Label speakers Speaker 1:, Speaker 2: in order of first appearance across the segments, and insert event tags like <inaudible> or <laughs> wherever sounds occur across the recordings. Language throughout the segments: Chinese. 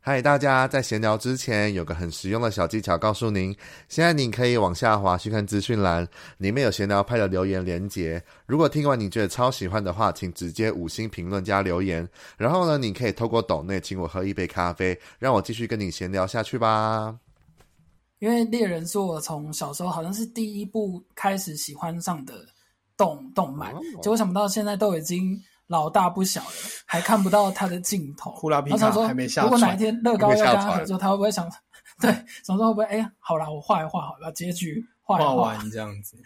Speaker 1: 嗨，大家在闲聊之前有个很实用的小技巧告诉您，现在你可以往下滑去看资讯栏，里面有闲聊派的留言连结。如果听完你觉得超喜欢的话，请直接五星评论加留言。然后呢，你可以透过抖内请我喝一杯咖啡，让我继续跟你闲聊下去吧。
Speaker 2: 因为猎人是我从小时候好像是第一部开始喜欢上的动动漫，
Speaker 1: 哦
Speaker 2: 结果想不到现在都已经老大不小了，还看不到它的尽头。
Speaker 3: 呼啦皮卡
Speaker 2: 然后想说
Speaker 3: 还没下
Speaker 2: 如果哪
Speaker 3: 船
Speaker 2: 一天乐高
Speaker 1: 还
Speaker 2: 要跟
Speaker 1: 没下
Speaker 2: 他合
Speaker 1: 船
Speaker 2: 作，他会不会想， <laughs> 对，想说会不会哎呀，好啦，我画一画好了，把结局画一
Speaker 3: 画
Speaker 2: 画。
Speaker 3: 完这样子。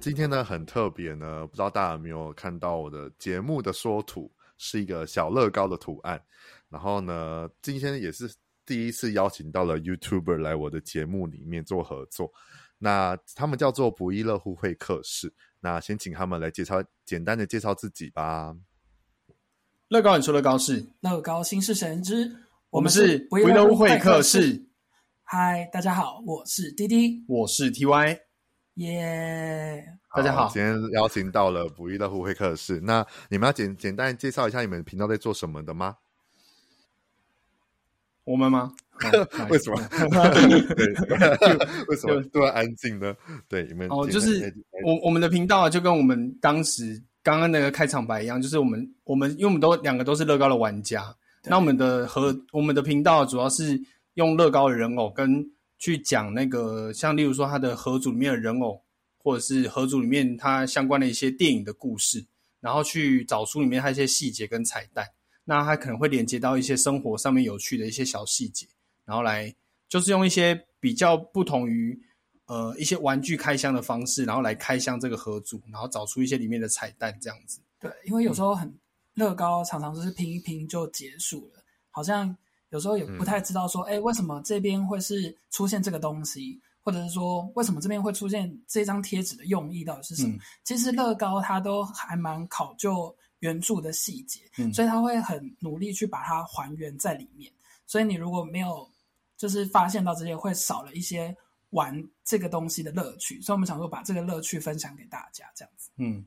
Speaker 1: 今天呢很特别呢，不知道大家有没有看到我的节目的缩图是一个小乐高的图案。然后呢，今天也是第一次邀请到了 YouTuber 来我的节目里面做合作。那他们叫做不亦乐乎会客室。那先请他们来介绍，简单的介绍自己吧。
Speaker 3: 乐高，你说乐高是？
Speaker 2: 乐高新式神之，
Speaker 3: 我们是
Speaker 2: 不亦乐乎
Speaker 3: 会
Speaker 2: 客
Speaker 3: 客室，，
Speaker 2: 嗨，大家好，我是滴滴，
Speaker 3: 我是 TY。
Speaker 2: 耶、
Speaker 3: 大家好
Speaker 1: 今天邀请到了不亦乐乎会客室。那你们要简简单地介绍一下你们频道在做什么的吗？
Speaker 3: 我
Speaker 1: <laughs>
Speaker 3: 们吗？哦
Speaker 1: 为什么？
Speaker 3: <laughs>
Speaker 1: <laughs> 对， <laughs> 为什么突然安静呢？对，你们哎
Speaker 3: 哦，
Speaker 1: 简单
Speaker 3: 就是我我们的频道啊，就跟我们当时刚刚那个开场白一样，就是我们我们因为我们都两个都是乐高的玩家，
Speaker 2: 对
Speaker 3: 那我们的和我们的频道主要是用乐高的人偶跟去讲那个，像例如说它的合组里面的人偶，或者是合组里面它相关的一些电影的故事，然后去找出里面它一些细节跟彩蛋，那它可能会连接到一些生活上面有趣的一些小细节，然后来就是用一些比较不同于呃一些玩具开箱的方式，然后来开箱这个合组，然后找出一些里面的彩蛋这样子。
Speaker 2: 对，因为有
Speaker 3: 嗯
Speaker 2: 时候很乐高常常就是拼一拼就结束了，好像有时候也不太
Speaker 3: 嗯
Speaker 2: 知道说，哎、为什么这边会是出现这个东西，或者是说为什么这边会出现这张贴纸的用意到底是什么？
Speaker 3: 嗯
Speaker 2: 其实乐高它都还蛮考究原著的细节，
Speaker 3: 嗯
Speaker 2: 所以它会很努力去把它还原在里面。所以你如果没有就是发现到这些，会少了一些玩这个东西的乐趣。所以我们想说把这个乐趣分享给大家，这样子。
Speaker 3: 嗯，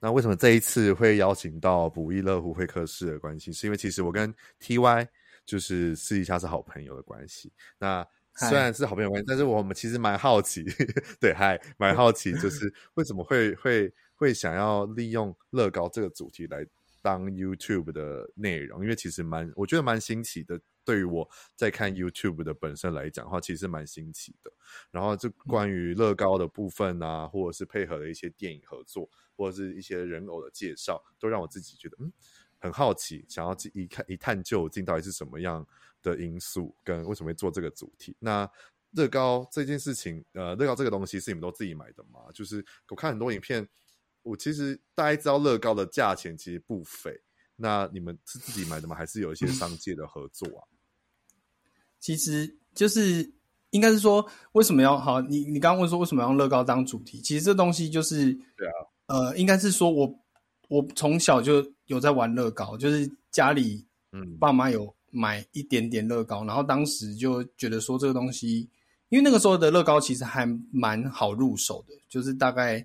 Speaker 1: 那为什么这一次会邀请到不亦乐乎会客室的关系？是因为其实我跟 TY 就是私底下是好朋友的关系。那虽然是好朋友关系，但是我们其实蛮好奇， <laughs> 对，还蛮好奇，就是为什么会会会想要利用乐高这个主题来当 YouTube 的内容？因为其实蛮，我觉得蛮新奇的。对于我在看 YouTube 的本身来讲的话，其实蛮新奇的。然后就关于乐高的部分啊，或者是配合的一些电影合作，或者是一些人偶的介绍，都让我自己觉得嗯很好奇，想要去一看一探究竟到底是什么样的因素跟为什么会做这个主题。那乐高这件事情，呃，乐高这个东西是你们都自己买的吗？就是我看很多影片，我其实大家知道乐高的价钱其实不菲。那你们是自己买的吗？还是有一些商界的合作啊？
Speaker 3: 其实就是应该是说，为什么要好？你你刚刚问说为什么要用乐高当主题？其实这东西就是
Speaker 1: 对啊，
Speaker 3: 呃，应该是说我我从小就有在玩乐高，就是家里 <laughs>
Speaker 1: 嗯，
Speaker 3: 爸妈有买一点点乐高，然后当时就觉得说这个东西，因为那个时候的乐高其实还蛮好入手的，就是大概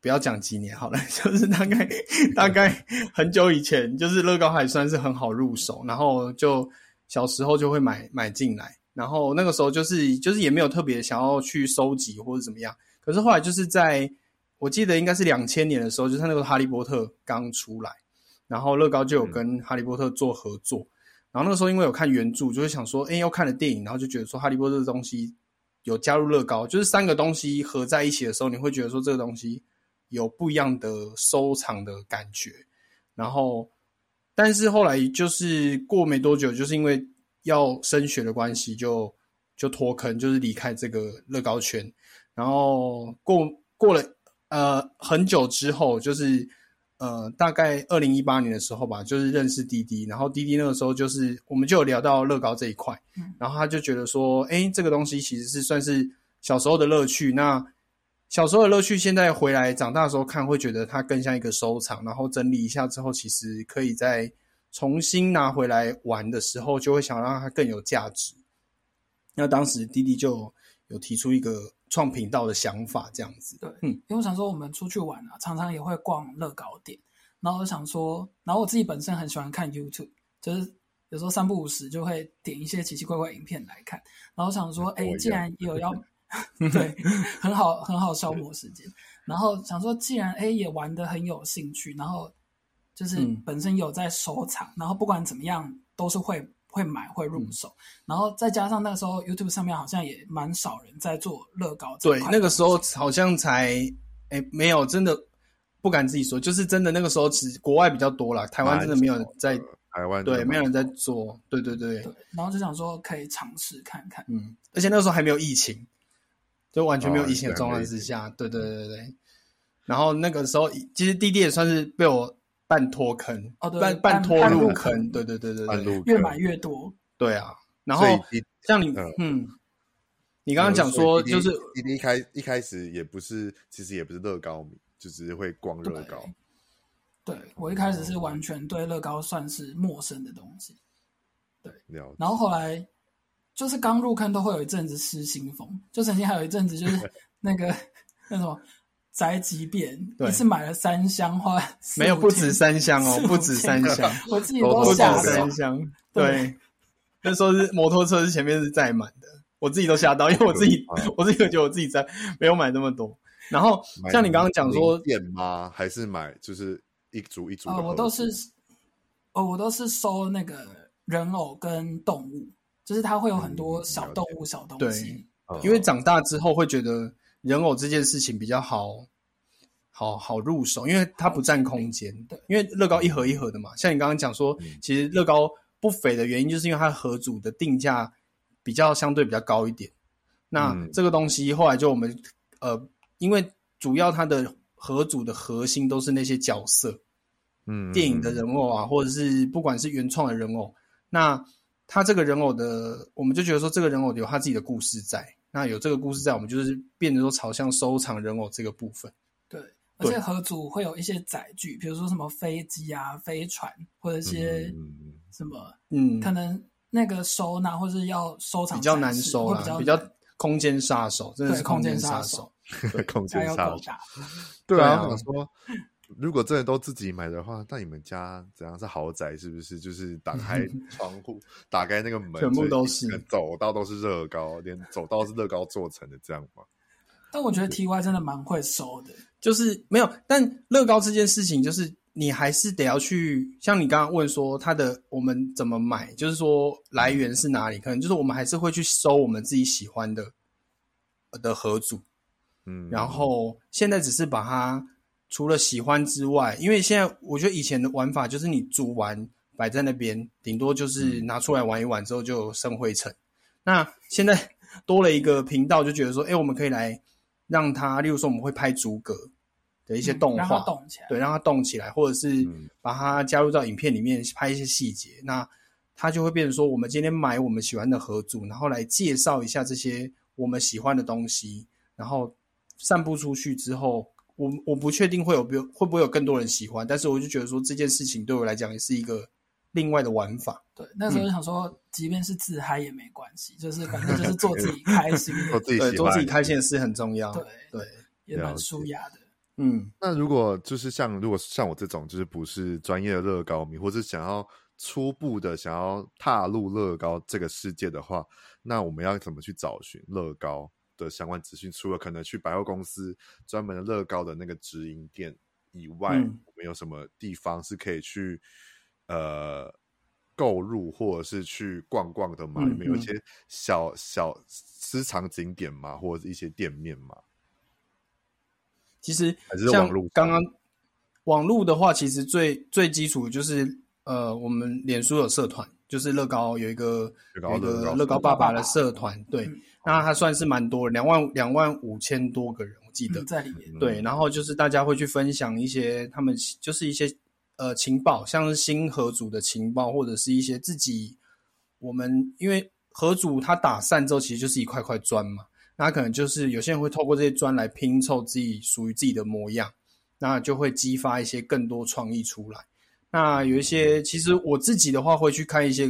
Speaker 3: 不要讲几年好了， <laughs> 就是大概大概很久以前，就是乐高还算是很好入手，然后就小时候就会买买进来，然后那个时候就是就是也没有特别想要去收集或者怎么样，可是后来就是在我记得应该是两千年的时候，就是他那个《哈利波特》刚出来，然后乐高就有跟《哈利波特》做合作。然后那个时候因为有看原著，就会想说，哎，要看了电影，然后就觉得说《哈利波特》这东西有加入乐高，就是三个东西合在一起的时候，你会觉得说这个东西有不一样的收藏的感觉。然后，但是后来就是过没多久，就是因为要升学的关系就，就脱坑，就是离开这个乐高圈。然后过过了呃很久之后，就是呃大概二零一八年的时候吧，就是认识滴滴，然后滴滴那个时候就是我们就有聊到乐高这一块，
Speaker 2: 嗯
Speaker 3: 然后他就觉得说，哎，这个东西其实是算是小时候的乐趣，那小时候的乐趣，现在回来长大的时候看，会觉得它更像一个收藏，然后整理一下之后，其实可以在重新拿回来玩的时候，就会想让它更有价值。那当时弟弟就有提出一个创频道的想法，这样子。
Speaker 2: 对，
Speaker 3: 嗯
Speaker 2: 因为我想说我们出去玩啊，常常也会逛乐高店，然后我想说，然后我自己本身很喜欢看 YouTube，就是有时候三不五时就会点一些奇奇怪怪影片来看，然后我想说，
Speaker 1: 嗯跟
Speaker 2: 哎、
Speaker 1: 我一
Speaker 2: 既
Speaker 1: 样
Speaker 2: 然有
Speaker 3: <laughs>
Speaker 2: 要对，很好很好消磨时间，然后想说，既然哎、也玩的很有兴趣，然后就是
Speaker 3: 嗯
Speaker 2: 本身有在收藏，然后不管怎么样都是会会买会入
Speaker 3: 嗯
Speaker 2: 手，然后再加上那个时候 YouTube 上面好像也蛮少人在做乐高这
Speaker 3: 对，
Speaker 2: 块
Speaker 3: 那个
Speaker 2: 东
Speaker 3: 时候
Speaker 2: 西
Speaker 3: 好像才，哎、没有，真的不敢自己说，就是真的那个时候，其实国外比较多啦，台湾真的没有人在，
Speaker 1: 呃台湾
Speaker 3: 对，没有人
Speaker 1: 在。
Speaker 3: 在做，对对对，
Speaker 2: 对，然后就想说可以尝试看看，
Speaker 3: 嗯，而且那时候还没有疫情，就完全没有
Speaker 1: 哦
Speaker 3: 疫情的
Speaker 1: 对
Speaker 3: 状
Speaker 1: 没有
Speaker 3: 况
Speaker 1: 疫
Speaker 3: 之下，对对对对对。然后那个时候，其实弟弟也算是被我半拖坑，
Speaker 2: 哦对
Speaker 3: 半
Speaker 2: 半
Speaker 3: 半拖
Speaker 2: 半
Speaker 3: 入
Speaker 2: 入
Speaker 3: 坑，
Speaker 2: 坑
Speaker 3: 对对对对
Speaker 1: 半
Speaker 3: 对，
Speaker 1: 路
Speaker 2: 越
Speaker 1: 客
Speaker 2: 买越多，
Speaker 3: 对啊。然后
Speaker 1: 所以你
Speaker 3: 像你
Speaker 1: 嗯，
Speaker 3: 嗯，你刚刚讲说
Speaker 1: 所以
Speaker 3: 就是
Speaker 1: 弟弟弟弟一开一开始也不是，其实也不是乐高迷，就只是会逛乐
Speaker 2: 对
Speaker 1: 高。
Speaker 2: 对我一开始是完全对乐高算是陌生的东西，
Speaker 1: 了解
Speaker 2: 然后后来就是刚入坑都会有一阵子失心疯，就曾经还有一阵子就是
Speaker 3: <laughs>
Speaker 2: 那个那什么宅急便，
Speaker 3: 对
Speaker 2: 一次买了三箱花，四
Speaker 3: 没有
Speaker 2: 五
Speaker 3: 不
Speaker 2: 千
Speaker 3: 止，三箱哦
Speaker 2: 四，五
Speaker 3: 不止
Speaker 2: 千
Speaker 3: 三箱，
Speaker 2: 我自己
Speaker 1: 都
Speaker 2: 都
Speaker 3: 不止
Speaker 2: 吓
Speaker 1: 都
Speaker 2: 到
Speaker 1: 三
Speaker 3: 三，箱，
Speaker 2: 对
Speaker 3: 对，那时候是摩托车是前面是载满的，我自己都吓到，因为我自己
Speaker 1: 对啊
Speaker 3: 我自己觉得我自己载没有买那么多。然后
Speaker 1: 买
Speaker 3: 像你刚刚讲说
Speaker 1: 零，件吗？还是买就是一组一组的盒
Speaker 2: 哦，
Speaker 1: 子？
Speaker 2: 我都是，哦，我都是收那个人偶跟动物，就是它会有很多
Speaker 1: 嗯
Speaker 2: 小
Speaker 1: 了
Speaker 2: 动
Speaker 1: 解
Speaker 2: 物、小东
Speaker 3: 对
Speaker 2: 西。
Speaker 1: 嗯
Speaker 3: 因为长大之后会觉得人偶这件事情比较好，好好入手，因为它不占空间。
Speaker 2: 对
Speaker 3: 因为乐高一盒一盒的嘛，像你刚刚讲说
Speaker 1: 嗯，
Speaker 3: 其实乐高不菲的原因，就是因为它盒组的定价比较相对比较高一点。那
Speaker 1: 嗯
Speaker 3: 这个东西后来就我们呃，因为主要它的盒组的核心都是那些角色，
Speaker 1: 嗯
Speaker 3: 电影的人偶啊，或者是不管是原创的人偶，那他这个人偶的，我们就觉得说这个人偶有他自己的故事在，那有这个故事在，我们就是变得说朝向收藏人偶这个部分。
Speaker 2: 对，而
Speaker 3: 对
Speaker 2: 且合组会有一些载具，比如说什么飞机啊、飞船，或者一些
Speaker 1: 嗯
Speaker 2: 什么，
Speaker 3: 嗯，
Speaker 2: 可能那个收纳或是要收藏
Speaker 3: 比较
Speaker 2: 展
Speaker 3: 难
Speaker 2: 示
Speaker 3: 收
Speaker 2: 会
Speaker 3: 啦
Speaker 2: 比，较
Speaker 3: 比较
Speaker 2: 难
Speaker 3: 空间杀手，真的
Speaker 2: 对
Speaker 3: 是
Speaker 2: 空
Speaker 3: 间
Speaker 2: 间杀
Speaker 3: 杀
Speaker 2: 手
Speaker 3: 手。
Speaker 1: 嗯空
Speaker 2: 家
Speaker 1: 间
Speaker 2: 要
Speaker 1: 差
Speaker 2: 够。大。
Speaker 1: 对
Speaker 3: 对
Speaker 1: 啊，
Speaker 3: 啊
Speaker 1: 我想说，如果真的都自己买的话，那你们家怎样是豪宅？是不是就是打
Speaker 3: <laughs>
Speaker 1: 开窗户，打开那个门，
Speaker 3: 全部都是
Speaker 1: 所以整个走道都是乐高，连走道是乐高做成的，这样吗？
Speaker 2: 但我觉得 TY 真的蛮会收的，
Speaker 3: 就是没有，但乐高这件事情，就是你还是得要去，像你刚刚问说它的我们怎么买，就是说来源是哪里，可能就是我们还是会去收我们自己喜欢的呃的合组，
Speaker 1: 嗯，
Speaker 3: 然后现在只是把它除了喜欢之外，因为现在我觉得以前的玩法就是你煮完摆在那边，顶多就是
Speaker 1: 嗯
Speaker 3: 拿出来玩一玩之后就生灰尘。那现在 <laughs> 多了一个频道，就觉得说，哎，我们可以来让它，例如说我们会拍逐格的一
Speaker 2: 一
Speaker 3: 些动
Speaker 2: 让
Speaker 3: 画，
Speaker 2: 它动起来。
Speaker 3: 对，让它动起来，或者是
Speaker 1: 嗯
Speaker 3: 把它加入到影片里面拍一些细节，那它就会变成说，我们今天买我们喜欢的合组，然后来介绍一下这些我们喜欢的东西，然后散布出去之后，我我不确定会有没有会不会有更多人喜欢，但是我就觉得说这件事情对我来讲也是一个另外的玩法，
Speaker 2: 对，那时候就
Speaker 3: 嗯
Speaker 2: 想说，即便是自嗨也没关系，
Speaker 3: <laughs>
Speaker 2: 就是反正就是做自己开心
Speaker 1: 做
Speaker 2: 的，
Speaker 1: 自己喜
Speaker 3: 对
Speaker 1: 欢，，
Speaker 3: <laughs> 做自己开心的事很重要，
Speaker 2: 对，
Speaker 3: 对，
Speaker 2: 也蛮舒压的。
Speaker 3: 嗯。
Speaker 1: 那如果就是像如果像我这种就是不是专业的乐高迷，或是想要初步的想要踏入乐高这个世界的话，那我们要怎么去找寻乐高的相关资讯？除了可能去百货公司专门的乐高的那个直营店以外，
Speaker 3: 嗯
Speaker 1: 我们有什么地方是可以去呃购入或者是去逛逛的吗？
Speaker 3: 嗯
Speaker 1: 你们有一
Speaker 3: 嗯
Speaker 1: 些小小私藏景点吗？或者是一些店面吗？
Speaker 3: 其实
Speaker 1: 还是网
Speaker 3: 像
Speaker 1: 络上
Speaker 3: 刚刚网络的话，其实最最基础的就是呃，我们脸书有社团，就是乐高有一个
Speaker 1: 乐高
Speaker 3: 有一
Speaker 1: 乐
Speaker 3: 个
Speaker 1: 高
Speaker 3: 乐高爸爸的社团，对
Speaker 2: 嗯，
Speaker 3: 那它算是蛮多的，两万两万五千多个人，我记得
Speaker 2: 嗯，。在里面，
Speaker 3: 对，然后就是大家会去分享一些他们就是一些呃情报，像是新合组的情报，或者是一些自己我们因为合组它打散之后，其实就是一块块砖嘛。那可能就是有些人会透过这些砖来拼凑自己属于自己的模样，那就会激发一些更多创意出来。那有一些，其实我自己的话会去看一些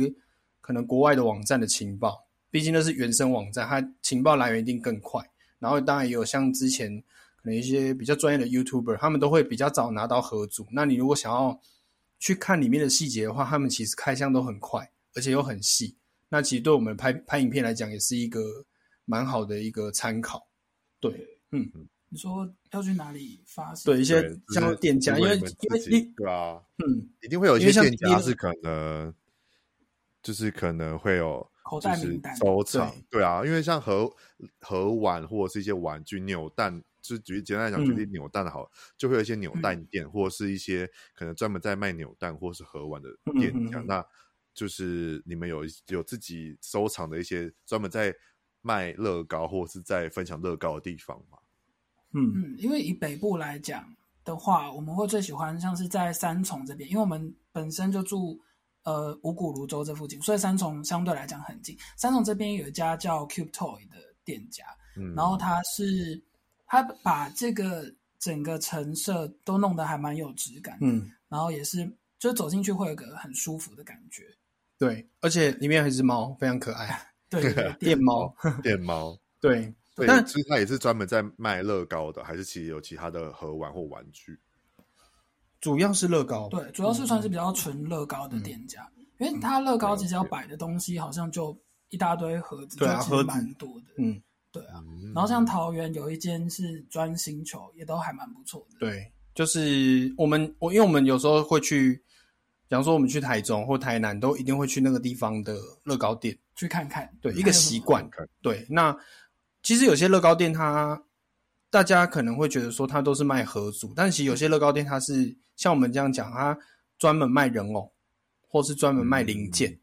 Speaker 3: 可能国外的网站的情报，毕竟那是原生网站，它情报来源一定更快。然后当然也有像之前可能一些比较专业的 YouTuber，他们都会比较早拿到合组。那你如果想要去看里面的细节的话，他们其实开箱都很快，而且又很细。那其实对我们拍拍影片来讲，也是一个蛮好的一个参考。对，嗯，
Speaker 2: 你说要去哪里发现？
Speaker 3: 对一些
Speaker 1: 对就是
Speaker 3: 像店家，因为
Speaker 1: 如果
Speaker 3: 因
Speaker 1: 你们
Speaker 3: 为
Speaker 1: 自己
Speaker 3: 你
Speaker 1: 对啊，
Speaker 3: 嗯，
Speaker 1: 一定会有一
Speaker 3: 因为
Speaker 1: 些
Speaker 3: 像
Speaker 1: 店
Speaker 3: 迪
Speaker 1: 家
Speaker 3: 乐
Speaker 1: 是可能，就是可能会有
Speaker 2: 口
Speaker 1: 就
Speaker 2: 袋
Speaker 1: 是
Speaker 2: 名单
Speaker 1: 收藏，对啊，因为像盒盒碗或者是一些玩具扭蛋，就举简单来讲，举例
Speaker 3: 嗯
Speaker 1: 扭蛋好了，就会有一些扭蛋店、或者是一些可能专门在卖扭蛋或是盒碗的店家，
Speaker 3: 嗯嗯嗯
Speaker 1: 那就是你们有一有自己收藏的一些专门在卖乐高或是在分享乐高的地方嘛？
Speaker 3: 嗯
Speaker 2: 嗯，因为以北部来讲的话，我们会最喜欢像是在三重这边，因为我们本身就住呃五股泸州这附近，所以三重相对来讲很近。三重这边有一家叫 Cube Toy 的店家，
Speaker 1: 嗯，
Speaker 2: 然后它是它把这个整个陈设都弄得还蛮有质感，，
Speaker 3: 嗯，
Speaker 2: 然后也是就是走进去会有个很舒服的感觉。
Speaker 3: 对，而且里面还有一只猫，非常可爱，
Speaker 2: 对，有点
Speaker 3: 电猫。
Speaker 1: 电猫。
Speaker 3: 对，
Speaker 1: 对，
Speaker 3: 但
Speaker 1: 其实它也是专门在卖乐高的，还是其实有其他的盒玩或玩具？
Speaker 3: 主要是乐高。
Speaker 2: 对，主要是算是比较纯乐高的店家，
Speaker 3: 嗯
Speaker 2: 因为它乐高其实要摆的东西好像就一大堆盒子，
Speaker 3: 对啊
Speaker 2: 就其实蛮多的。
Speaker 3: 嗯，
Speaker 2: 对啊。然后像桃园有一间是专星球，也都还蛮不错的。
Speaker 3: 对，就是我们我因为我们有时候会去，比方说我们去台中或台南，都一定会去那个地方的乐高店，
Speaker 2: 去看看。嗯
Speaker 3: 对，
Speaker 2: 还有
Speaker 3: 一个
Speaker 2: 什么
Speaker 3: 习惯
Speaker 1: 看看。
Speaker 3: 对，那其实有些乐高店它，大家可能会觉得说它都是卖合组，但其实有些乐高店它是像我们这样讲，它专门卖人偶，或是专门卖零件。
Speaker 2: 嗯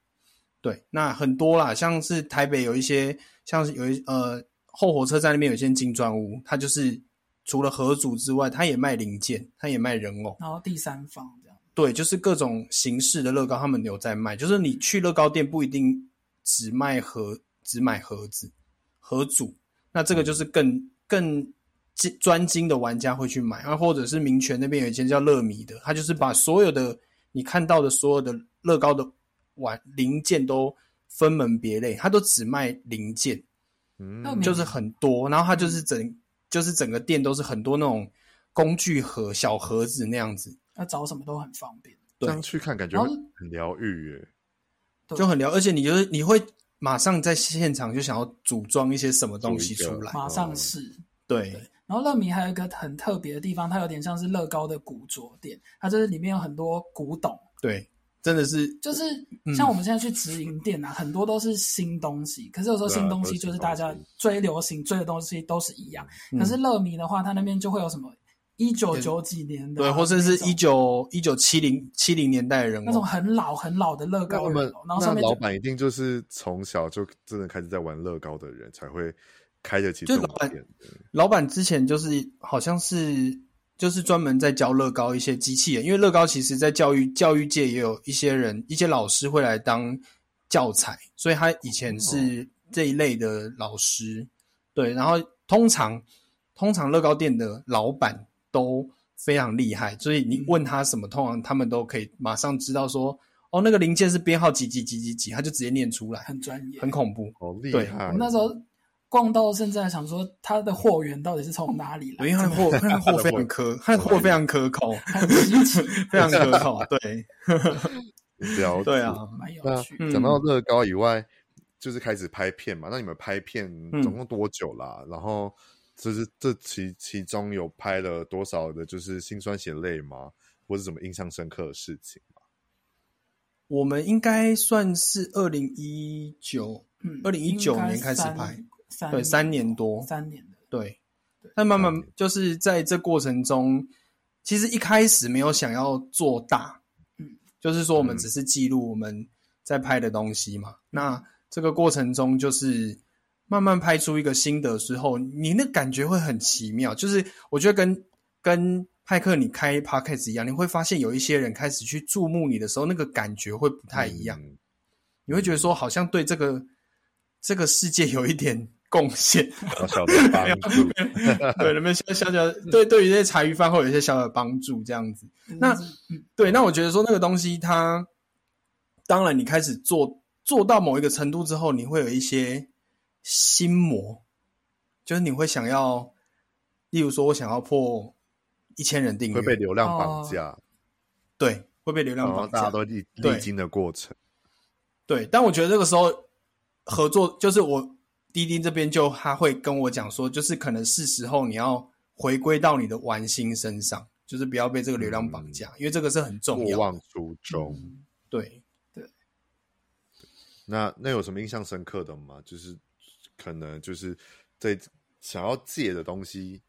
Speaker 3: 对，那很多啦，像是台北有一些，像是有一呃后火车站那边有一间金砖屋，它就是除了合组之外，它也卖零件，它也卖人偶。
Speaker 2: 然后第三方这样。
Speaker 3: 对，就是各种形式的乐高，他们有在卖。就是你去乐高店不一定只卖盒，只买盒子、盒组，那这个就是更更精专精的玩家会去买啊，或者是民权那边有一间叫乐米的，他就是把所有的你看到的所有的乐高的玩零件都分门别类，他都只卖零件，
Speaker 1: 嗯
Speaker 2: 那没
Speaker 3: 就是很多，然后它就是整就是整个店都是很多那种工具盒、小盒子那样子。
Speaker 2: 要找什么都很方便。
Speaker 1: 这
Speaker 3: 对
Speaker 1: 样去看，感觉
Speaker 2: 然
Speaker 1: 会
Speaker 2: 后
Speaker 1: 很疗愈耶。
Speaker 2: 对
Speaker 3: 就很聊，而且你就是你会马上在现场就想要组装一些什么东西出来
Speaker 1: 做，
Speaker 2: 马上是。
Speaker 3: 对
Speaker 2: 然后乐米还有一个很特别的地方，它有点像是乐高的古着店，它就是里面有很多古董，
Speaker 3: 对，真的是
Speaker 2: 就是
Speaker 3: 嗯
Speaker 2: 像我们现在去直营店啊，很多都是新东西，可是有时候
Speaker 1: 对啊
Speaker 2: 新东
Speaker 1: 都
Speaker 2: 西
Speaker 1: 是
Speaker 2: 就是
Speaker 1: 新东
Speaker 2: 大家
Speaker 1: 西
Speaker 2: 追流行追的东西都是一样。
Speaker 3: 嗯
Speaker 2: 可是乐迷的话，它那边就会有什么一九九几年的啊、
Speaker 3: 对，或者
Speaker 2: 那
Speaker 3: 是
Speaker 2: 种
Speaker 3: 一九一九七零七零年代的人
Speaker 2: 那种
Speaker 3: 物，
Speaker 2: 很老很老的乐
Speaker 1: 那
Speaker 2: 高
Speaker 1: 他
Speaker 2: 人哦
Speaker 1: 们
Speaker 2: 偶，然后
Speaker 1: 那
Speaker 2: 上面
Speaker 1: 老
Speaker 2: 就
Speaker 1: 板一定就是从小就真的开始在玩乐高的人，才会开得起这
Speaker 3: 就是
Speaker 1: 种
Speaker 3: 老板
Speaker 1: 店。
Speaker 3: 老板之前就是好像是就是专门在教乐高一些机器人，因为乐高其实在教育教育界也有一些人一些老师会来当教材，所以他以前是这一类的老师，对，然后通常通常乐高店的老板都非常厉害，所以你问他什么，通常他们都可以马上知道说，哦，那个零件是编号几几几几几，他就直接念出来，
Speaker 2: 很专业。
Speaker 3: 很恐怖。
Speaker 1: 好厉
Speaker 3: 对
Speaker 1: 害！
Speaker 2: 我那时候逛到现在想说，它的货源到底是从哪里来？
Speaker 3: <laughs> 因为他的货，他的货啊非常可，他的货非常可口，
Speaker 2: 很稀奇，
Speaker 3: 非常可
Speaker 1: <laughs>
Speaker 3: 口。对，
Speaker 1: 了解
Speaker 3: 对啊，
Speaker 2: 蛮有趣的。
Speaker 1: 那
Speaker 3: 嗯
Speaker 1: 讲到乐高以外，就是开始拍片嘛。那你们拍片
Speaker 3: 嗯
Speaker 1: 总共多久啦？然后就是这其其中有拍了多少的，就是辛酸血泪吗？或是什么印象深刻的事情吗？
Speaker 3: 我们应该算是二零一九，
Speaker 2: 嗯，
Speaker 3: 2019
Speaker 2: 应该
Speaker 3: 年开始
Speaker 2: 三
Speaker 3: 拍，
Speaker 2: 三
Speaker 3: 对三年多
Speaker 2: 三年的。
Speaker 3: 对
Speaker 2: 对。
Speaker 3: 但慢慢就是在这过程中，其实一开始没有想要做大，
Speaker 2: 嗯，
Speaker 3: 就是说我们
Speaker 1: 嗯
Speaker 3: 只是记录我们在拍的东西嘛。那这个过程中，就是慢慢拍出一个心得之后，你那感觉会很奇妙。就是我觉得跟跟派克你开 podcast 一样，你会发现有一些人开始去注目你的时候，那个感觉会不太一样。
Speaker 1: 嗯
Speaker 3: 你会觉得说好像对这个这个世界有一点贡献，
Speaker 1: 小小的帮助，
Speaker 3: <laughs> 对，能不能小小小
Speaker 1: 嗯
Speaker 3: 对对于这些茶余饭后有一些小小的帮助这样子？那对，那我觉得说那个东西它，当然你开始做做到某一个程度之后，你会有一些心魔，就是你会想要，例如说我想要破一千人订阅，
Speaker 1: 会被流量绑架，
Speaker 3: 哦对，会被流量
Speaker 1: 然后
Speaker 3: 绑
Speaker 1: 大家
Speaker 3: 架，
Speaker 1: 都历
Speaker 3: 对
Speaker 1: 历经的过程，
Speaker 3: 对，但我觉得这个时候合作，就是我滴滴这边就他会跟我讲说，就是可能是时候你要回归到你的玩心身上，就是不要被这个流量绑架，因为这个是很重
Speaker 1: 莫
Speaker 3: 要嗯的。
Speaker 1: 忘初衷。
Speaker 3: 对，
Speaker 1: 那那有什么印象深刻的吗？就是可能就是在想要借的东西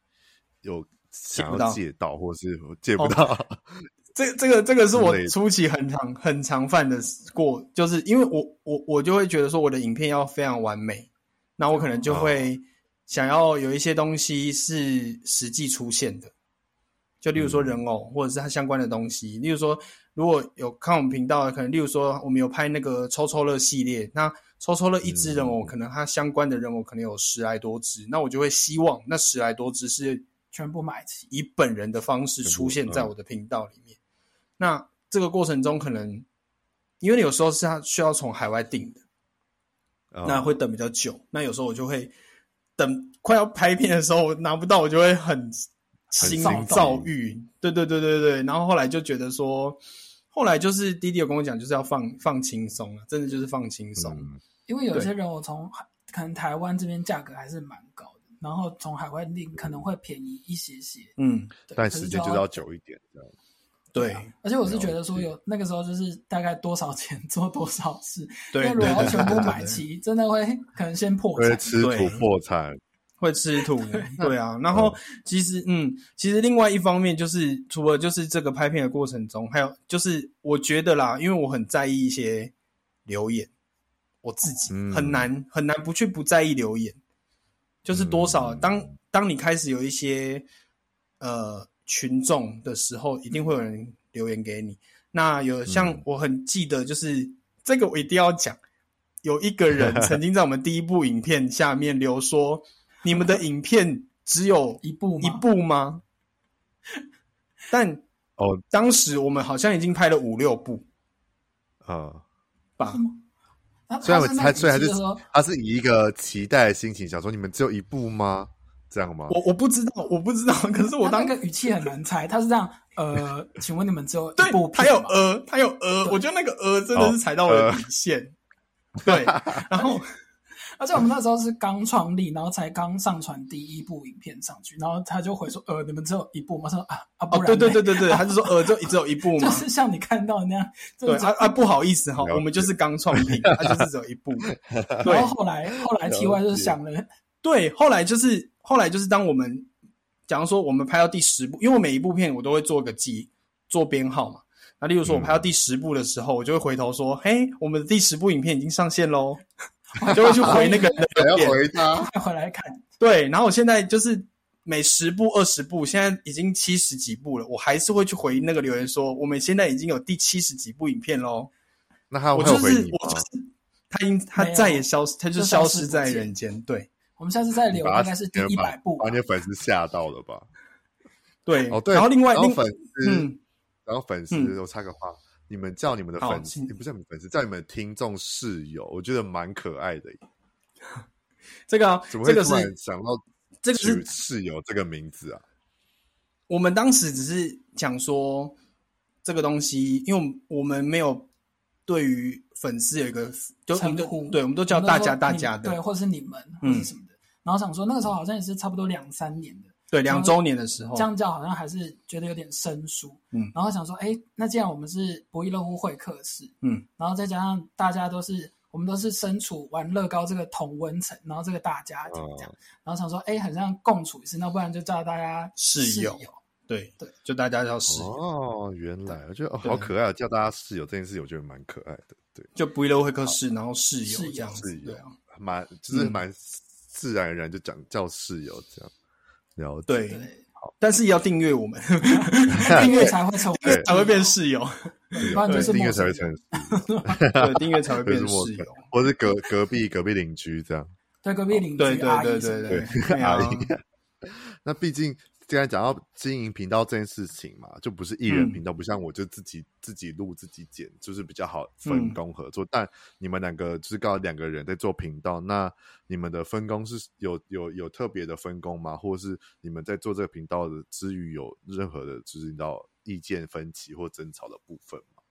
Speaker 1: 有想要
Speaker 3: 不到哦
Speaker 1: 借到，或是借不到， <laughs>
Speaker 3: 这这个这个是我
Speaker 1: 之类的
Speaker 3: 初期很常很常犯的过，就是因为我我我就会觉得说我的影片要非常完美，那我可能就会
Speaker 1: 哦
Speaker 3: 想要有一些东西是实际出现的，就例如说
Speaker 1: 嗯
Speaker 3: 人偶、或者是它相关的东西，例如说如果有看我们频道，可能例如说我们有拍那个抽抽乐系列，那抽抽乐一只人偶，
Speaker 1: 嗯
Speaker 3: 可能它相关的人偶可能有十来多只，那我就会希望那十来多只是
Speaker 2: 全部买齐，
Speaker 3: 以本人的方式出现在我的频道里面。那这个过程中，可能因为有时候是他需要从海外订的，
Speaker 1: 啊
Speaker 3: 那会等比较久。那有时候我就会等快要拍片的时候我拿不到，我就会很心
Speaker 2: 躁动
Speaker 3: 躁郁。对对对对对。然后后来就觉得说，后来就是弟弟有跟我讲，就是要放放轻松啊，真的就是放轻松。
Speaker 1: 嗯
Speaker 2: 因为有
Speaker 3: 对
Speaker 2: 些人我从海可能台湾这边价格还是蛮高的，然后从海外订可能会便宜一些些，
Speaker 3: 嗯，
Speaker 2: 对
Speaker 1: 但
Speaker 2: 可
Speaker 1: 时
Speaker 2: 是
Speaker 1: 间就是要久一点，这样
Speaker 3: 对
Speaker 2: 啊而且我是觉得说
Speaker 1: 了解
Speaker 2: 有那个时候就是大概多少钱 <laughs> 做多少事，因
Speaker 3: 对。
Speaker 2: 啊为如果
Speaker 3: 对
Speaker 2: 要全部
Speaker 3: 对对
Speaker 2: 买
Speaker 3: 对
Speaker 2: 齐，真的会可能先破
Speaker 1: 因为
Speaker 2: 产。
Speaker 1: 吃
Speaker 3: 对
Speaker 1: 土破产，
Speaker 3: 会吃土的，对啊。然后其实，嗯，其实另外一方面就是，除了就是这个拍片的过程中，还有就是我觉得啦，因为我很在意一些留言，我自己
Speaker 1: 嗯
Speaker 3: 很难、很难不去不在意留言，就是多少、
Speaker 1: 嗯
Speaker 3: 当当你开始有一些呃群众的时候，一定会有人留言给你。那有像
Speaker 1: 嗯
Speaker 3: 我很记得，就是、这个我一定要讲，有一个人曾经在我们第一部影片下面留说：“你们的影片只有
Speaker 2: 一步
Speaker 3: 一
Speaker 2: 嘛，
Speaker 3: 部吗？”但
Speaker 1: 哦
Speaker 3: 当时我们好像已经拍了五六部
Speaker 1: 啊。
Speaker 3: 吧，
Speaker 2: 他
Speaker 1: 虽然我
Speaker 2: 他是那
Speaker 1: 他
Speaker 2: 个
Speaker 1: 虽然
Speaker 2: 语气
Speaker 1: 是
Speaker 2: 就说
Speaker 1: 他啊是以一个期待的心情想说，你们只有一部吗？这样吗？
Speaker 3: 我我不知道，我不知道。 <laughs> 可是我
Speaker 2: 他
Speaker 3: 当
Speaker 2: 那个语气很难猜，他是这样，呃，请问你们只有一部
Speaker 3: 对，他
Speaker 2: 片
Speaker 3: 有
Speaker 2: 吗
Speaker 3: 呃，他有呃，我觉得那个呃真的是踩到我
Speaker 1: 哦
Speaker 3: 的底线。
Speaker 2: <laughs>
Speaker 3: 对，然后
Speaker 2: 而且我们那时候是刚创立，然后才刚上传第一部影片上去，然后他就回说：“呃，你们只有一部吗？”他说：“啊啊，不
Speaker 3: 哦，
Speaker 2: 然、
Speaker 3: 对对对，对对，他就说呃，就只有一
Speaker 2: <laughs>
Speaker 3: 部
Speaker 2: 就
Speaker 3: 嘛。
Speaker 2: 是像你看到那样。就
Speaker 3: 对
Speaker 2: 是这
Speaker 3: 啊
Speaker 2: 样
Speaker 3: 啊，不好意思哈
Speaker 1: 了，解
Speaker 3: 我们就是刚创
Speaker 1: <laughs>
Speaker 3: 立，他就是只有一部。啊对
Speaker 2: 然后后来后来
Speaker 1: 了
Speaker 2: T Y 就
Speaker 1: 解
Speaker 2: 想了，
Speaker 3: 对，后来就是后来就是当我们，假如说我们拍到第十部，因为我每一部片我都会做个记做编号嘛。那例如说我
Speaker 1: 嗯
Speaker 3: 拍到第十部的时候，我就会回头说：“嘿，我们的第十部影片已经上线喽。”我就会去回那
Speaker 1: <laughs>
Speaker 3: 个人的
Speaker 1: 还
Speaker 3: 留
Speaker 1: 要
Speaker 3: 言。
Speaker 1: 回答，
Speaker 3: <laughs>
Speaker 2: 快回来看，
Speaker 3: 对，然后我现在就是每十步、二十步，现在已经七十几步了，我还是会去回那个留言说，我们现在已经有第七十几部影片喽。
Speaker 1: 那他
Speaker 3: 我
Speaker 1: 会
Speaker 3: 就
Speaker 1: 有回
Speaker 3: 是
Speaker 1: 你
Speaker 3: 我就
Speaker 1: 吗
Speaker 3: 是？，他已经他
Speaker 2: 没有
Speaker 3: 再也消失，他就
Speaker 2: 就
Speaker 3: 消
Speaker 2: 消
Speaker 3: 失
Speaker 2: 失不
Speaker 3: 在
Speaker 2: 见
Speaker 3: 人间。对
Speaker 2: 我们下次再留
Speaker 1: 把
Speaker 2: 应
Speaker 1: 他
Speaker 2: 该是第一百部吧
Speaker 1: 把，你的粉丝吓到了吧？
Speaker 3: 对，
Speaker 1: 哦，对。
Speaker 3: 然后另外
Speaker 1: 然后
Speaker 3: 另
Speaker 1: 粉丝，
Speaker 3: 嗯，
Speaker 1: 然后粉丝，
Speaker 3: 嗯
Speaker 1: 我插个话，你们叫你们的粉丝，
Speaker 3: 好
Speaker 1: 你不是你们粉丝，叫你们听众室友，我觉得蛮可爱的耶。
Speaker 3: 这个啊
Speaker 1: 怎么
Speaker 3: 这
Speaker 1: 会
Speaker 3: 个
Speaker 1: 突
Speaker 3: 是
Speaker 1: 然想到
Speaker 3: 这个
Speaker 1: 取
Speaker 3: 是
Speaker 1: 室友这个名字啊？
Speaker 3: 我们当时只是讲说这个东西，因为我们我们没有对于粉丝有一个，就我们
Speaker 2: 称呼
Speaker 3: 就对，我们都
Speaker 2: 都
Speaker 3: 叫大家大家
Speaker 2: 对，
Speaker 3: 的，嗯
Speaker 2: 或者是你们或者什么的。然后想说那个时候好像也是差不多两三年的，
Speaker 3: 对，两周年的时候
Speaker 2: 这，样叫好像还是觉得有点生疏。
Speaker 3: 嗯
Speaker 2: 然后想说，哎，那既然我们是不亦乐乎会客室，
Speaker 3: 嗯，
Speaker 2: 然后再加上大家都是我们都是身处玩乐高这个同温层，然后这个大家庭这
Speaker 3: 哦
Speaker 2: 样，然后想说，哎，很像共处一室，那不然就叫大家
Speaker 3: 室友
Speaker 2: 友。
Speaker 3: 对
Speaker 2: 对，
Speaker 3: 就大家叫室友，
Speaker 1: 哦，原来我觉得哦，
Speaker 3: 对
Speaker 1: 好可爱啊！叫大家室友这件事，我觉得蛮可爱的。对，
Speaker 3: 就不亦乐乎会客室，然后室友
Speaker 2: 室友
Speaker 3: 这样子
Speaker 1: 室，友
Speaker 3: 对啊，
Speaker 1: 蛮就是
Speaker 3: 嗯
Speaker 1: 蛮自然而然就讲叫室友这样。了解，
Speaker 3: 对，
Speaker 2: 对，
Speaker 3: 但是也要订阅我们，
Speaker 2: 订阅才会成为
Speaker 1: 对
Speaker 3: 才会变
Speaker 1: <laughs>
Speaker 3: 室友，
Speaker 2: 对，不然就
Speaker 1: 对
Speaker 2: 是
Speaker 1: 订阅
Speaker 2: 陌
Speaker 1: 才
Speaker 2: 生
Speaker 1: 会
Speaker 2: 人。
Speaker 1: 成，
Speaker 3: 对，订阅才会变
Speaker 1: 就是陌
Speaker 3: 室
Speaker 1: 生
Speaker 3: 友，
Speaker 1: 或是隔隔壁隔壁邻居这样。
Speaker 2: 对隔壁邻
Speaker 3: 对
Speaker 2: 居
Speaker 3: 对
Speaker 2: 阿
Speaker 3: 对
Speaker 2: 姨什么
Speaker 3: 对
Speaker 2: 的，
Speaker 3: 对啊，
Speaker 1: 那毕竟既然讲到经营频道这件事情嘛，就不是艺人
Speaker 3: 嗯
Speaker 1: 频道，不像我就自己自己录自己剪，就是比较好分
Speaker 3: 嗯
Speaker 1: 工合作。但你们两个就是刚好两个人在做频道，那你们的分工是有有有特别的分工吗？或者是你们在做这个频道的之余有任何的，就是你知道意见分歧或争吵的部分吗？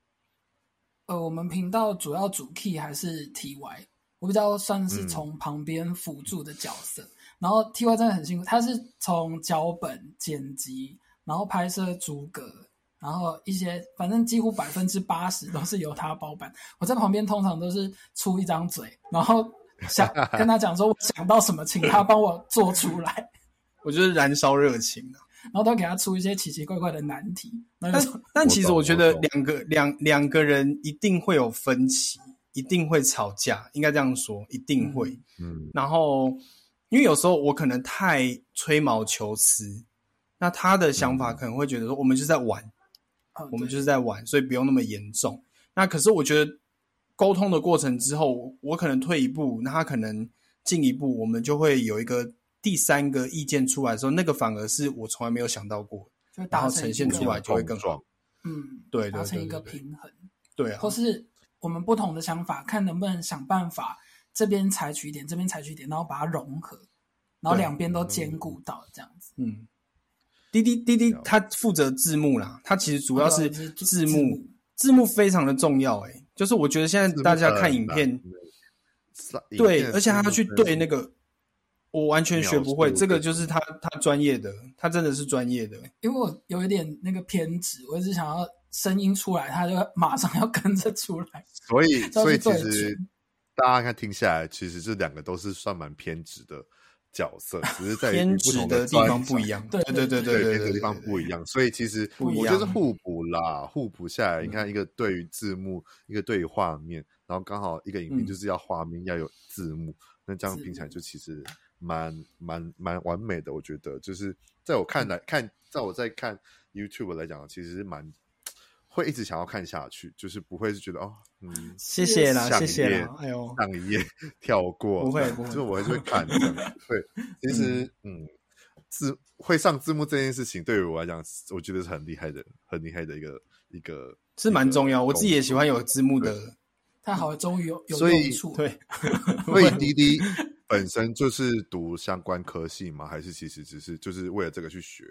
Speaker 2: 呃，我们频道主要主 key 还是 TY，我比较算是从旁边辅助的角色。然后 TY 真的很辛苦，他是从脚本、剪辑，然后拍摄逐格，然后一些反正几乎百分之八十都是由他包办。我在旁边通常都是出一张嘴，然后想跟他讲说我想到什么，请他帮我做出来，
Speaker 3: 我就是燃烧热情啊。
Speaker 2: 然后都给他出一些奇奇怪怪的难题。那
Speaker 3: 但
Speaker 2: 就说
Speaker 3: 但其实
Speaker 1: 懂
Speaker 3: 我觉得
Speaker 1: 我懂
Speaker 3: 两个两两个人一定会有分歧，一定会吵架，应该这样说，一定会。
Speaker 1: 嗯
Speaker 3: 然后，因为有时候我可能太吹毛求疵，那他的想法
Speaker 1: 嗯
Speaker 3: 可能会觉得说，我们就是在玩，
Speaker 2: 呃
Speaker 3: 我们
Speaker 2: 对
Speaker 3: 就是在玩，所以不用那么严重。那可是我觉得沟通的过程之后，我我可能退一步，那他可能进一步，我们就会有一个第三个意见出来的时候，那个反而是我从来没有想到过的。
Speaker 2: 就
Speaker 3: 然
Speaker 2: 达
Speaker 3: 后
Speaker 2: 成
Speaker 3: 呈
Speaker 2: 一
Speaker 3: 现
Speaker 2: 个
Speaker 3: 出来就会更好。
Speaker 2: 嗯，
Speaker 3: 对对
Speaker 2: 达成
Speaker 3: 对
Speaker 2: 一个
Speaker 3: 对对
Speaker 2: 平衡。
Speaker 3: 对啊
Speaker 2: 或，是我们不同的想法，看能不能想办法这边采取一点，这边采取一点，然后把它融合，然后
Speaker 3: 对
Speaker 2: 两边都兼顾到这样子。
Speaker 3: 嗯，滴滴滴滴
Speaker 1: 了，解
Speaker 3: 他负责字幕啦，他其实主要是
Speaker 2: 哦对啊
Speaker 3: 字
Speaker 2: 字
Speaker 3: 幕
Speaker 2: 幕，
Speaker 3: 字幕非常的重要、欸。就是我觉得现在大家看影片，
Speaker 1: 啊
Speaker 3: 对，而且他要去对那
Speaker 1: 个
Speaker 3: 个，我完全学不会，
Speaker 1: 描述
Speaker 3: 这个就是他他专业的，他真的是专业的。
Speaker 2: 因为我有一点那个偏执，我一直想要声音出来，它就马上要跟着出来。
Speaker 1: 所以，
Speaker 3: <laughs>
Speaker 2: 都
Speaker 1: 所以
Speaker 2: 是
Speaker 1: 其
Speaker 2: 对
Speaker 1: 实
Speaker 2: 称
Speaker 1: 大家看听下来，其实这两个都是算蛮偏执的角色，只是在于
Speaker 3: 偏
Speaker 1: 不
Speaker 3: 执
Speaker 1: 同
Speaker 3: 的地
Speaker 1: 专
Speaker 3: 方不
Speaker 1: 长
Speaker 3: 一。样，
Speaker 2: 对
Speaker 3: 对
Speaker 1: 对
Speaker 3: 对对
Speaker 1: 偏执的地方不
Speaker 3: 样。
Speaker 1: 一样，所以其实
Speaker 2: 不一
Speaker 1: 我觉得是
Speaker 3: 样嗯
Speaker 1: 互补啦，互补下来，你看一个对于字幕，一个对于画面，然后刚好一个影片
Speaker 3: 嗯
Speaker 1: 就是要画面要有字幕，那这样
Speaker 2: 字
Speaker 1: 拼起来
Speaker 2: 幕
Speaker 1: 就其实蛮蛮蛮完美的，我觉得就是在我
Speaker 3: 嗯
Speaker 1: 看来看，在我在看 YouTube 来讲，其实是蛮会一直想要看下去，就是不会是觉得哦，嗯，
Speaker 3: 谢谢啦，
Speaker 1: 上
Speaker 3: 谢谢
Speaker 1: 页
Speaker 3: 啦，哎
Speaker 1: <laughs>
Speaker 3: 呦，
Speaker 1: 上一页跳过，
Speaker 3: 不会不会
Speaker 1: 就是我还是会看的。
Speaker 2: <laughs>
Speaker 1: 对，其实嗯，字会上字幕这件事情对于我来讲，我觉得是很厉害的，很厉害的一个一个，
Speaker 3: 是蛮重要。我自己也喜欢有字幕的，
Speaker 2: 太好了，终于有有
Speaker 1: 所以
Speaker 2: 用处。
Speaker 3: 对，
Speaker 1: 所以滴滴本身就是读相关科系吗？还是其实只是就是为了这个去学？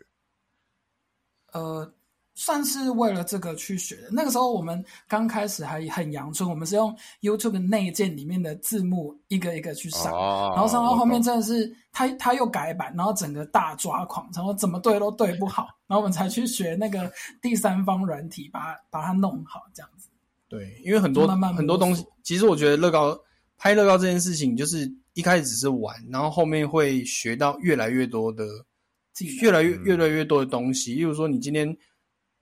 Speaker 2: 呃，算是为了这个去学的。那个时候我们刚开始还很阳春，我们是用 YouTube 内建里面的字幕一个一个去上，
Speaker 1: 哦
Speaker 2: 然后上到后面
Speaker 1: 我懂
Speaker 2: 真的是他他又改版，然后整个大抓狂，然后怎么对都对不好，然后我们才去学那个第三方软体把它把它弄好这样子。
Speaker 3: 对，因为很多
Speaker 2: 慢慢摸索
Speaker 3: 很多东西，其实我觉得乐高拍乐高这件事情，就是一开始只是玩，然后后面会学到越来越多的，
Speaker 2: 技能
Speaker 3: 越来越
Speaker 1: 嗯
Speaker 3: 越来越多的东西。例如说，你今天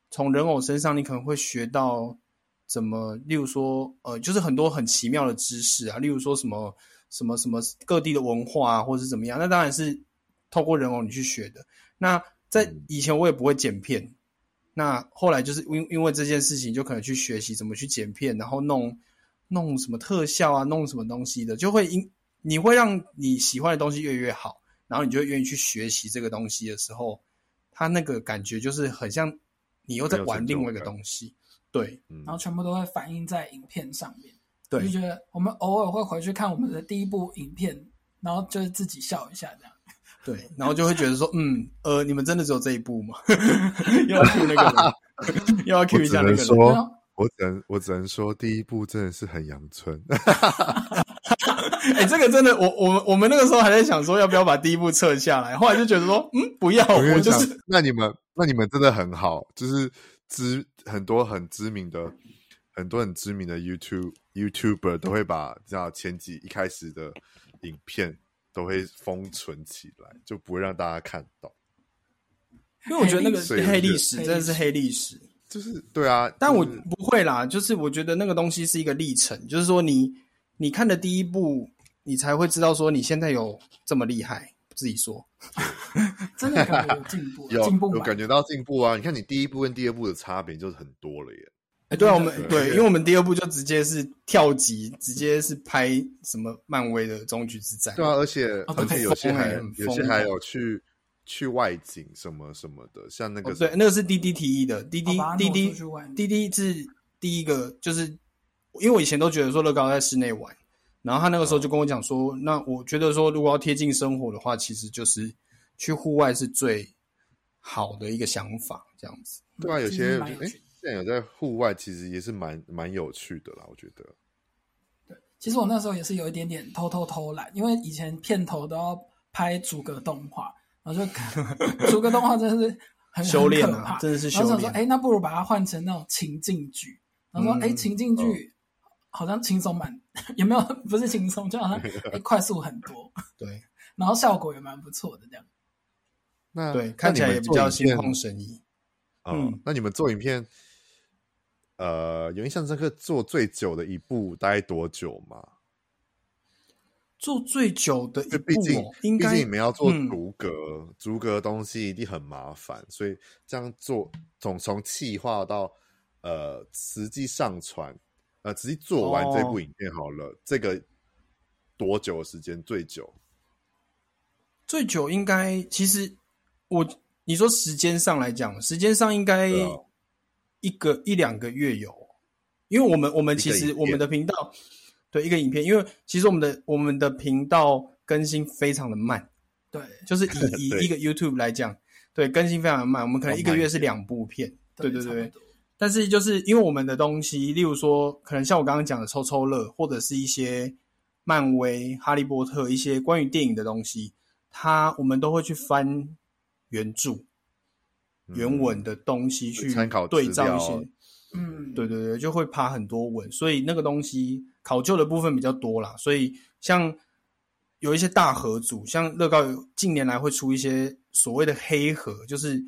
Speaker 3: 从人偶身上，你可能会学到怎么，例如说，呃，就是很多很奇妙的知识啊，例如说什么什么什么各地的文化啊，或者是怎么样。那当然是透过人偶你去学的。那在
Speaker 1: 嗯
Speaker 3: 以前我也不会剪片，那后来就是因因为这件事情，就可能去学习怎么去剪片，然后弄弄什么特效啊，弄什么东西的，就会因你会让你喜欢的东西越来越好，然后你就会愿意去学习这个东西的时候，它那个感觉就是很像你又在
Speaker 1: 很有
Speaker 3: 玩
Speaker 1: 成就
Speaker 3: 另外一个
Speaker 1: 感
Speaker 3: 东西，对
Speaker 1: 嗯
Speaker 2: 然后全部都会反映在影片上面。我就
Speaker 3: 对
Speaker 2: 觉得我们偶尔会回去看我们的第一部影片，然后就是自己笑一下这样。
Speaker 3: 对，然后就会觉得说，嗯呃，你们真的只有这一步吗？ <laughs>
Speaker 1: <laughs>
Speaker 3: 又要 Q 那个人，又要 Q 一下那
Speaker 1: 我只能
Speaker 3: 个人，
Speaker 1: 说
Speaker 2: 然后
Speaker 1: 我只能我只能说，第一部真的是很阳春，
Speaker 3: 哎、这个真的，我我们我们那个时候还在想说要不要把第一步撤下来，后来就觉得说，嗯，不要，
Speaker 1: 我跟
Speaker 3: 我
Speaker 1: 你
Speaker 3: 就
Speaker 1: 讲
Speaker 3: 是，
Speaker 1: 那你们那你们真的很好，就是知很多很知名的很多很知名的 YouTube YouTuber 都会把这样前几一开始的影片都会封存起来，就不会让大家看到。
Speaker 3: 因为我觉得那个
Speaker 1: 所以
Speaker 3: 黑
Speaker 1: 就
Speaker 3: 历史真的是黑历史，
Speaker 1: 就是对啊，
Speaker 3: 但我
Speaker 1: 就是
Speaker 3: 不会啦，就是我觉得那个东西是一个历程，就是说你你看的第一步，你才会知道说你现在有这么厉害，自己说，
Speaker 2: 真的感觉有进步，
Speaker 1: 有
Speaker 2: 进步
Speaker 1: 有
Speaker 2: 蛮
Speaker 1: 感觉到进步啊！你看你第一部跟第二部的差别就是很多了耶。
Speaker 3: 哎，对啊，我们
Speaker 1: 对
Speaker 3: 对，因为我们第二部就直接是跳级，直接是拍什么漫威的终局之战。
Speaker 1: 对啊，而且
Speaker 2: 哦
Speaker 1: 而
Speaker 2: 对
Speaker 1: 且有些
Speaker 3: 疯
Speaker 1: 还
Speaker 3: 欸
Speaker 1: 有
Speaker 3: 很
Speaker 1: 些
Speaker 3: 疯
Speaker 1: 还
Speaker 3: 欸
Speaker 1: 有去去外景什么什么的，像那
Speaker 3: 哦
Speaker 1: 个什
Speaker 3: 对，那个是滴滴提议的，滴滴
Speaker 2: 哦把它
Speaker 3: 滴
Speaker 2: 挪
Speaker 3: 滴
Speaker 2: 出去玩
Speaker 3: 滴滴是第一个，就是因为我以前都觉得说乐高在室内玩，然后他那个时
Speaker 1: 哦
Speaker 3: 候就跟我讲说，那我觉得说如果要贴近生活的话，其实就是去户外是最好的一个想法，这样子。
Speaker 1: 对啊，有
Speaker 2: 其实
Speaker 1: 些
Speaker 2: 蛮有
Speaker 1: 哎
Speaker 2: 趣的，
Speaker 1: 现在有在户外，其实也是蛮蛮有趣的啦，我觉得。
Speaker 2: 其实我那时候也是有一点点偷偷偷懒，因为以前片头都要拍逐格动画，然后就 <laughs> 逐格动画真的是很
Speaker 3: 修炼
Speaker 2: 很可
Speaker 3: 啊
Speaker 2: 怕，，
Speaker 3: 真的是
Speaker 2: 然后
Speaker 3: 修
Speaker 2: 想说，
Speaker 3: 炼。
Speaker 2: 哎，那不如把它换成那种情境剧。然后说，
Speaker 3: 嗯哦
Speaker 2: 哎、情境剧好像轻松蛮， <laughs> 也没有不是轻松，就
Speaker 3: <laughs>
Speaker 2: 好像哎快速很多，
Speaker 3: 对
Speaker 2: 然后效果也蛮不错的这样。
Speaker 1: 那
Speaker 3: 对，看起来也比较心旷神怡。
Speaker 1: 嗯
Speaker 3: 嗯，
Speaker 1: 那你们做影片，呃，有印象深刻做最久的一部大概多久吗？
Speaker 3: 做最久的一
Speaker 1: 因为毕
Speaker 3: 部
Speaker 1: 竟
Speaker 3: 哦，应
Speaker 1: 毕
Speaker 3: 该
Speaker 1: 竟你们要做
Speaker 3: 嗯
Speaker 1: 逐格，逐格东西一定很麻烦，所以这样做从从企划到呃实际上传，呃实际做完这部
Speaker 3: 哦
Speaker 1: 影片好了，这个多久的时间最久？
Speaker 3: 最久应该其实我你说时间上来讲，时间上应该
Speaker 1: 对啊
Speaker 3: 一个、一两个月有，因为我们我们其
Speaker 1: 一个
Speaker 3: 实
Speaker 1: 影片
Speaker 3: 我们的频道对一个影片，因为其实我们的我们的频道更新非常的慢，
Speaker 2: 对
Speaker 3: 就是
Speaker 1: <laughs>
Speaker 3: 以以
Speaker 1: 对
Speaker 3: 一个 YouTube 来讲，对更新非常的慢，我们可能一个
Speaker 1: 慢一
Speaker 3: 月是两部片，对对
Speaker 2: 差
Speaker 3: 对
Speaker 2: 不，多
Speaker 3: 但是就是因为我们的东西，例如说，可能像我刚刚讲的抽抽乐，或者是一些漫威、哈利波特一些关于电影的东西，它我们都会去翻原著、
Speaker 1: 嗯
Speaker 3: 原文的东西去
Speaker 1: 参考资
Speaker 3: 对照一些
Speaker 1: 料，
Speaker 2: 嗯，
Speaker 3: 对对对，就会爬很多文，所以那个东西考究的部分比较多啦。所以像有一些大盒组，像乐高有近年来会出一些所谓的黑盒，就是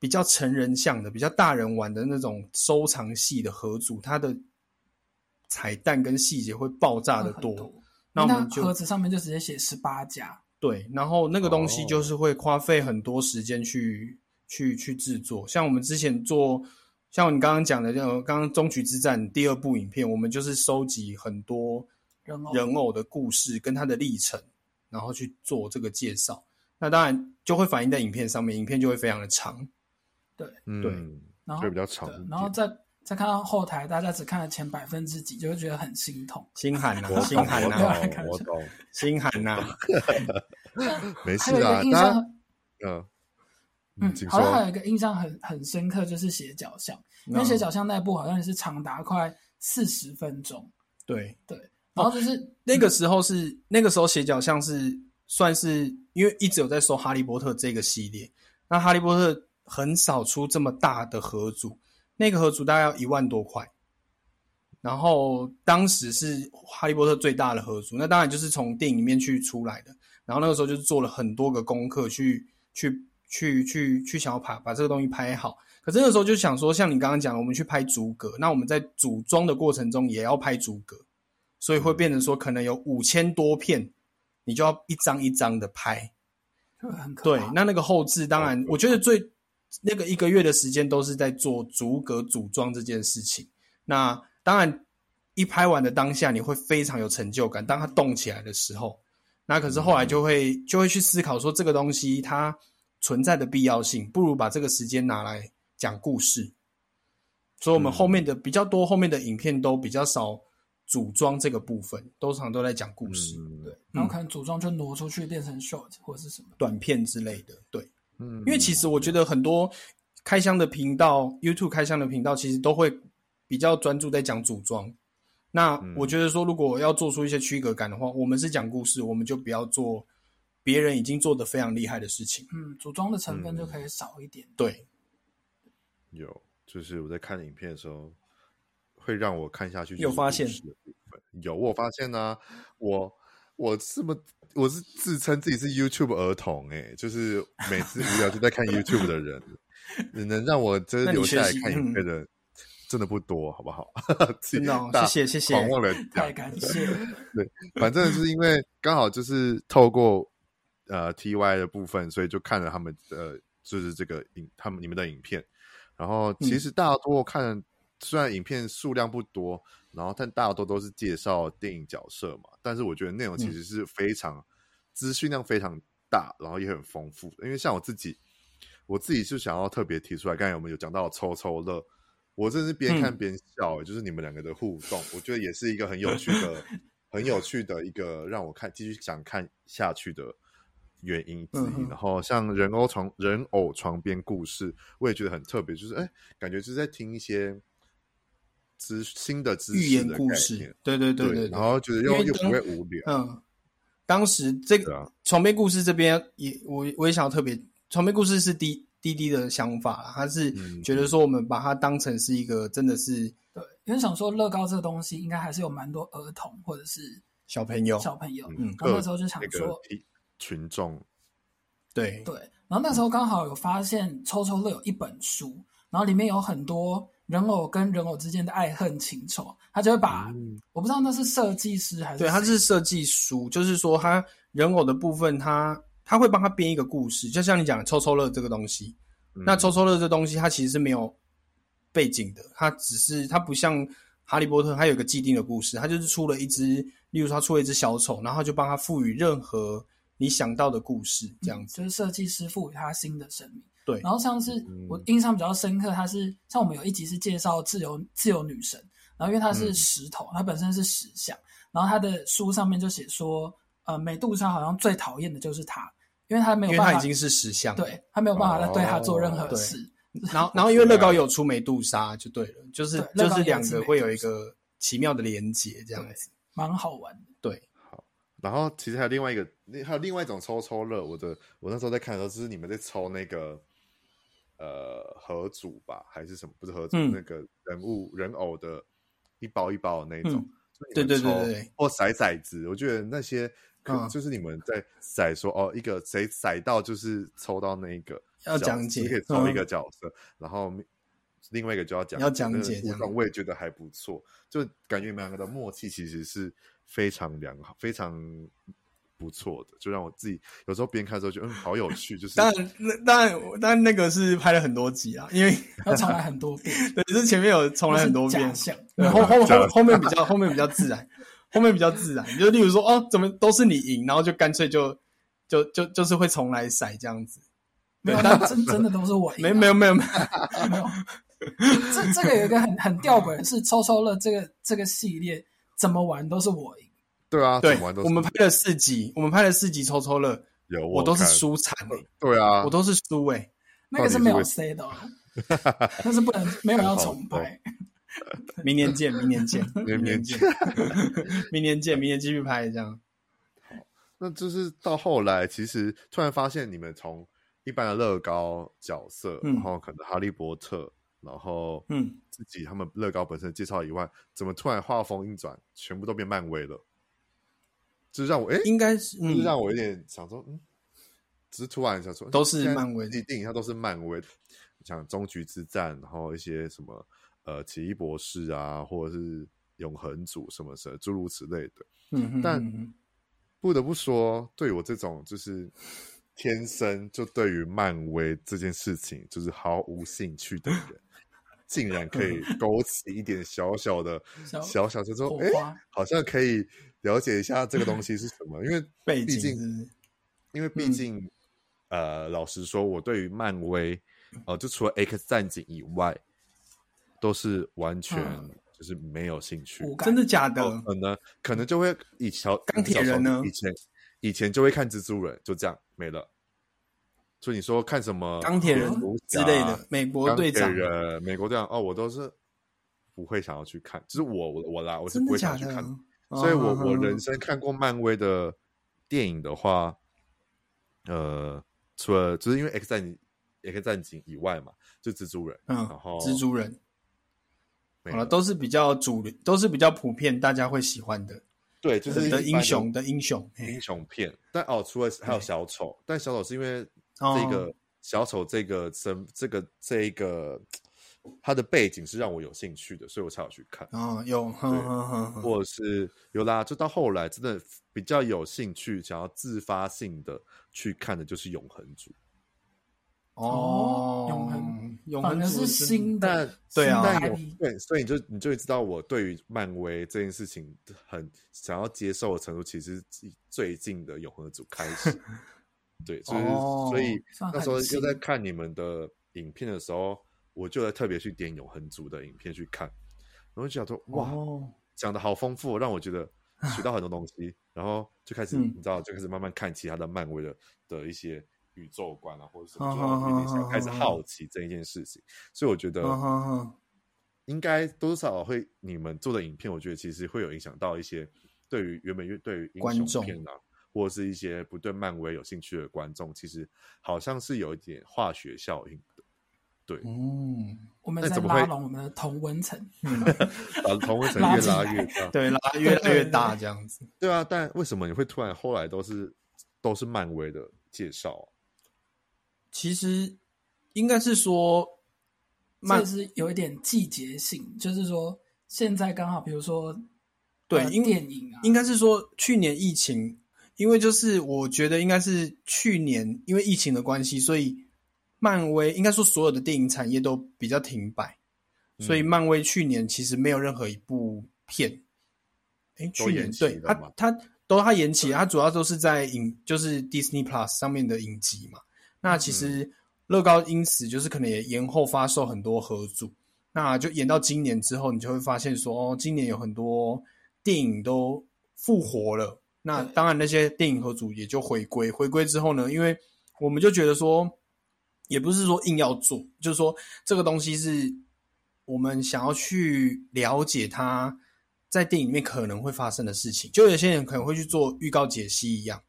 Speaker 3: 比较成人向的、比较大人玩的那种收藏系的盒组，它的彩蛋跟细节会爆炸的
Speaker 2: 嗯很
Speaker 3: 多。
Speaker 2: 多
Speaker 3: 那
Speaker 2: 那
Speaker 3: 我们就
Speaker 2: 盒子上面就直接写十八家，
Speaker 3: 对，然后那个东西
Speaker 1: 哦
Speaker 3: 就是会花费很多时间去、去去制作。像我们之前做，像你刚刚讲的，就刚刚《终局之战》第二部影片，我们就是收集很多
Speaker 2: 人
Speaker 1: 哦
Speaker 2: 偶
Speaker 3: 人偶的故事跟它的历程，然后去做这个介绍。那当然就会反映在影片上面，影片就会非常的长。对
Speaker 1: 嗯，
Speaker 2: 然后
Speaker 1: 所以比较长
Speaker 2: 对
Speaker 1: 一点。
Speaker 2: 然后再再看到后台，大家只看了前百分之几，就会觉得很心痛。
Speaker 3: 心寒呐、
Speaker 1: 我
Speaker 3: 心
Speaker 1: 懂，
Speaker 3: 寒呐、
Speaker 2: 啊
Speaker 1: 我懂，我懂，
Speaker 3: 心寒呐、
Speaker 1: 没事
Speaker 2: 还有一
Speaker 1: 啊
Speaker 2: 个，印
Speaker 1: 大
Speaker 2: 象
Speaker 1: 家，嗯
Speaker 2: 嗯，
Speaker 1: 请
Speaker 2: 好像还有
Speaker 1: 说，嗯
Speaker 2: 一个印象很很深刻，就是斜角巷，因为
Speaker 3: 那
Speaker 2: 斜角巷那一部好像也是长达快四十分钟，
Speaker 3: 对，
Speaker 1: 哦
Speaker 2: 然后就是、
Speaker 3: 那个时候是那个时候斜角像是算是因为一直有在收《哈利波特》这个系列，那《哈利波特》很少出这么大的合组，那个合组大概要一万多块。然后当时是《哈利波特》最大的合组，那当然就是从电影里面去出来的。然后那个时候就是做了很多个功课去去去去去想要把把这个东西拍好。可是那个时候就想说，像你刚刚讲的，我们去拍逐格，那我们在组装的过程中也要拍逐格，所以会变成说可能有五千多片，你就要一张一张的拍。
Speaker 2: 就很可
Speaker 3: 对
Speaker 2: 怕。，
Speaker 3: 那那个后置当然
Speaker 1: 哦，对
Speaker 3: 我觉得最那个一个月的时间都是在做逐格组装这件事情。那当然，一拍完的当下你会非常有成就感，当它动起来的时候，那可是后来就会就会去思考说这个东西它存在的必要性，不如把这个时间拿来讲故事。所以我
Speaker 1: 嗯
Speaker 3: 们后面的比较多，后面的影片都比较少组装这个部分，通常都在讲故事、
Speaker 1: 嗯
Speaker 2: 对，然后可能组装就挪出去变成 short 或者是什么。
Speaker 3: 短片之类的。对，
Speaker 1: 嗯
Speaker 3: 因为其实我觉得很多开箱的频道，YouTube 开箱的频道其实都会比较专注在讲组装。那
Speaker 1: 嗯
Speaker 3: 我觉得说，如果要做出一些区隔感的话，我们是讲故事，我们就不要做别人已经做的非常厉害的事情。
Speaker 2: 嗯，组装的成分就可以少一点。
Speaker 3: 对，
Speaker 1: 有，就是我在看影片的时候，会让我看下去。
Speaker 3: 有发现？
Speaker 1: 有，我有发现呢、我我这么我是自称自己是 YouTube 儿童、欸，就是每次无聊就在看 YouTube 的人，你能让我真
Speaker 3: 那
Speaker 1: 的
Speaker 3: 你
Speaker 1: 留
Speaker 3: 学
Speaker 1: 下来
Speaker 3: 习
Speaker 1: 看影
Speaker 3: 嗯
Speaker 1: 片的。真的不多，好不好？ <laughs> 自己
Speaker 3: 真的哦
Speaker 1: 大
Speaker 3: 谢谢谢谢
Speaker 1: 狂妄的
Speaker 2: 太感谢了，
Speaker 1: 反正就是因为刚好就是透过呃 T Y 的部分，所以就看了他们呃，就是这个影他们你们的影片，然后其实大多看虽然影片数量不多，然后但大多都是介绍电影角色嘛，但是我觉得内容其实是非常资讯量非常大，然后也很丰富的。因为像我自己，我自己就想要特别提出来，刚才我们有讲到抽抽乐，我真是边看边笑、欸，就是你们两个的互动，我觉得也是一个很有趣的、很有趣的一个让我看继续想看下去的。原因之
Speaker 3: 嗯
Speaker 1: 一，
Speaker 3: 哼
Speaker 1: 然后像人偶床人偶床边故事，我也觉得很特别，就是哎，感觉就是在听一些知新的知识
Speaker 3: 寓言
Speaker 1: 的
Speaker 3: 故
Speaker 1: 概念
Speaker 3: 事，对对对对
Speaker 1: 然后觉得又
Speaker 3: 因为
Speaker 1: 又不
Speaker 3: 当
Speaker 1: 会无聊，
Speaker 3: 嗯，当时这
Speaker 1: 对
Speaker 3: 个
Speaker 1: 啊，
Speaker 3: 床边故事这边也，我我也想要特别，床边故事是滴滴滴的想法啦，他是
Speaker 1: 嗯
Speaker 3: 觉得说我们把它当成是一个真的是
Speaker 2: 对，因为想说乐高这个东西应该还是有蛮多儿童或者是
Speaker 3: 小朋友，
Speaker 2: 小朋友，
Speaker 1: 嗯
Speaker 2: 然后那时候就想
Speaker 1: 那
Speaker 2: 说
Speaker 1: 个，一群众，
Speaker 3: 对，
Speaker 2: 对，然后那时候刚好有发现抽抽乐有一本书，然后里面有很多人偶跟人偶之间的爱恨情仇，他就会把、我不知道那是设计师还是
Speaker 3: 嗯对，它
Speaker 2: 谁
Speaker 3: 是设计书，就是说它人偶的部分它，它会帮他编一个故事，就像你讲的抽抽乐这个东西，
Speaker 1: 嗯
Speaker 3: 那抽抽乐这东西它其实是没有背景的，它只是它不像哈利波特，它有一个既定的故事，它就是出了一只，例如说它出了一只小丑，然后就帮它赋予任何你想到的故事这样子
Speaker 2: 就，是设计师赋予他新的生命。
Speaker 3: 对嗯
Speaker 2: 然后上次我印象比较深刻，他是像我们有一集是介绍自由自由女神，然后因为她是
Speaker 1: 嗯
Speaker 2: 石头，她本身是石像，然后她的书上面就写说，呃，美杜莎好像最讨厌的就是她，因为她嗯没
Speaker 3: 因
Speaker 2: 有
Speaker 3: 为
Speaker 2: 办法，
Speaker 3: 它已经是石像，，
Speaker 2: 对她没有办法再对她做任
Speaker 3: 哦
Speaker 2: 何
Speaker 3: 对
Speaker 2: 事。
Speaker 3: 然后然后因为乐高有出美杜莎就对了，就是
Speaker 2: 对乐
Speaker 3: 就
Speaker 2: 高
Speaker 3: 是两
Speaker 2: 有出
Speaker 3: 个
Speaker 2: 美
Speaker 3: 会
Speaker 2: 杜
Speaker 3: 有一
Speaker 2: 莎
Speaker 3: 个奇妙的连结这样
Speaker 2: 对
Speaker 3: 子，
Speaker 2: 蛮好玩的。
Speaker 3: 对。
Speaker 1: 然后其实还有另外一个，那还有另外一种抽抽乐，我的我那时候在看的时候，就是你们在抽那个呃合组吧，还是什么？不是合组，
Speaker 3: 嗯
Speaker 1: 那个人物人偶的一包一包的那种。
Speaker 3: 嗯
Speaker 1: 就你们
Speaker 3: 对对对
Speaker 1: 抽
Speaker 3: 对对
Speaker 1: 或骰骰子，我觉得那些可、
Speaker 3: 嗯
Speaker 1: 就是你们在骰说哦，一个谁骰到就是抽到那一个
Speaker 3: 要
Speaker 1: 角
Speaker 3: 讲
Speaker 1: 色
Speaker 3: 解
Speaker 1: 就可以抽一个
Speaker 3: 嗯
Speaker 1: 角色，然后另外一个就要讲
Speaker 3: 要讲
Speaker 1: 那个
Speaker 3: 解这
Speaker 1: 互
Speaker 3: 样
Speaker 1: 动，我也觉得还不错。就感觉你们两个的默契其实是非常良好、非常不错的，就让我自己有时候边看的时候觉得嗯好有趣，就是
Speaker 3: 当然，那当然，当然那个是拍了很多集啊，因为
Speaker 2: 要重来很多遍，
Speaker 3: 对，就是前面有 <laughs> 重来很多
Speaker 2: 都是假
Speaker 3: 遍，
Speaker 2: 象。
Speaker 1: <laughs>
Speaker 3: 对后后
Speaker 1: 假
Speaker 3: 后
Speaker 1: 的
Speaker 3: 后面比较后面比较自然，后面比较自然，就例如说哦，怎么都是你赢，然后就干脆就就就就是会重来骰这样子，
Speaker 2: 没有，那真真的都是我赢啊、
Speaker 3: 没没有没有没有，
Speaker 2: 没有。这这个有一个很很吊诡的是，抽抽乐这个这个系列怎么玩都是我赢，
Speaker 1: 对啊，
Speaker 3: 对
Speaker 1: 怎么玩，都
Speaker 3: 我
Speaker 1: 是
Speaker 3: 们拍了四集，我们拍了四集抽抽乐，
Speaker 1: 有
Speaker 3: 我都是
Speaker 1: 看，
Speaker 3: 输惨欸，
Speaker 1: 对啊，
Speaker 3: 我都是输哎，
Speaker 2: 那个是没有 C 的、哦，那是不能没有人要重
Speaker 3: <laughs>
Speaker 2: 拍。
Speaker 3: 明年见，明年见，
Speaker 1: 明年
Speaker 3: 见，明年见，明年继续拍这样，
Speaker 1: 那就是到后来，其实突然发现你们从一般的乐高角色，
Speaker 3: 嗯
Speaker 1: 然后可能哈利波特，然后
Speaker 3: 嗯，
Speaker 1: 自己他们乐高本身的介绍以外，怎么突然画风一转，全部都变漫威了？这让我哎，
Speaker 3: 应该是
Speaker 1: 这
Speaker 3: 嗯，
Speaker 1: 让我有点想说，嗯，只是突然想说，
Speaker 3: 都是
Speaker 1: 现在
Speaker 3: 漫威
Speaker 1: 自己电影它都是漫威，像终局之战，然后一些什么呃奇异博士啊，或者是永恒族什么什么诸如此类的。
Speaker 3: 嗯哼，
Speaker 1: 但
Speaker 3: 嗯哼
Speaker 1: 不得不说，对我这种就是天生就对于漫威这件事情就是毫无兴趣的人，竟然可以
Speaker 3: 嗯
Speaker 1: 勾起一点小小的、
Speaker 2: 小
Speaker 1: 小小的说，
Speaker 3: 哦
Speaker 2: 火
Speaker 1: 哎、
Speaker 2: 花
Speaker 1: 好像可以了解一下这个东西是什么，因为
Speaker 3: 背
Speaker 1: 毕
Speaker 3: 景
Speaker 1: 竟
Speaker 3: 是不是
Speaker 1: 因为毕
Speaker 3: 嗯
Speaker 1: 竟、呃，老实说，我对于漫威，呃，就除了 X 战警以外，都是完全
Speaker 2: 嗯
Speaker 1: 就是没有兴趣。
Speaker 2: 无感
Speaker 3: 真的假的？
Speaker 1: 可能可能就会以小
Speaker 3: 钢铁人呢
Speaker 1: 以前以前就会看蜘蛛人，就这样没了。所以你说看什么
Speaker 3: 钢铁人
Speaker 1: 蝙蝠
Speaker 3: 之
Speaker 1: 侠
Speaker 3: 类的，美国
Speaker 1: 啊钢
Speaker 3: 队
Speaker 1: 铁
Speaker 3: 长，
Speaker 1: 人、美国队长哦，我都是不会想要去看，就是我我我啦，我是
Speaker 3: 真
Speaker 1: 不
Speaker 3: 的
Speaker 1: 会想
Speaker 3: 假
Speaker 1: 要去
Speaker 3: 的
Speaker 1: 看。？所以我
Speaker 3: 哦
Speaker 1: 我人生看过漫威的电影的话，呃，除了就是因为 X 战警 X 战警以外嘛，就蜘蛛人，
Speaker 3: 嗯
Speaker 1: 然后，
Speaker 3: 蜘蛛人，
Speaker 1: 哦没
Speaker 3: 好了，都是比较主流，都是比较普遍，大家会喜欢的
Speaker 1: 对，就是
Speaker 3: 的
Speaker 1: 一般
Speaker 3: 英雄的英雄。嘿
Speaker 1: 英雄片，但哦，除了还有
Speaker 3: 对
Speaker 1: 小丑，但小丑是因为
Speaker 3: 哦
Speaker 1: 这个小丑这个身这个这一个他的背景是让我有兴趣的，所以我才有去看，
Speaker 3: 哦，有，哼哼哼哼，
Speaker 1: 或者是有啦，就到后来真的比较有兴趣，想要自发性的去看的就是永恒族，
Speaker 2: 哦永
Speaker 3: 恒
Speaker 2: 恒，
Speaker 3: 永
Speaker 2: 反
Speaker 3: 恒
Speaker 2: 而
Speaker 3: 族
Speaker 2: 是新
Speaker 1: 但
Speaker 2: 的，
Speaker 3: 对啊
Speaker 1: 但有
Speaker 2: IP
Speaker 1: 对，所以你就你就会知道我对于漫威这件事情很想要接受的程度，其实是最近的永恒族开始。对，就是、
Speaker 3: 哦
Speaker 1: 所以
Speaker 2: 算
Speaker 1: 那
Speaker 2: 很
Speaker 1: 时候又
Speaker 2: 新
Speaker 1: 在看你们的影片的时候，我就特别去点永恒族的影片去看，然后就想说哇，
Speaker 3: 哦
Speaker 1: 讲的好丰富哦，让我觉得学到很多东西，然后就开始、
Speaker 3: 嗯
Speaker 1: 你知道，就开始慢慢看其他的漫威的的一些宇宙观啊，或者什么，
Speaker 3: 好
Speaker 1: 就
Speaker 3: 好
Speaker 1: 让我有点
Speaker 3: 好好
Speaker 1: 想开始
Speaker 3: 好
Speaker 1: 好奇这一件事情。所以我觉得
Speaker 3: 嗯哼哼
Speaker 1: 应该多多少少会你们做的影片，我觉得其实会有影响到一些对于原本越对于
Speaker 3: 观
Speaker 1: 英雄
Speaker 3: 众
Speaker 1: 片啊，或者是一些不对漫威有兴趣的观众，其实好像是有一点化学效应的。对，
Speaker 3: 嗯，
Speaker 2: 我们
Speaker 1: 那
Speaker 2: 在
Speaker 1: 怎么
Speaker 2: 拉
Speaker 1: 会
Speaker 2: 拢我们的同温层，
Speaker 1: 把呃同温层
Speaker 2: 拉
Speaker 1: 越
Speaker 2: 进
Speaker 1: 拉
Speaker 2: 来
Speaker 1: 越大。
Speaker 2: <laughs>
Speaker 3: 对，拉越
Speaker 2: 对
Speaker 3: 来
Speaker 2: 对
Speaker 3: 越
Speaker 2: 对
Speaker 3: 大这样子，
Speaker 1: 对啊，但为什么你会突然后来都是都是漫威的介绍啊、
Speaker 3: 其实应该是说
Speaker 2: 这
Speaker 3: 漫
Speaker 2: 也是有一点季节性，就是说现在刚好，比如说
Speaker 3: 对
Speaker 2: 呃
Speaker 3: 因为
Speaker 2: 电影啊，
Speaker 3: 应该是说去年疫情，因为就是我觉得应该是去年因为疫情的关系，所以漫威应该说所有的电影产业都比较停摆，所以
Speaker 1: 嗯
Speaker 3: 漫威去年其实没有任何一部片，哎，去年
Speaker 1: 延期
Speaker 3: 对
Speaker 1: 了
Speaker 3: 它
Speaker 1: 嘛
Speaker 3: 它都它延期，它主要都是在影就是 Disney Plus 上面的影集嘛。那其实乐高因此就是可能也延后发售很多合组，那就演到今年之后，你就会发现说，哦，今年有很多电影都复活了。那
Speaker 2: 对
Speaker 3: 当然，那些电影合组也就回归。回归之后呢，因为我们就觉得说，也不是说硬要做，就是说这个东西是我们想要去了解它在电影里面可能会发生的事情。就有些人可能会去做预告解析一样，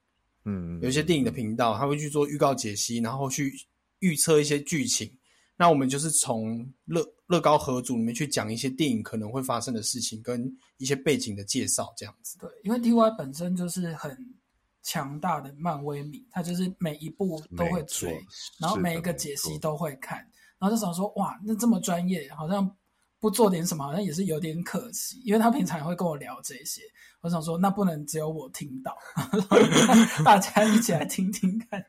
Speaker 1: 嗯，
Speaker 3: 有一些电影的频道，他会去做预告解析，然后去预测一些剧情。那我们就是从乐乐高合组里面去讲一些电影可能会发生的事情，跟一些背景的介绍，这样子。
Speaker 2: 对，因为 TY 本身就是很强大的漫威迷，他就是每一部都会
Speaker 1: 没错
Speaker 2: 追，然后
Speaker 1: 是的
Speaker 2: 每一个
Speaker 1: 没
Speaker 2: 解析
Speaker 1: 错
Speaker 2: 都会看，然后就想说哇，那这么专业，好像不做点什么，好像也是有点可惜。因为他平常也会跟我聊这些，我想说那不能只有我听到， <laughs> 大家一起来听听看。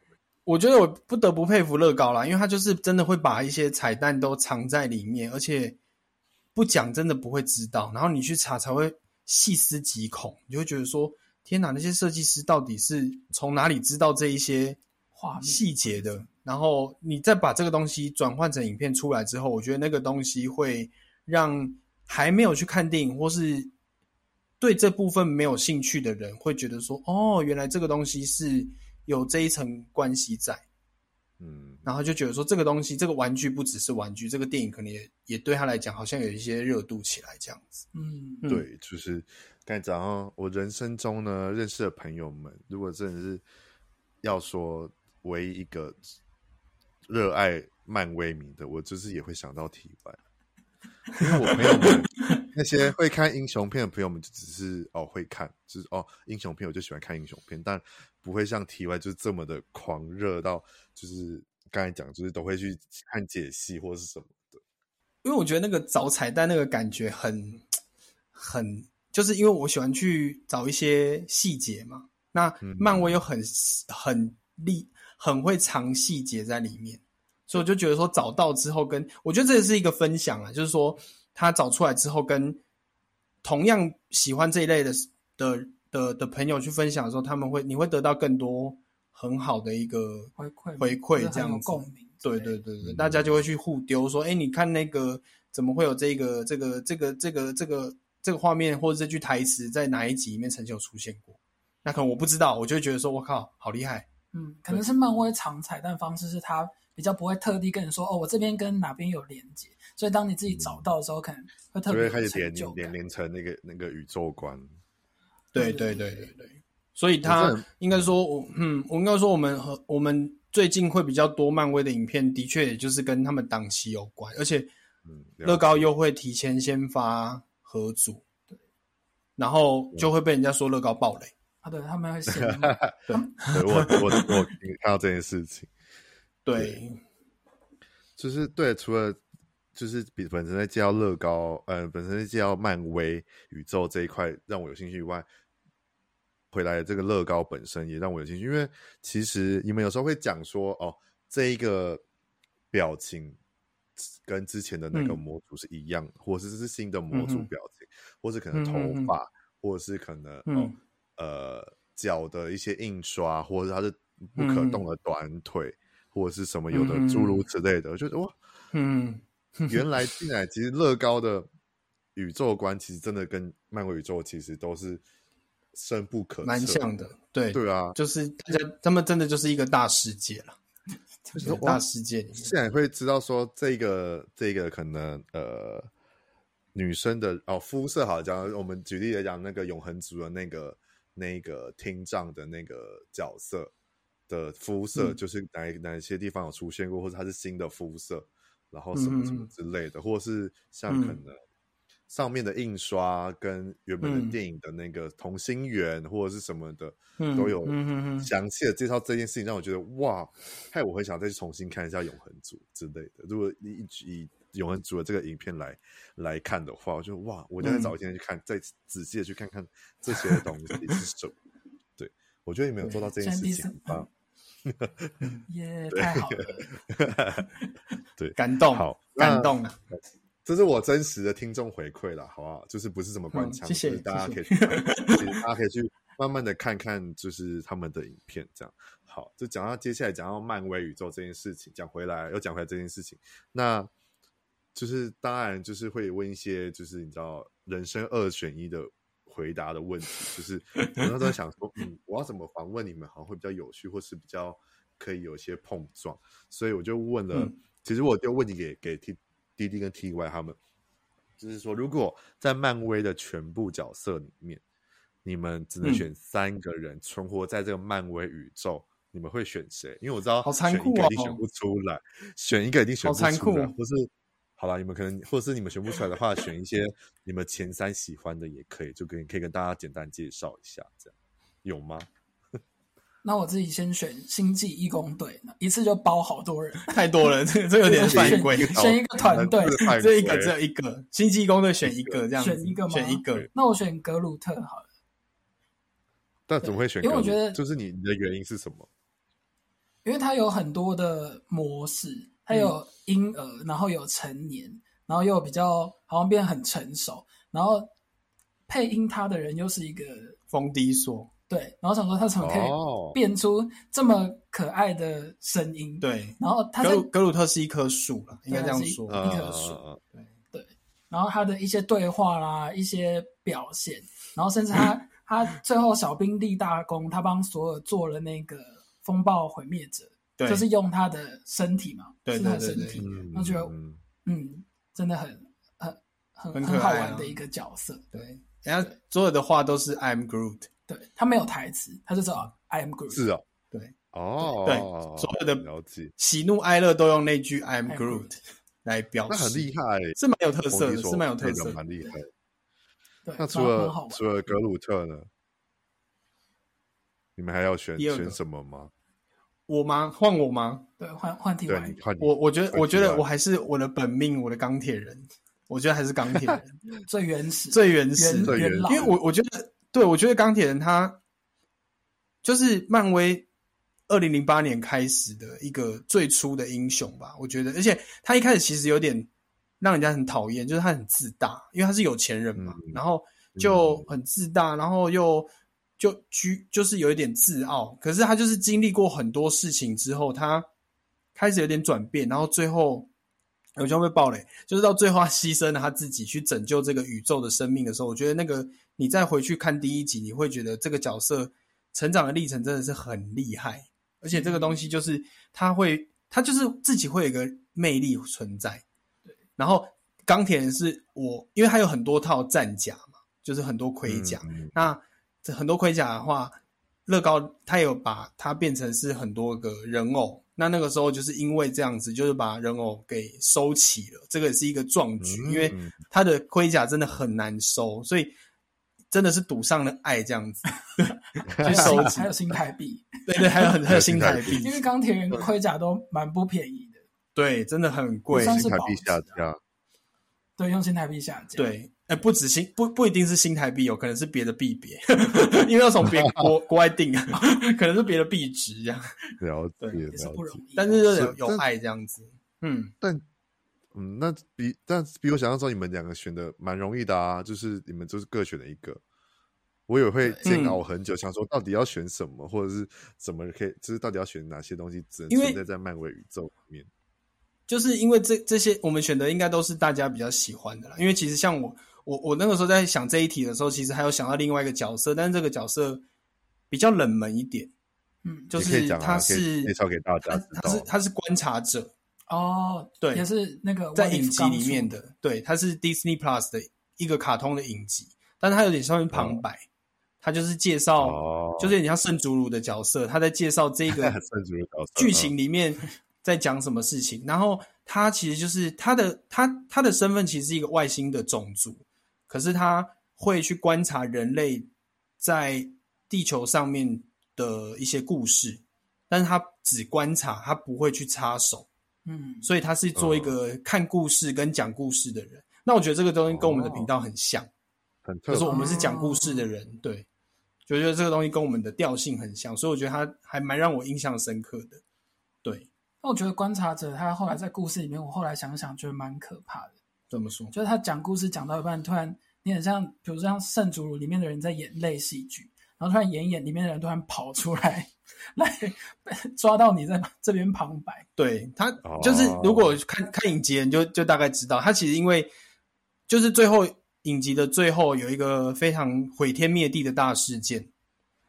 Speaker 3: 我觉得我不得不佩服乐高啦，因为他就是真的会把一些彩蛋都藏在里面，而且不讲真的不会知道，然后你去查才会细思极恐，你就会觉得说：天哪，那些设计师到底是从哪里知道这一些
Speaker 2: 画面
Speaker 3: 细节的？然后你再把这个东西转换成影片出来之后，我觉得那个东西会让还没有去看电影或是对这部分没有兴趣的人，会觉得说：哦，原来这个东西是有这一层关系在。
Speaker 1: 嗯，
Speaker 3: 然后就觉得说这个东西，这个玩具不只是玩具，这个电影可能也也对他来讲好像有一些热度起来这样子。
Speaker 2: 嗯，
Speaker 3: 嗯
Speaker 1: 对，就是刚才讲到我人生中呢认识的朋友们，如果真的是要说唯一一个热爱漫威迷的，我就是也会想到 T Y，因为我朋友们那些会看英雄片的朋友们，就只是哦会看，就是哦英雄片我就喜欢看英雄片，但不会像 T Y 就是这么的狂热到就是刚才讲，就是都会去看解析或是什么的。
Speaker 3: 因为我觉得那个找彩蛋那个感觉很很，就是因为我喜欢去找一些细节嘛。那
Speaker 1: 嗯
Speaker 3: 漫威又很很厉，很会藏细节在里面，所以我就觉得说找到之后跟，我觉得这也是一个分享啊，就是说他找出来之后跟同样喜欢这一类的的的的朋友去分享的时候，他们会你会得到更多很好的一个
Speaker 2: 回馈就
Speaker 3: 回
Speaker 2: 是
Speaker 3: 馈
Speaker 2: 很
Speaker 3: 这样
Speaker 2: 有
Speaker 3: 子，
Speaker 2: 共鸣，
Speaker 3: 对对，对对，
Speaker 1: 嗯
Speaker 3: 大家就会去互丢说，哎，你看那个怎么会有这个这个这个这个这个这个画面或者这句台词在哪一集里面曾经有出现过？那可能我不知道，我就会觉得说，我靠，好厉害！
Speaker 2: 嗯，可能是漫威藏彩蛋方式是他比较不会特地跟你说哦，我这边跟哪边有连接，所以当你自己找到的时候，可能会特
Speaker 1: 嗯就
Speaker 2: 别
Speaker 1: 会
Speaker 2: 有
Speaker 1: 开始
Speaker 2: 成
Speaker 1: 连
Speaker 2: 就感
Speaker 1: 连。连成那个那个宇宙观，
Speaker 3: 对
Speaker 2: 对
Speaker 3: 对对对对，所以
Speaker 1: 我
Speaker 3: 他
Speaker 1: 真的
Speaker 3: 应该说，我嗯，我应该说我们和我们最近会比较多漫威的影片，的确也就是跟他们档期有关，而且
Speaker 1: 嗯，了
Speaker 3: 乐高
Speaker 1: 解
Speaker 3: 又会提前先发合组，然后就会被人家说乐高暴雷。
Speaker 2: 啊，对，他们
Speaker 1: <laughs>
Speaker 2: 会羡慕。
Speaker 1: 对我我我我看到这件事情，
Speaker 3: 对，
Speaker 1: 就是对，除了就是比本身在介绍乐高，呃，本身在介绍漫威宇宙这一块让我有兴趣以外，回来的这个乐高本身也让我有兴趣，因为其实你们有时候会讲说，哦，这一个表情跟之前的那个
Speaker 3: 嗯
Speaker 1: 模组是一样，或者是新的模组
Speaker 3: 嗯哼
Speaker 1: 表情，或是可能头
Speaker 3: 嗯嗯嗯
Speaker 1: 发，或者是可能、哦
Speaker 3: 嗯
Speaker 1: 呃脚的一些印刷，或者是它是不可动
Speaker 3: 嗯
Speaker 1: 的短腿，或者是什么有的
Speaker 3: 嗯嗯嗯
Speaker 1: 诸如此类的，我觉得哇，
Speaker 3: <laughs> 嗯，
Speaker 1: 原来进来其实乐高的宇宙观其实真的跟漫威宇宙其实都是深不可测，
Speaker 3: 蛮像的，对，
Speaker 1: 对啊，
Speaker 3: 就是大家他们真的就是一个大世界了， <laughs> 就是
Speaker 1: 哇
Speaker 3: 大世界里面，
Speaker 1: 现在会知道说这个这个可能呃女生的哦肤色好讲，我们举例来讲，那个永恒族的那个那个听障的那个角色的肤色，
Speaker 3: 嗯
Speaker 1: 就是哪、哪些地方有出现过，或者它是新的肤色，然后什么什么
Speaker 3: 嗯嗯嗯嗯
Speaker 1: 之类的，或者是像可能上面的印刷跟原本
Speaker 3: 嗯
Speaker 1: 的电影的那个同心圆或者是什么的，
Speaker 3: 嗯
Speaker 1: 都有
Speaker 3: 嗯嗯嗯
Speaker 1: 详细的介绍这件事情，让我觉得哇，害我很想再去重新看一下《永恒族》之类的。如果以以《永恒族》的这个影片来来看的话，我就哇，我再
Speaker 3: 嗯
Speaker 1: 找一天去看，再仔细的去看看这些东西是什么。对，我觉得你们有做到这件事
Speaker 2: 对
Speaker 1: 情，很棒。
Speaker 2: 耶，太好了，
Speaker 3: 感动，
Speaker 1: 好
Speaker 3: 感
Speaker 1: 那
Speaker 3: 动啊，
Speaker 1: 这是我真实的听众回馈了，好不好？就是不是什么官腔，
Speaker 3: 嗯谢谢
Speaker 1: 就是大家可
Speaker 3: 谢
Speaker 1: 以去看，其实大家可以去慢慢的看看，就是他们的影片这样。好，就讲到接下来讲到漫威宇宙这件事情，讲回来又讲回来这件事情，那就是当然就是会问一些就是你知道人生二选一的回答的问题，
Speaker 3: <laughs>
Speaker 1: 就是我那时候在想说，嗯，我要怎么访问你们，好像会比较有趣，或是比较可以有一些碰撞，所以我就问了，
Speaker 3: 嗯
Speaker 1: 其实我就问题给给 T 滴滴跟 TY 他们，就是说如果在漫威的全部角色里面，你们只能
Speaker 3: 嗯
Speaker 1: 选三个人存活在这个漫威宇宙。你们会选谁？因为我知道
Speaker 3: 好
Speaker 1: 选
Speaker 3: 残
Speaker 1: 一
Speaker 3: 酷
Speaker 1: 个一定
Speaker 3: 哦
Speaker 1: 选不出来，选一个一定选不出来，
Speaker 3: 好残酷
Speaker 1: 或是好啦，你们可能或是你们选不出来的话，选一些你们前三喜欢的也可以，就跟可以跟大家简单介绍一下，这样有吗？
Speaker 2: 那我自己先选星际义工队，一次就包好多人，
Speaker 3: 太多了，这个这有 <laughs> 点
Speaker 2: 选
Speaker 3: 犯规，
Speaker 1: 哦
Speaker 2: 选一个团队，
Speaker 3: 这一个只有一个，星际工队选一个这样子，
Speaker 2: 选一个吗
Speaker 3: 选一个，
Speaker 2: <laughs> 那我选格鲁特好了。
Speaker 1: 但怎么会选
Speaker 2: 因
Speaker 1: 格
Speaker 2: 为
Speaker 1: 鲁？
Speaker 2: 我觉得
Speaker 1: 就是你你的原因是什么？
Speaker 2: 因为它有很多的模式，它
Speaker 1: 嗯
Speaker 2: 有婴儿，然后有成年，然后又有比较好像变得很成熟，然后配音他的人又是一个
Speaker 3: 风低说，
Speaker 2: 对，然后想说他怎么可以
Speaker 1: 哦
Speaker 2: 变出这么可爱的声音？，
Speaker 3: 对，
Speaker 2: 然后他
Speaker 3: 格
Speaker 2: 在
Speaker 3: 鲁格鲁特是一棵树了，应该这样说，
Speaker 2: 对一个数
Speaker 1: 呃
Speaker 2: 然后他的一些对话啦，一些表现，然后甚至
Speaker 3: <laughs>
Speaker 2: 他他最后小兵立大功，他帮索尔做了那个风暴毁灭者，
Speaker 3: 对，
Speaker 2: 就是用他的身体嘛，
Speaker 3: 对
Speaker 2: 是他的
Speaker 3: 对对
Speaker 2: 身
Speaker 3: 对
Speaker 2: 体，
Speaker 1: 嗯
Speaker 2: 那就
Speaker 1: 嗯
Speaker 2: 嗯，真的很很很
Speaker 3: 很可
Speaker 2: 很
Speaker 3: 爱啊
Speaker 2: 好玩的一个角色。
Speaker 3: 对，人家所有的话都是 I'm Groot，
Speaker 2: 对他没有台词，他就知道 I am Groot。
Speaker 1: 是
Speaker 3: 啊
Speaker 1: 哦，
Speaker 3: 对，
Speaker 1: 哦，
Speaker 3: 对所有的
Speaker 1: 了解，
Speaker 3: 喜怒哀乐都用那句 I'm
Speaker 2: I'm
Speaker 3: Groot 来表
Speaker 1: 那
Speaker 3: 示，
Speaker 1: 很厉害欸，
Speaker 3: 是蛮有特
Speaker 1: 红
Speaker 3: 色
Speaker 1: 迪
Speaker 3: 的，
Speaker 1: 索
Speaker 3: 是蛮有特
Speaker 1: 那个
Speaker 3: 色的，
Speaker 1: 蛮厉害的。
Speaker 2: 对，
Speaker 1: 那除
Speaker 2: 然后很好
Speaker 1: 了
Speaker 2: 玩
Speaker 1: 除了格鲁特呢？你们还要选
Speaker 3: 第二个
Speaker 1: 选什么吗？
Speaker 3: 我吗？换我吗？
Speaker 2: 对，换换题
Speaker 1: 对
Speaker 2: 外，
Speaker 1: 你换你
Speaker 3: 我我觉得，
Speaker 1: 换
Speaker 3: 我觉
Speaker 1: 题
Speaker 3: 得
Speaker 1: 外
Speaker 3: 我还是我的本命，我的钢铁人，我觉得还是钢铁人
Speaker 2: <laughs> 最原始、
Speaker 3: 最原始
Speaker 2: 元
Speaker 3: 的
Speaker 1: 最原
Speaker 2: 元
Speaker 1: 始
Speaker 2: 老，
Speaker 3: 因为我我觉得，对我觉得钢铁人他就是漫威二零零八年开始的一个最初的英雄吧。我觉得，而且他一开始其实有点让人家很讨厌，就是他很自大，因为他是有钱人嘛，
Speaker 1: 嗯
Speaker 3: 然后就很自大，然后又就居就是有一点自傲。可是他就是经历过很多事情之后，他开始有点转变，然后最后我就会被爆雷，就是到最后他牺牲了他自己去拯救这个宇宙的生命的时候，我觉得那个你再回去看第一集，你会觉得这个角色成长的历程真的是很厉害，而且这个东西就是他会，他就是自己会有一个魅力存在。然后钢铁人是我，因为他有很多套战甲嘛，就是很多盔甲，
Speaker 1: 嗯嗯
Speaker 3: 那这很多盔甲的话，乐高它有把它变成是很多个人偶。那那个时候就是因为这样子，就是把人偶给收起了，这个也是一个壮举，
Speaker 1: 嗯
Speaker 3: 因为它的盔甲真的很难收，所以真的是赌上了爱
Speaker 1: <laughs>
Speaker 3: 这样子。
Speaker 2: 还有
Speaker 3: 去
Speaker 2: 新
Speaker 3: 收集
Speaker 2: 还有新台币，
Speaker 3: 对对，还有很还有新
Speaker 1: 新台
Speaker 3: 台
Speaker 1: <laughs> 币
Speaker 3: 币
Speaker 2: 因，为钢铁人盔甲都蛮不便宜的，
Speaker 3: 对，真的很贵。
Speaker 2: 算
Speaker 1: 新
Speaker 2: 是
Speaker 1: 台
Speaker 2: 保
Speaker 1: 币
Speaker 2: 值
Speaker 1: 下
Speaker 2: 的
Speaker 1: 架，
Speaker 2: 对，用新台币下架。，
Speaker 3: 对，哎，不止新不不一定是新台币，有哦可能是别的币别， <laughs> 因为要从别国国外订，啊 <laughs> 可能是别的币值这样。
Speaker 1: 了解
Speaker 3: 对
Speaker 1: 了
Speaker 2: 也是不容
Speaker 1: 解。
Speaker 2: 易。
Speaker 3: 但是就是有有
Speaker 1: 哦但
Speaker 3: 爱这样子，嗯，
Speaker 1: 但嗯，那比但比我想象中你们两个选的蛮容易的啊，就是你们就是各选了一个。我也会煎熬很久，想说到底要选什么，或者是怎么可以，就是到底要选哪些东西，只能
Speaker 3: 因为
Speaker 1: 存在在漫威宇宙里面。
Speaker 3: 就是因为这这些我们选的应该都是大家比较喜欢的啦。因为其实像我，我我那个时候在想这一题的时候，其实还有想到另外一个角色，但是这个角色比较冷门一点，
Speaker 2: 嗯，
Speaker 3: 就
Speaker 1: 你可以
Speaker 3: 是
Speaker 1: 讲啊
Speaker 3: 他
Speaker 1: 可以
Speaker 3: 是
Speaker 1: 介绍给大家
Speaker 3: 他
Speaker 1: 知
Speaker 3: 他是
Speaker 1: 道
Speaker 3: 他是观察者，
Speaker 2: 哦，
Speaker 3: 对
Speaker 2: 也是那个
Speaker 3: 在
Speaker 2: What
Speaker 3: 影
Speaker 2: If
Speaker 3: 集
Speaker 2: 刚
Speaker 3: 里面
Speaker 2: 出，
Speaker 3: 的，对，它是 Disney Plus 的一个卡通的影集，但是它有点像是旁白，它就是介绍，
Speaker 1: 哦
Speaker 3: 就是有点像圣祖鲁的角色，他在介绍这
Speaker 1: <laughs>
Speaker 3: 个
Speaker 1: 圣主的角色
Speaker 3: 剧情里面在讲什么事情。然后他其实就是他的他他的身份其实是一个外星的种族，可是他会去观察人类在地球上面的一些故事，但是他只观察，他不会去插手。
Speaker 2: 嗯，
Speaker 3: 所以他是做一个看故事跟讲故事的人。那我觉得这个东西跟我们的频道很像，
Speaker 1: 很特别，
Speaker 3: 就是我们是讲故事的人，对，就觉得这个东西跟我们的调性很像，所以我觉得他还蛮让我印象深刻的。对，
Speaker 2: 那我觉得观察者他后来在故事里面，我后来想想觉得蛮可怕的，
Speaker 3: 怎么说？
Speaker 2: 就是他讲故事讲到一半，突然你很像，比如像《圣主鲁》里面的人在演类戏剧，然后突然演一演里面的人突然跑出来来抓到你在这边旁白，
Speaker 3: 对他
Speaker 1: 哦
Speaker 3: 就是如果看看影集的人就就大概知道，他其实因为就是最后影集的最后有一个非常毁天灭地的大事件，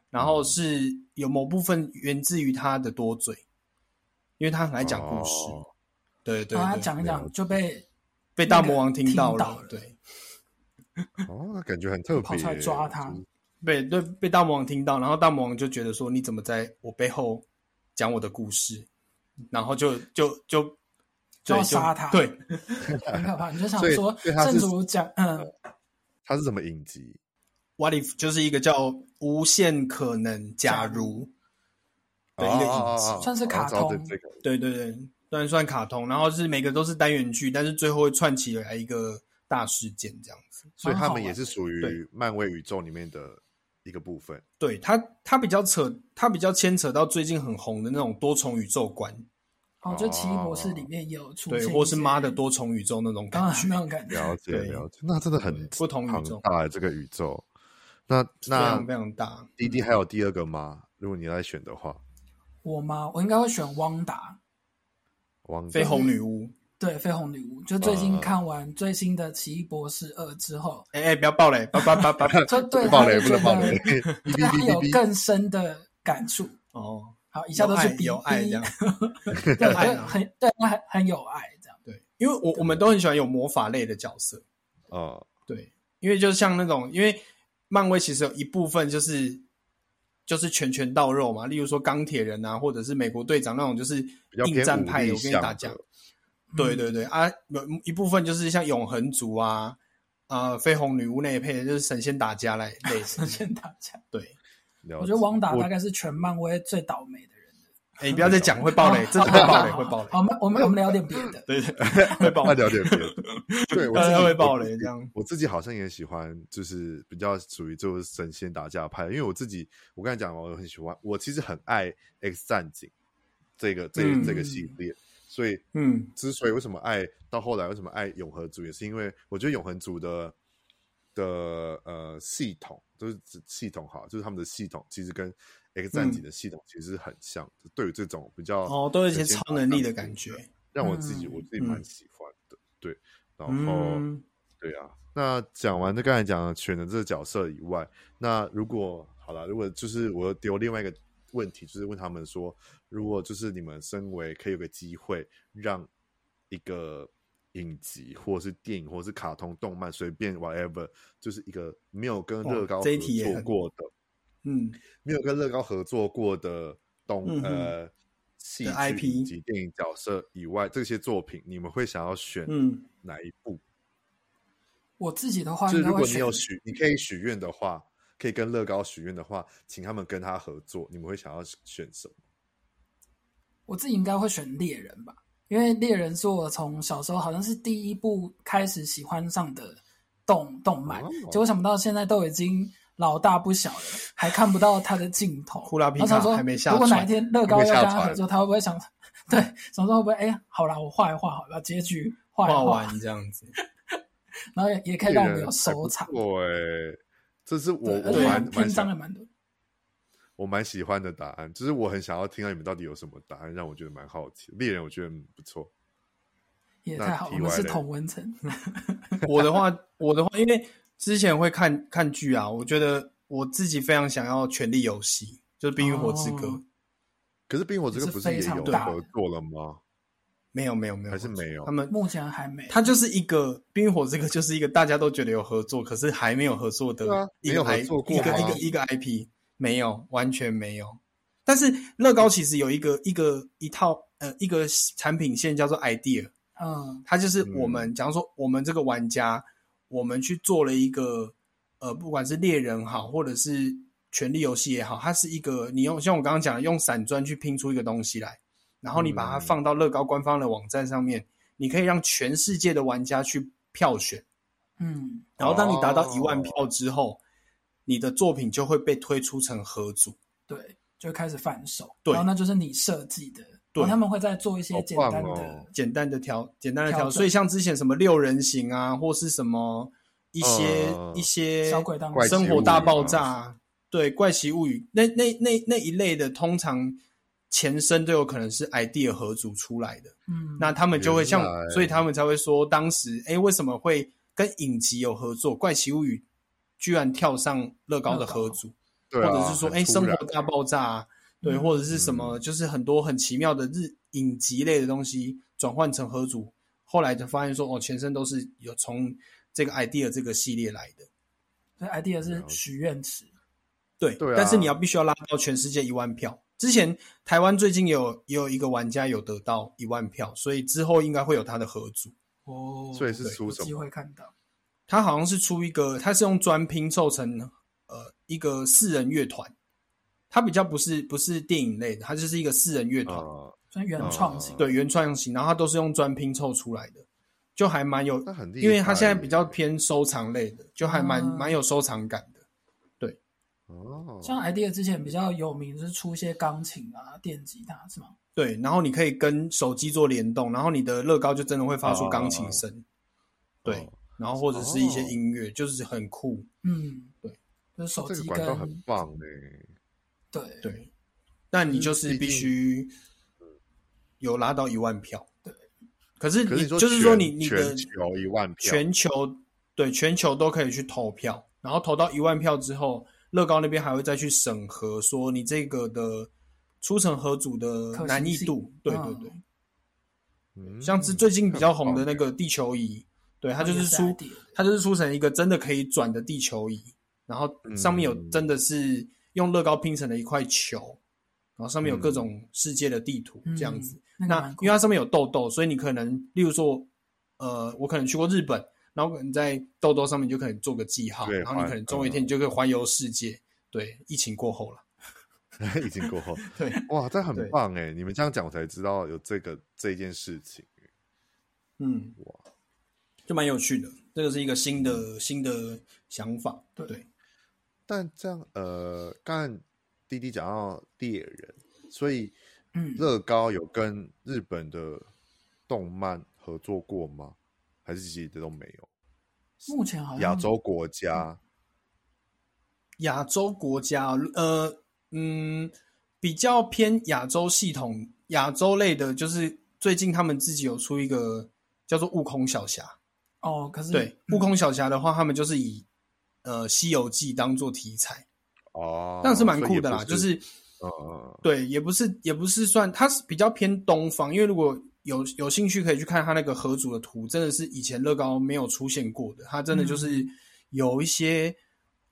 Speaker 3: 然后是有某部分源自于他的多嘴，因为他很爱讲故事，
Speaker 1: 哦
Speaker 3: 对对
Speaker 2: 然后他
Speaker 3: 对，
Speaker 2: 讲一
Speaker 1: 了
Speaker 2: 讲就被
Speaker 3: 被大魔王听到了，
Speaker 2: 那个听到了
Speaker 3: 对，
Speaker 1: 哦，那感觉很特别，
Speaker 2: 跑出来抓他
Speaker 1: 就是
Speaker 3: 被对被大魔王听到，然后大魔王就觉得说你怎么在我背后讲我的故事，然后就就就
Speaker 2: 就要
Speaker 3: 对
Speaker 2: 杀他
Speaker 3: 对，
Speaker 2: 很可怕，你就想
Speaker 1: 所以
Speaker 2: 说
Speaker 1: 所以他是哦
Speaker 2: 圣主鲁讲嗯。
Speaker 1: 他是什么影集？
Speaker 3: What if 就是一个叫无限可能假如的一个影集，
Speaker 2: 算是
Speaker 1: 哦
Speaker 2: 卡
Speaker 1: 哦哦哦
Speaker 2: 通
Speaker 1: 这个
Speaker 3: 对对对，虽然算卡通，然后是每个都是单元剧，但是最后会串起来一个大事件这样子。
Speaker 1: 所以他
Speaker 2: 蛮好
Speaker 1: 们也
Speaker 2: 玩
Speaker 1: 是
Speaker 2: 的
Speaker 1: 属于
Speaker 3: 对
Speaker 1: 漫威宇宙里面的一个部分。
Speaker 3: 对它，它比较扯，它比较牵扯到最近很红的那种多重宇宙观，
Speaker 2: 哦，就奇异博士里面也有出
Speaker 3: 对，
Speaker 2: 现，
Speaker 3: 或是妈的，多重宇宙那种感
Speaker 2: 啊，
Speaker 3: 觉。
Speaker 2: 那种感觉，
Speaker 1: 了解
Speaker 3: 对
Speaker 1: 了解，那真的很
Speaker 3: 不同宇
Speaker 1: 庞
Speaker 3: 宙
Speaker 1: 大欸这个宇宙。那
Speaker 3: 非
Speaker 1: 那
Speaker 3: 常非常大，
Speaker 1: 滴滴还有第二个吗？如果你来选的话，
Speaker 2: 我吗？我应该会选汪达，
Speaker 1: 王
Speaker 3: 绯
Speaker 1: 者
Speaker 3: 红女巫，
Speaker 2: 对，绯红女巫。就最近
Speaker 1: 嗯
Speaker 3: 呃
Speaker 2: 看完最新的《奇异博士二》之后，
Speaker 3: 哎哎，不要爆雷，叭叭叭叭，
Speaker 2: 就对
Speaker 1: 不
Speaker 2: 他
Speaker 1: 爆
Speaker 2: 就
Speaker 1: 雷，不
Speaker 2: 觉
Speaker 1: 能爆
Speaker 2: 得
Speaker 1: 雷。 <laughs> 哔
Speaker 2: 对
Speaker 1: 哔
Speaker 2: 他
Speaker 1: 哔
Speaker 2: 有
Speaker 1: 哔哔，
Speaker 2: 更深的感触。
Speaker 3: 哦，
Speaker 2: 好，以下都是逼
Speaker 3: 有爱有爱这样，
Speaker 2: 逼对，
Speaker 3: 有爱
Speaker 2: 很
Speaker 3: 啊
Speaker 2: 很对，他很很有爱这样。
Speaker 3: 对，因为我我们都很喜欢有魔法类的角色，
Speaker 1: 哦，
Speaker 3: 对，因为就像那种，因为漫威其实有一部分就是就是拳拳到肉嘛，例如说钢铁人啊，或者是美国队长那种，就是
Speaker 1: 比较
Speaker 3: 硬
Speaker 1: 偏
Speaker 3: 战
Speaker 1: 武
Speaker 3: 派
Speaker 1: 力
Speaker 3: 的，我跟你
Speaker 1: 向
Speaker 3: 打架
Speaker 1: 的。。
Speaker 2: 嗯
Speaker 3: 对对对啊，有一部分就是像永恒族啊，啊、绯红女巫那一配，就是神仙打架类类似
Speaker 2: 神。
Speaker 3: <laughs>
Speaker 2: 仙打架，
Speaker 3: 对，
Speaker 1: 了
Speaker 2: 我觉得
Speaker 1: 解
Speaker 2: 汪达
Speaker 1: 我
Speaker 2: 大概是全漫威最倒霉的人。
Speaker 3: 哎，你不要再讲，会爆雷，真的会爆雷，会爆雷
Speaker 2: <laughs> 好，。我们我们我们聊点别的。
Speaker 3: <laughs> 对对，会爆
Speaker 1: 那
Speaker 3: 雷。
Speaker 1: 聊点别
Speaker 3: <laughs>
Speaker 1: 的。对，我
Speaker 3: 大
Speaker 1: 自
Speaker 3: 家
Speaker 1: 己
Speaker 3: 会爆
Speaker 1: 我自
Speaker 3: 雷
Speaker 1: 己
Speaker 3: 这样
Speaker 1: 我自己好像也喜欢，就是比较属于就是神仙打架派，因为我自己我刚才讲嘛，我很喜欢，我其实很爱 X 战警这个这
Speaker 3: 嗯
Speaker 1: 这个系列，所以
Speaker 3: 嗯，
Speaker 1: 之所以为什么爱到后来为什么爱永恒族，也是因为我觉得永恒族的的呃系统，就是指系统好，就是他们的系统其实跟 X 战警的系统其实很像，对于这种比较
Speaker 3: 嗯哦，都有一些
Speaker 1: 神仙
Speaker 3: 超
Speaker 1: 打
Speaker 3: 能
Speaker 1: 架
Speaker 3: 力的
Speaker 1: 部
Speaker 3: 感
Speaker 1: 分
Speaker 3: 觉。
Speaker 1: 让我自己、
Speaker 2: 嗯
Speaker 1: 我自己蛮
Speaker 3: 嗯
Speaker 1: 喜欢的。对，然后、
Speaker 3: 嗯，
Speaker 1: 对啊，那讲完这刚才讲选的这个角色以外，那如果好了，如果就是我丢另外一个问题，就是问他们说，如果就是你们身为可以有个机会让一个影集或者是电影或者是卡通动漫随便 whatever，就是一个没有跟乐高
Speaker 3: 哇
Speaker 1: 合
Speaker 3: 这一题也
Speaker 1: 作
Speaker 3: 很
Speaker 1: 过的，
Speaker 3: 嗯，
Speaker 1: 没有跟乐高合作过的动、
Speaker 3: 嗯哼
Speaker 1: 呃戏
Speaker 3: 的
Speaker 1: 剧
Speaker 3: IP
Speaker 1: 以及电影角色以外，这些作品你们会想要选
Speaker 3: 嗯
Speaker 1: 哪一部？
Speaker 2: 我自己的话，
Speaker 1: 就是
Speaker 2: 应该
Speaker 1: 如
Speaker 2: 会
Speaker 1: 果你
Speaker 2: 选
Speaker 1: 有许，你可以许愿的话，可以跟乐高许愿的话，请他们跟他合作，你们会想要选什么？
Speaker 2: 我自己应该会选猎人吧，因为猎人是我从小时候好像是第一部开始喜欢上的动动漫
Speaker 1: 哦，
Speaker 2: 结果想不到现在都已经老大不小了，还看不到他的尽头。
Speaker 3: 库拉皮卡
Speaker 2: 我想说
Speaker 3: 还没下
Speaker 2: 如果哪
Speaker 3: 船
Speaker 2: 一天乐高
Speaker 1: 还没
Speaker 2: 要
Speaker 1: 下
Speaker 2: 跟他合
Speaker 1: 船
Speaker 2: 作，他会不会想 <laughs> 对，总之会不会哎、好啦，我画一画好了，把结局画一
Speaker 3: 画
Speaker 2: 画，
Speaker 3: 完这样子，
Speaker 2: 然后也也可以让我们有收藏。
Speaker 1: 对，欸这是我
Speaker 2: 对，而
Speaker 1: 我
Speaker 2: 且
Speaker 1: 蛮
Speaker 2: 它
Speaker 1: 蛮
Speaker 2: 篇章
Speaker 1: 想
Speaker 2: 也蛮多。
Speaker 1: 我蛮喜欢的答案，就是我很想要听到你们到底有什么答案，让我觉得蛮好奇。猎人我觉得嗯不错，
Speaker 2: 也
Speaker 1: 那
Speaker 2: 太好，
Speaker 1: 题
Speaker 2: 我们
Speaker 1: 外
Speaker 2: 是
Speaker 1: 嘞
Speaker 2: 同
Speaker 1: <laughs>
Speaker 2: 文层，
Speaker 3: 我的话，我的话，因为之前会看看剧啊，我觉得我自己非常想要《权力游戏》，就是《冰与火之歌》
Speaker 2: 哦
Speaker 1: 可是《冰与火之歌
Speaker 2: 这》是
Speaker 1: 不是也
Speaker 2: 非常
Speaker 1: 有
Speaker 2: 大的
Speaker 1: 合作了吗？
Speaker 3: 没有，没有，没有，
Speaker 1: 还是没有
Speaker 3: 他们
Speaker 2: 目前还没。
Speaker 3: 它就是一个《冰与火之歌》，就是一个大家都觉得有合作，可是还没有合作的
Speaker 1: 对啊
Speaker 3: 一
Speaker 1: 没有
Speaker 3: 个
Speaker 1: 合
Speaker 3: I
Speaker 1: 作过
Speaker 3: 一个
Speaker 1: 啊
Speaker 3: 一个一个 IP，没有，完全没有。但是乐高其实有一个一个一套呃一个产品线叫做 idea，
Speaker 2: 嗯
Speaker 3: 它就是我们，假如说我们这个玩家，我们去做了一个呃，不管是猎人好，或者是权力游戏也好，它是一个你用像我刚刚讲的，用散砖去拼出一个东西来，然后你把它
Speaker 1: 嗯
Speaker 3: 放到乐高官方的网站上面，你可以让全世界的玩家去票选，
Speaker 2: 嗯，
Speaker 3: 然后当你达到
Speaker 1: 哦
Speaker 3: 一万票之后，你的作品就会被推出成合组。
Speaker 2: 对，就开始反手，
Speaker 3: 对
Speaker 2: 然后那就是你设计的，
Speaker 3: 对
Speaker 2: 然后他们会再做一些
Speaker 1: 好
Speaker 2: 简
Speaker 1: 棒
Speaker 2: 单
Speaker 1: 哦
Speaker 2: 的，
Speaker 3: 简单的调，简单的
Speaker 2: 调
Speaker 3: 调，
Speaker 2: 整
Speaker 3: 所以像之前什么六人行啊，或是什么一些、
Speaker 1: 嗯
Speaker 3: 一些
Speaker 2: 小鬼当
Speaker 1: 怪奇
Speaker 3: 生活
Speaker 1: 物
Speaker 3: 大
Speaker 1: 语
Speaker 3: 爆
Speaker 1: 嘛
Speaker 3: 炸啊，对，怪奇物语那那那那一类的，通常前身都有可能是 idea 合组出来的，
Speaker 2: 嗯，
Speaker 3: 那他们就会像
Speaker 1: 原来，
Speaker 3: 所以他们才会说当时，哎，为什么会跟影集有合作？怪奇物语居然跳上乐高的
Speaker 2: 乐高
Speaker 3: 合组，
Speaker 1: 对
Speaker 3: 或
Speaker 1: 啊，
Speaker 3: 者是说，
Speaker 1: 很
Speaker 3: 哎，
Speaker 1: 突
Speaker 3: 生活
Speaker 1: 然
Speaker 3: 大爆炸、啊，对，
Speaker 2: 嗯
Speaker 3: 或者是什么，就是很多很奇妙的日影集类的东西转换成合组，后来就发现说，哦，前身都是有从这个 idea 这个系列来的，
Speaker 2: 所以 idea
Speaker 1: 了
Speaker 2: 是
Speaker 1: 解
Speaker 2: 许愿池，
Speaker 3: 对，
Speaker 1: 对啊
Speaker 3: 但是你要必须要拉到全世界一万票。之前台湾最近也有也有一个玩家有得到一万票，所以之后应该会有他的合组。
Speaker 2: 哦，
Speaker 1: 所以是
Speaker 2: 对
Speaker 1: 出
Speaker 2: 有
Speaker 1: 什
Speaker 2: 机
Speaker 1: 么
Speaker 2: 会看到，
Speaker 3: 他好像是出一个，他是用砖拼凑成呃一个四人乐团，他比较不是不是电影类的，他就是一个四人乐团。
Speaker 1: 啊，
Speaker 2: 所以原创型，
Speaker 3: 对原创型，然后它都是用砖拼凑出来的，就还蛮有
Speaker 1: 那，很厉害耶，
Speaker 3: 因为它现在比较偏收藏类的，就还蛮
Speaker 2: 嗯
Speaker 3: 蛮有收藏感的。
Speaker 1: 哦，
Speaker 2: 像 idea 之前比较有名就是出一些钢琴啊、电吉他是吗？
Speaker 3: 对，然后你可以跟手机做联动，然后你的乐高就真的会发出钢琴声，对
Speaker 1: 哦，
Speaker 3: 然后或者是一些音乐，就是很酷。
Speaker 2: 嗯，
Speaker 3: 对，
Speaker 2: 就是
Speaker 3: 哦
Speaker 2: 手
Speaker 1: 这个
Speaker 2: 机
Speaker 1: 管道很
Speaker 2: 跟
Speaker 1: 棒哎，
Speaker 2: 对
Speaker 3: 对，那你就是
Speaker 1: 嗯毕
Speaker 3: 必
Speaker 1: 竟
Speaker 3: 须有拉到一万票。
Speaker 2: 对，
Speaker 3: 可是
Speaker 1: 可
Speaker 3: 你
Speaker 1: 你说
Speaker 3: 就是说
Speaker 1: 全
Speaker 3: 你你的
Speaker 1: 全球一万票，
Speaker 3: 全球对全球都可以去投票，然后投到一万票之后，乐高那边还会再去审核，说你这个的出成合组的
Speaker 2: 可
Speaker 3: 难
Speaker 2: 行
Speaker 3: 易
Speaker 2: 性
Speaker 3: 度。对对对，
Speaker 1: 嗯
Speaker 3: 像是最近比较红的那
Speaker 1: 很
Speaker 3: 个地球仪，对它
Speaker 2: 它
Speaker 3: 就
Speaker 2: 也
Speaker 3: 是
Speaker 2: 是
Speaker 3: 出
Speaker 2: idea 的
Speaker 3: 它就是出成一个真的可以转的地球仪，然后上面有
Speaker 1: 嗯
Speaker 3: 真的是用乐高拼成的一块球，然后上面有
Speaker 1: 嗯
Speaker 3: 各种世界的地图这样子。
Speaker 2: 嗯那个
Speaker 3: 那
Speaker 2: 蛮酷
Speaker 3: 因为它上面有痘痘，所以你可能，例如说，呃，我可能去过日本，然后可能在痘痘上面就可能做个记号，
Speaker 1: 对
Speaker 3: 然后你
Speaker 1: 环嗯
Speaker 3: 可能总有一天你就可以环游世界。对，疫情过后了，
Speaker 1: 棒 <laughs> 已经过后， <laughs>
Speaker 3: 对，
Speaker 1: 哇，这很
Speaker 3: 对
Speaker 1: 棒哎！你们这样讲，我才知道有这个这件事情。
Speaker 3: 嗯，
Speaker 1: 哇，嗯
Speaker 3: 就蛮有趣的。这个是一个新的新的想法，
Speaker 2: 对
Speaker 3: 对
Speaker 1: 但这样呃，刚才滴滴讲到猎人，所以
Speaker 2: 嗯，
Speaker 1: 乐高有跟日本的动漫合作过吗？还是其实都没有？
Speaker 2: 目前
Speaker 3: 哦
Speaker 2: 好像
Speaker 1: 亚洲国家
Speaker 3: 亚洲国家，呃，嗯，比较偏亚洲系统、亚洲类的，就是最近他们自己有出一个叫做《悟空小侠》。
Speaker 2: 哦，可是
Speaker 3: 对，
Speaker 2: 嗯
Speaker 3: 悟空小侠》的话，他们就是以呃《西游记》当做题材，
Speaker 1: 哦，
Speaker 3: 嗯但是蛮
Speaker 1: 所以
Speaker 3: 酷
Speaker 1: 也
Speaker 3: 的
Speaker 1: 不
Speaker 3: 啦。就是
Speaker 1: 嗯嗯
Speaker 3: 对，也不是也不是算，它是比较偏东方，因为如果有有兴趣可以去看它那个合组的图，真的是以前乐高没有出现过的，它真的
Speaker 2: 嗯
Speaker 3: 就是有一些、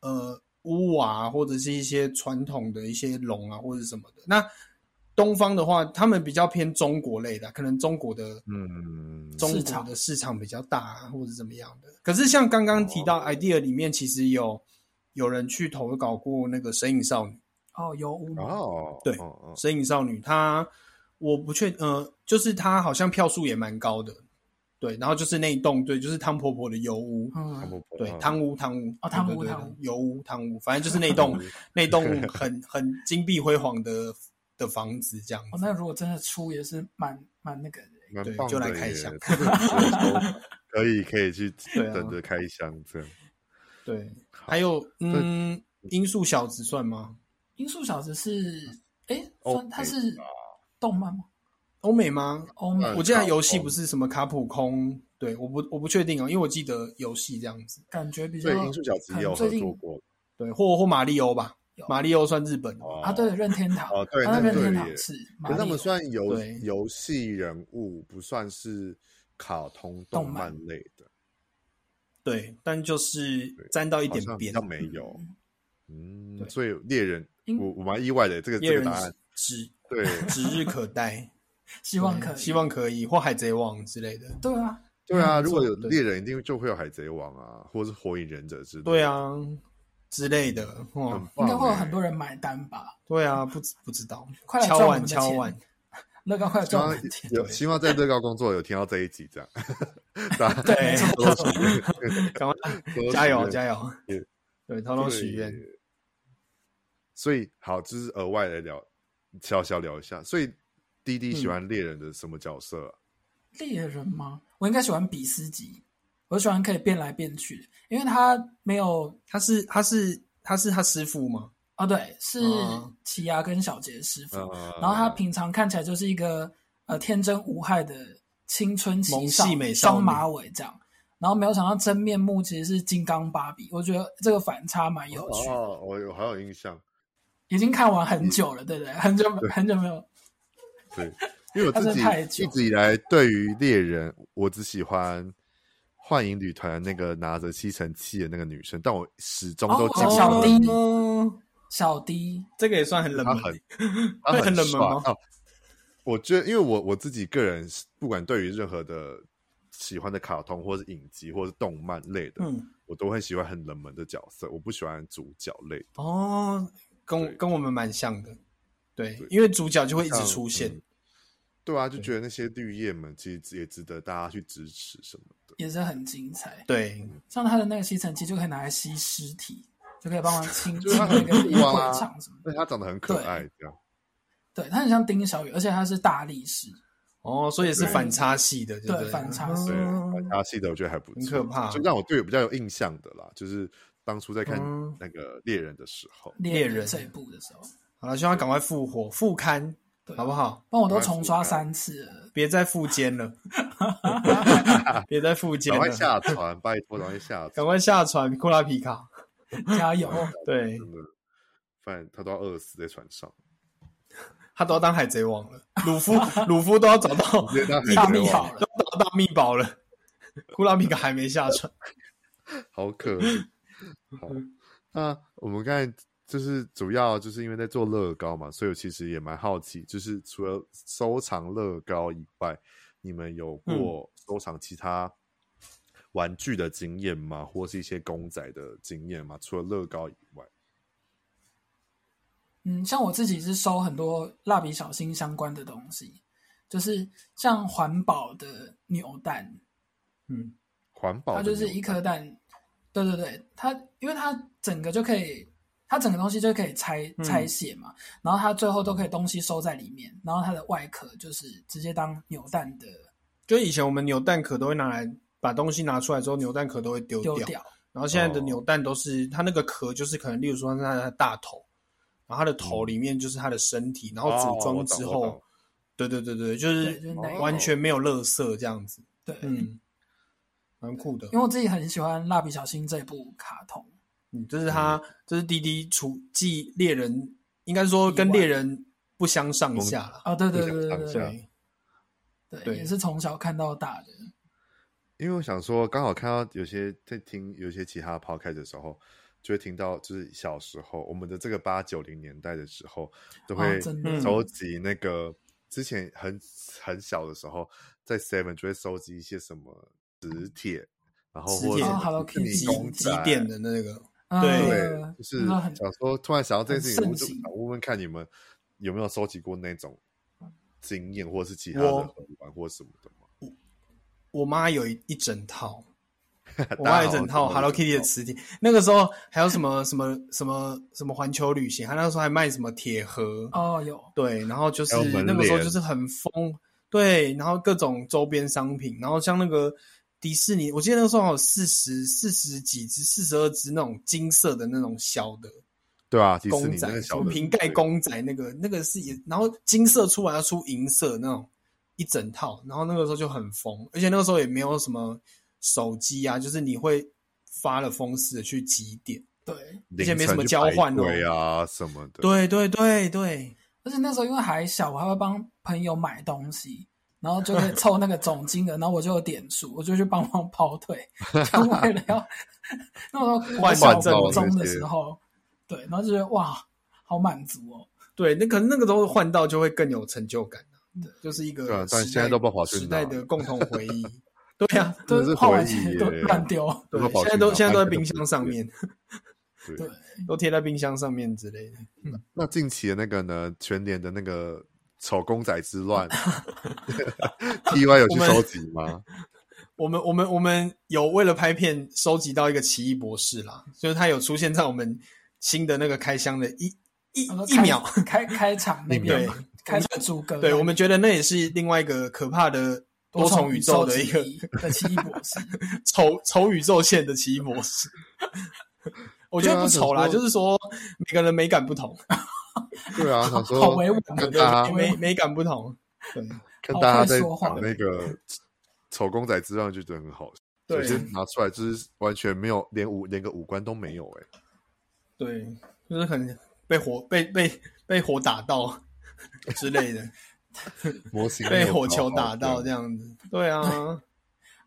Speaker 3: 呃屋瓦、啊、或者是一些传统的一些龙啊或者什么的。那东方的话，他们比较偏中国类的，可能中国的
Speaker 1: 嗯，
Speaker 3: 中
Speaker 2: 市
Speaker 3: 国
Speaker 2: 场
Speaker 3: 的市场比较大、啊、或者怎么样的。可是像刚刚提
Speaker 2: 哦
Speaker 3: 到 idea 里面，其实有有人去投稿过那个《神隐少女》。
Speaker 2: 哦有五毛，
Speaker 1: 哦，
Speaker 3: 对
Speaker 1: 嗯嗯
Speaker 3: 《神隐少女》她，我不确，呃，就是她好像票数也蛮高的，对，然后就是那一栋，对，就是汤婆婆的油屋，
Speaker 1: 汤
Speaker 2: 嗯，
Speaker 1: 姆波
Speaker 3: 对，
Speaker 1: 嗯
Speaker 3: 汤屋，汤屋，
Speaker 2: 哦汤屋
Speaker 3: 对对对
Speaker 2: 汤屋
Speaker 3: 油屋，汤屋，反正就是那一栋，那一栋很很金碧辉煌的的房子这样
Speaker 2: 哦，那如果真的出也是蛮蛮那个的。
Speaker 1: 蛮
Speaker 3: 对
Speaker 1: 棒
Speaker 3: 就来
Speaker 1: 的
Speaker 3: 开
Speaker 1: 耶
Speaker 3: 箱
Speaker 1: 这个有时候
Speaker 3: <laughs>
Speaker 1: 可以可以去
Speaker 3: 对啊
Speaker 1: 等着开箱这样。
Speaker 3: 对，还有嗯，音速小子算吗？
Speaker 2: 音速小子是哎，
Speaker 1: 欧
Speaker 2: 算它
Speaker 1: 美
Speaker 2: 是动漫吗？哦
Speaker 3: 欧美吗？
Speaker 2: 欧美
Speaker 1: 嗯
Speaker 3: 我记得游戏不是什么卡普空，对，我不我不确定哦，因为我记得游戏这样子，
Speaker 2: 感觉比较
Speaker 1: 对，音速小子也有合
Speaker 2: 最近
Speaker 1: 作过
Speaker 3: 对，或或马里欧吧
Speaker 2: 有，
Speaker 3: 马里欧算日本的吧，
Speaker 1: 哦
Speaker 2: 啊，对，任天堂
Speaker 1: 哦，对，
Speaker 2: 他那
Speaker 1: 那
Speaker 2: 边
Speaker 1: 对
Speaker 2: 任天堂
Speaker 1: 耶。
Speaker 2: 是
Speaker 1: 可
Speaker 2: 蛮
Speaker 1: 是他们算游
Speaker 3: 对
Speaker 1: 游戏人物，不算是卡通动
Speaker 2: 动漫
Speaker 1: 漫类的，
Speaker 3: 对，但就是
Speaker 1: 对
Speaker 3: 沾到一
Speaker 1: 好
Speaker 3: 点
Speaker 1: 像比
Speaker 3: 边
Speaker 1: 较，没有。嗯，
Speaker 3: 对
Speaker 1: 所以猎人，
Speaker 2: 因
Speaker 1: 我我蛮意外的，这个
Speaker 3: 猎
Speaker 1: 这个
Speaker 3: 人
Speaker 1: 答案，
Speaker 3: 指
Speaker 1: 对，
Speaker 3: 指日可待，
Speaker 2: <laughs> 希望可以，
Speaker 3: 希望可以，或海贼王之类的，
Speaker 2: 对啊，
Speaker 1: 对啊，
Speaker 3: 没
Speaker 1: 如
Speaker 3: 错
Speaker 1: 果有
Speaker 3: 对
Speaker 1: 猎人，一定就会有海贼王啊，或是火影忍者之类。
Speaker 3: 对，啊之类的，
Speaker 1: 很
Speaker 3: 哇，
Speaker 1: 棒
Speaker 2: 应该会有
Speaker 1: 耶
Speaker 2: 很多人买单吧？
Speaker 3: 对啊，不知不知道，
Speaker 2: 快来
Speaker 3: 敲
Speaker 2: 赚我
Speaker 3: 碗
Speaker 2: 们的
Speaker 3: 敲
Speaker 2: 钱 <laughs>
Speaker 3: 碗，
Speaker 2: 乐高快乐
Speaker 1: 希
Speaker 2: 赚我
Speaker 1: 望
Speaker 2: 们的钱，
Speaker 1: 有希望在乐高工作有听到这一集这样，大
Speaker 2: <laughs>
Speaker 1: 家
Speaker 3: 对，
Speaker 1: 多多
Speaker 3: <laughs>
Speaker 1: 许愿
Speaker 3: 赶快
Speaker 1: 多多
Speaker 3: 加油
Speaker 1: 许愿
Speaker 3: 加油
Speaker 1: 对，
Speaker 3: 对，偷偷许
Speaker 1: 对
Speaker 3: 愿，
Speaker 1: 所以好，这是额外来聊，悄悄聊一下。所以滴滴
Speaker 2: 嗯
Speaker 1: 喜欢猎人的什么角色啊、
Speaker 2: 猎人吗？我应该喜欢比斯吉，我喜欢可以变来变去的，因为他没有
Speaker 3: 他是他是他是他师傅吗？
Speaker 2: 啊，对，是
Speaker 3: 嗯
Speaker 2: 奇亚跟小杰师傅，
Speaker 1: 呃
Speaker 2: 然后他平常看起来就是一个呃天真无害的青春期
Speaker 3: 萌
Speaker 2: 少
Speaker 3: 系美少女
Speaker 2: 双马尾这样，然后没有想到真面目其实是金刚芭比，我觉得这个反差蛮有趣的。
Speaker 1: 哦，我有好有印象，
Speaker 2: 已经看完很久了，对不对？很久很久没有
Speaker 1: 对，因为我
Speaker 2: <laughs> 他
Speaker 1: 自
Speaker 2: 真的太
Speaker 1: 己
Speaker 2: 久
Speaker 1: 一直以来对于猎人，我只喜欢。幻影旅团那个拿着吸尘器的那个女生，但我始终都
Speaker 2: 哦
Speaker 1: 记不
Speaker 2: 小
Speaker 1: 得
Speaker 2: 丁
Speaker 3: 哦，
Speaker 2: 小迪
Speaker 3: 这个也算很冷
Speaker 1: 他
Speaker 3: 门， <laughs>
Speaker 1: 很他
Speaker 3: 会很冷
Speaker 1: 帅
Speaker 3: 门吗
Speaker 1: 哦我觉得，因为我我自己个人是，不管对于任何的喜欢的卡通，或是影集，或是动漫类的，
Speaker 3: 嗯，
Speaker 1: 我都很喜欢很冷门的角色，我不喜欢主角类。
Speaker 3: 哦，跟我
Speaker 1: 对
Speaker 3: 跟我们蛮像的，对
Speaker 1: 对，
Speaker 3: 因为主角就会一直出
Speaker 1: 像
Speaker 3: 现
Speaker 1: 嗯，对啊，就
Speaker 3: 对
Speaker 1: 觉得那些绿叶们其实也值得大家去支持什么的。
Speaker 2: 也是很精彩，
Speaker 3: 对，
Speaker 2: 像他的那个吸尘器就可以拿来吸尸体，就可以帮忙清
Speaker 1: 就
Speaker 2: 清
Speaker 1: 是他
Speaker 2: 那
Speaker 1: 很
Speaker 2: 个
Speaker 1: 酷
Speaker 2: 烟 <laughs>
Speaker 1: 啊
Speaker 2: 灰厂什么的。
Speaker 1: 但他长得很可爱，这样
Speaker 2: 对，他很像丁小雨，而且他是大力士，
Speaker 3: 哦，所以是反差系的，不
Speaker 2: 对反差系
Speaker 1: 对，
Speaker 3: 嗯
Speaker 1: 反差系的我觉得还不错，
Speaker 3: 很可怕
Speaker 1: 就让我对比较有印象的啦，就是当初在看
Speaker 3: 嗯
Speaker 1: 那个猎人的时候，
Speaker 2: 猎
Speaker 3: 猎人
Speaker 2: 这一部的时候，
Speaker 3: 好了，希望他赶快复活复刊，
Speaker 2: 对
Speaker 3: 好不好？
Speaker 2: 帮我都重刷三次了。
Speaker 3: 别再复
Speaker 2: <laughs>
Speaker 3: 监了，别再复监
Speaker 1: 赶
Speaker 3: 了
Speaker 1: 快，下船，拜托，赶快下船
Speaker 3: 赶，快下船，库拉皮卡，
Speaker 2: 加油！
Speaker 3: 对
Speaker 1: 真的，不然他都要饿死在船
Speaker 2: <laughs>
Speaker 1: 上。
Speaker 3: 他都要当海贼王了，鲁夫鲁夫都要找到
Speaker 1: 直接当海
Speaker 2: 大
Speaker 1: 贼
Speaker 2: 秘
Speaker 1: 王
Speaker 2: 好了，
Speaker 3: 都找到密宝了，库拉皮卡还没下船，
Speaker 1: 好可怜。好，那我们刚才就是主要就是因为在做乐高嘛，所以我其实也蛮好奇，就是除了收藏乐高以外，你们有
Speaker 2: 嗯
Speaker 1: 过收藏其他玩具的经验吗？或是一些公仔的经验吗？除了乐高以外，
Speaker 2: 嗯，像我自己是收很多蜡笔小新相关的东西，就是像环保的扭蛋，
Speaker 3: 嗯，
Speaker 1: 环保
Speaker 2: 它
Speaker 1: 的
Speaker 2: 就是一
Speaker 1: 牛
Speaker 2: 颗蛋，对对对，它因为它整个就可以，它整个东西就可以拆
Speaker 3: 嗯
Speaker 2: 拆卸嘛，然后它最后都可以东西收在里面，然后它的外壳就是直接当扭蛋的
Speaker 3: 就以前我们扭蛋壳都会拿来把东西拿出来之后，扭蛋壳都会丢
Speaker 2: 丢
Speaker 3: 掉。
Speaker 2: 掉，
Speaker 3: 然后现在的
Speaker 1: 哦
Speaker 3: 扭蛋都是、它那个壳，就是可能例如说它的大头，然后它的头里面就是它的身体，然后
Speaker 1: 嗯
Speaker 3: 组
Speaker 1: 哦
Speaker 3: 装
Speaker 1: 我懂
Speaker 3: 之
Speaker 1: 我
Speaker 3: 后，
Speaker 1: 懂
Speaker 3: 对对对对，就是
Speaker 2: 对就是那
Speaker 1: 个
Speaker 3: 完全没有垃圾这样子，
Speaker 2: 对，
Speaker 3: 嗯，蛮酷的
Speaker 2: 因。为我自己很喜欢蜡笔小新这部卡通，
Speaker 3: 嗯，这是它，这是滴滴除继猎人，应该说跟猎人不相上下了。
Speaker 2: 哦，对对
Speaker 1: 不想
Speaker 2: 对对
Speaker 1: 放
Speaker 2: 对
Speaker 1: 下
Speaker 2: 对
Speaker 3: 对，
Speaker 2: 对，
Speaker 3: 对
Speaker 2: 也是从小看到大的，
Speaker 1: 因为我想说，刚好看到有些在听有些其他 podcast 的时候，就会听到，就是小时候我们的这个八九零年代的时候，都会
Speaker 2: 哦真的
Speaker 3: 嗯
Speaker 1: 收集那个、之前很很小的时候，在 Seven 就会收集一些什么磁铁，然后
Speaker 3: 磁
Speaker 1: 或者
Speaker 3: 铁
Speaker 1: 什么
Speaker 3: 哦
Speaker 2: ，Hello
Speaker 1: 迪士尼
Speaker 2: Kitty
Speaker 3: 极
Speaker 1: 公
Speaker 3: 极
Speaker 1: 仔
Speaker 3: 点的那个，
Speaker 2: 嗯
Speaker 1: 对，就是
Speaker 2: 那很
Speaker 1: 想说，突然想到这件事情，
Speaker 2: 很
Speaker 1: 我就
Speaker 2: 盛行
Speaker 1: 想问问看你们有没有收集过那种经验，或是其他的
Speaker 3: 我
Speaker 1: <laughs> 盒玩或什么的吗？
Speaker 3: 我妈有一一整套，我
Speaker 1: 哦
Speaker 3: 买了一整套 Hello Kitty 的磁铁。那个时候还有什么什么什么什么环球旅行，他那时候还卖什么铁盒
Speaker 2: 哦，有
Speaker 3: 对，然后就是
Speaker 1: 还有门
Speaker 3: 那个时候
Speaker 1: 帘
Speaker 3: 就是很疯，对，然后各种周边商品，然后像那个迪士尼，我记得那个时候好有四十四十几只、四十二只那种金色的那种小的
Speaker 1: 对啊，迪士
Speaker 3: 公
Speaker 1: 尼
Speaker 3: 仔
Speaker 1: 那个，
Speaker 3: 什
Speaker 1: 小
Speaker 3: 么
Speaker 1: 的
Speaker 3: 瓶盖，公仔，那个那个是也，然后金色出来要出银色那种一整套，然后那个时候就很疯，而且那个时候也没有什么手机啊，就是你会发了疯似的去集点，
Speaker 2: 对，
Speaker 1: 对
Speaker 3: 而且没什么
Speaker 1: 凌晨去
Speaker 3: 交换哦
Speaker 1: 排队啊什么的。
Speaker 3: 对对对对，
Speaker 2: 而且那时候因为还小，我还会帮朋友买东西，然后就可以凑那个总金额，然后我就有点数，我就去帮忙跑腿，
Speaker 3: <laughs>
Speaker 2: 就为了要那时候我小国中的时候，对，然后就觉得哇，好满足哦。
Speaker 3: 对，那可能那个时候换到就会更有成就感、就是一个
Speaker 1: 对啊但
Speaker 3: 时代
Speaker 1: 现在都不知道跑去
Speaker 3: 时代
Speaker 1: 哪 <laughs>
Speaker 3: 的共同回忆。对呀、啊，
Speaker 2: 都
Speaker 1: 真是
Speaker 2: 画完
Speaker 1: 回忆
Speaker 2: 钱都
Speaker 1: 耶
Speaker 2: 乱丢，
Speaker 3: 对
Speaker 1: 不知道，跑
Speaker 3: 现在
Speaker 1: 去
Speaker 3: 都
Speaker 1: 哪
Speaker 3: 现在都
Speaker 1: 完
Speaker 3: 在
Speaker 1: 全
Speaker 3: 冰
Speaker 1: 不
Speaker 3: 箱
Speaker 1: 知
Speaker 3: 上
Speaker 1: 道
Speaker 3: 面，
Speaker 1: 对
Speaker 2: 对，
Speaker 3: 都贴在冰箱上面之类的。
Speaker 1: 那近期的那个呢，全联的那个丑公仔之
Speaker 3: <laughs>
Speaker 1: 乱，T Y 有去收集吗？
Speaker 3: 我们我们我们有为了拍片收集到一个奇异博士啦，就是他有出现在我们新的那个开箱的一一
Speaker 2: 然后
Speaker 3: 一
Speaker 2: 开
Speaker 3: 秒。
Speaker 2: <laughs> 开开场那
Speaker 1: 一
Speaker 2: 边
Speaker 3: 秒
Speaker 2: 开场主歌，
Speaker 3: 对，我们觉得那也是另外一个可怕的多重宇宙的一个
Speaker 2: 之的奇异博
Speaker 3: <laughs>
Speaker 2: 士，
Speaker 3: 丑丑宇宙线的奇异博士。 <laughs> 我觉得不丑啦，
Speaker 1: 对啊
Speaker 3: 就是说每个人美感不同，
Speaker 1: 对啊，想说
Speaker 2: 好委婉
Speaker 1: 看
Speaker 2: 的
Speaker 3: <laughs>
Speaker 1: 大家
Speaker 3: 对美美感不同。对
Speaker 1: 看大家在
Speaker 2: 好会说话
Speaker 1: 讲那个丑公仔之乱，就觉得很好笑。
Speaker 3: <laughs>
Speaker 1: 有些
Speaker 3: 对
Speaker 1: 拿出来就是完全没有，连五连个五官都没有哎、
Speaker 3: 对，就是很被火被被被火打到 <laughs> 之类的，
Speaker 1: 模型没有
Speaker 3: 被火球
Speaker 1: 搞
Speaker 3: 打到
Speaker 1: 好
Speaker 3: 这样子。对 <laughs> 啊。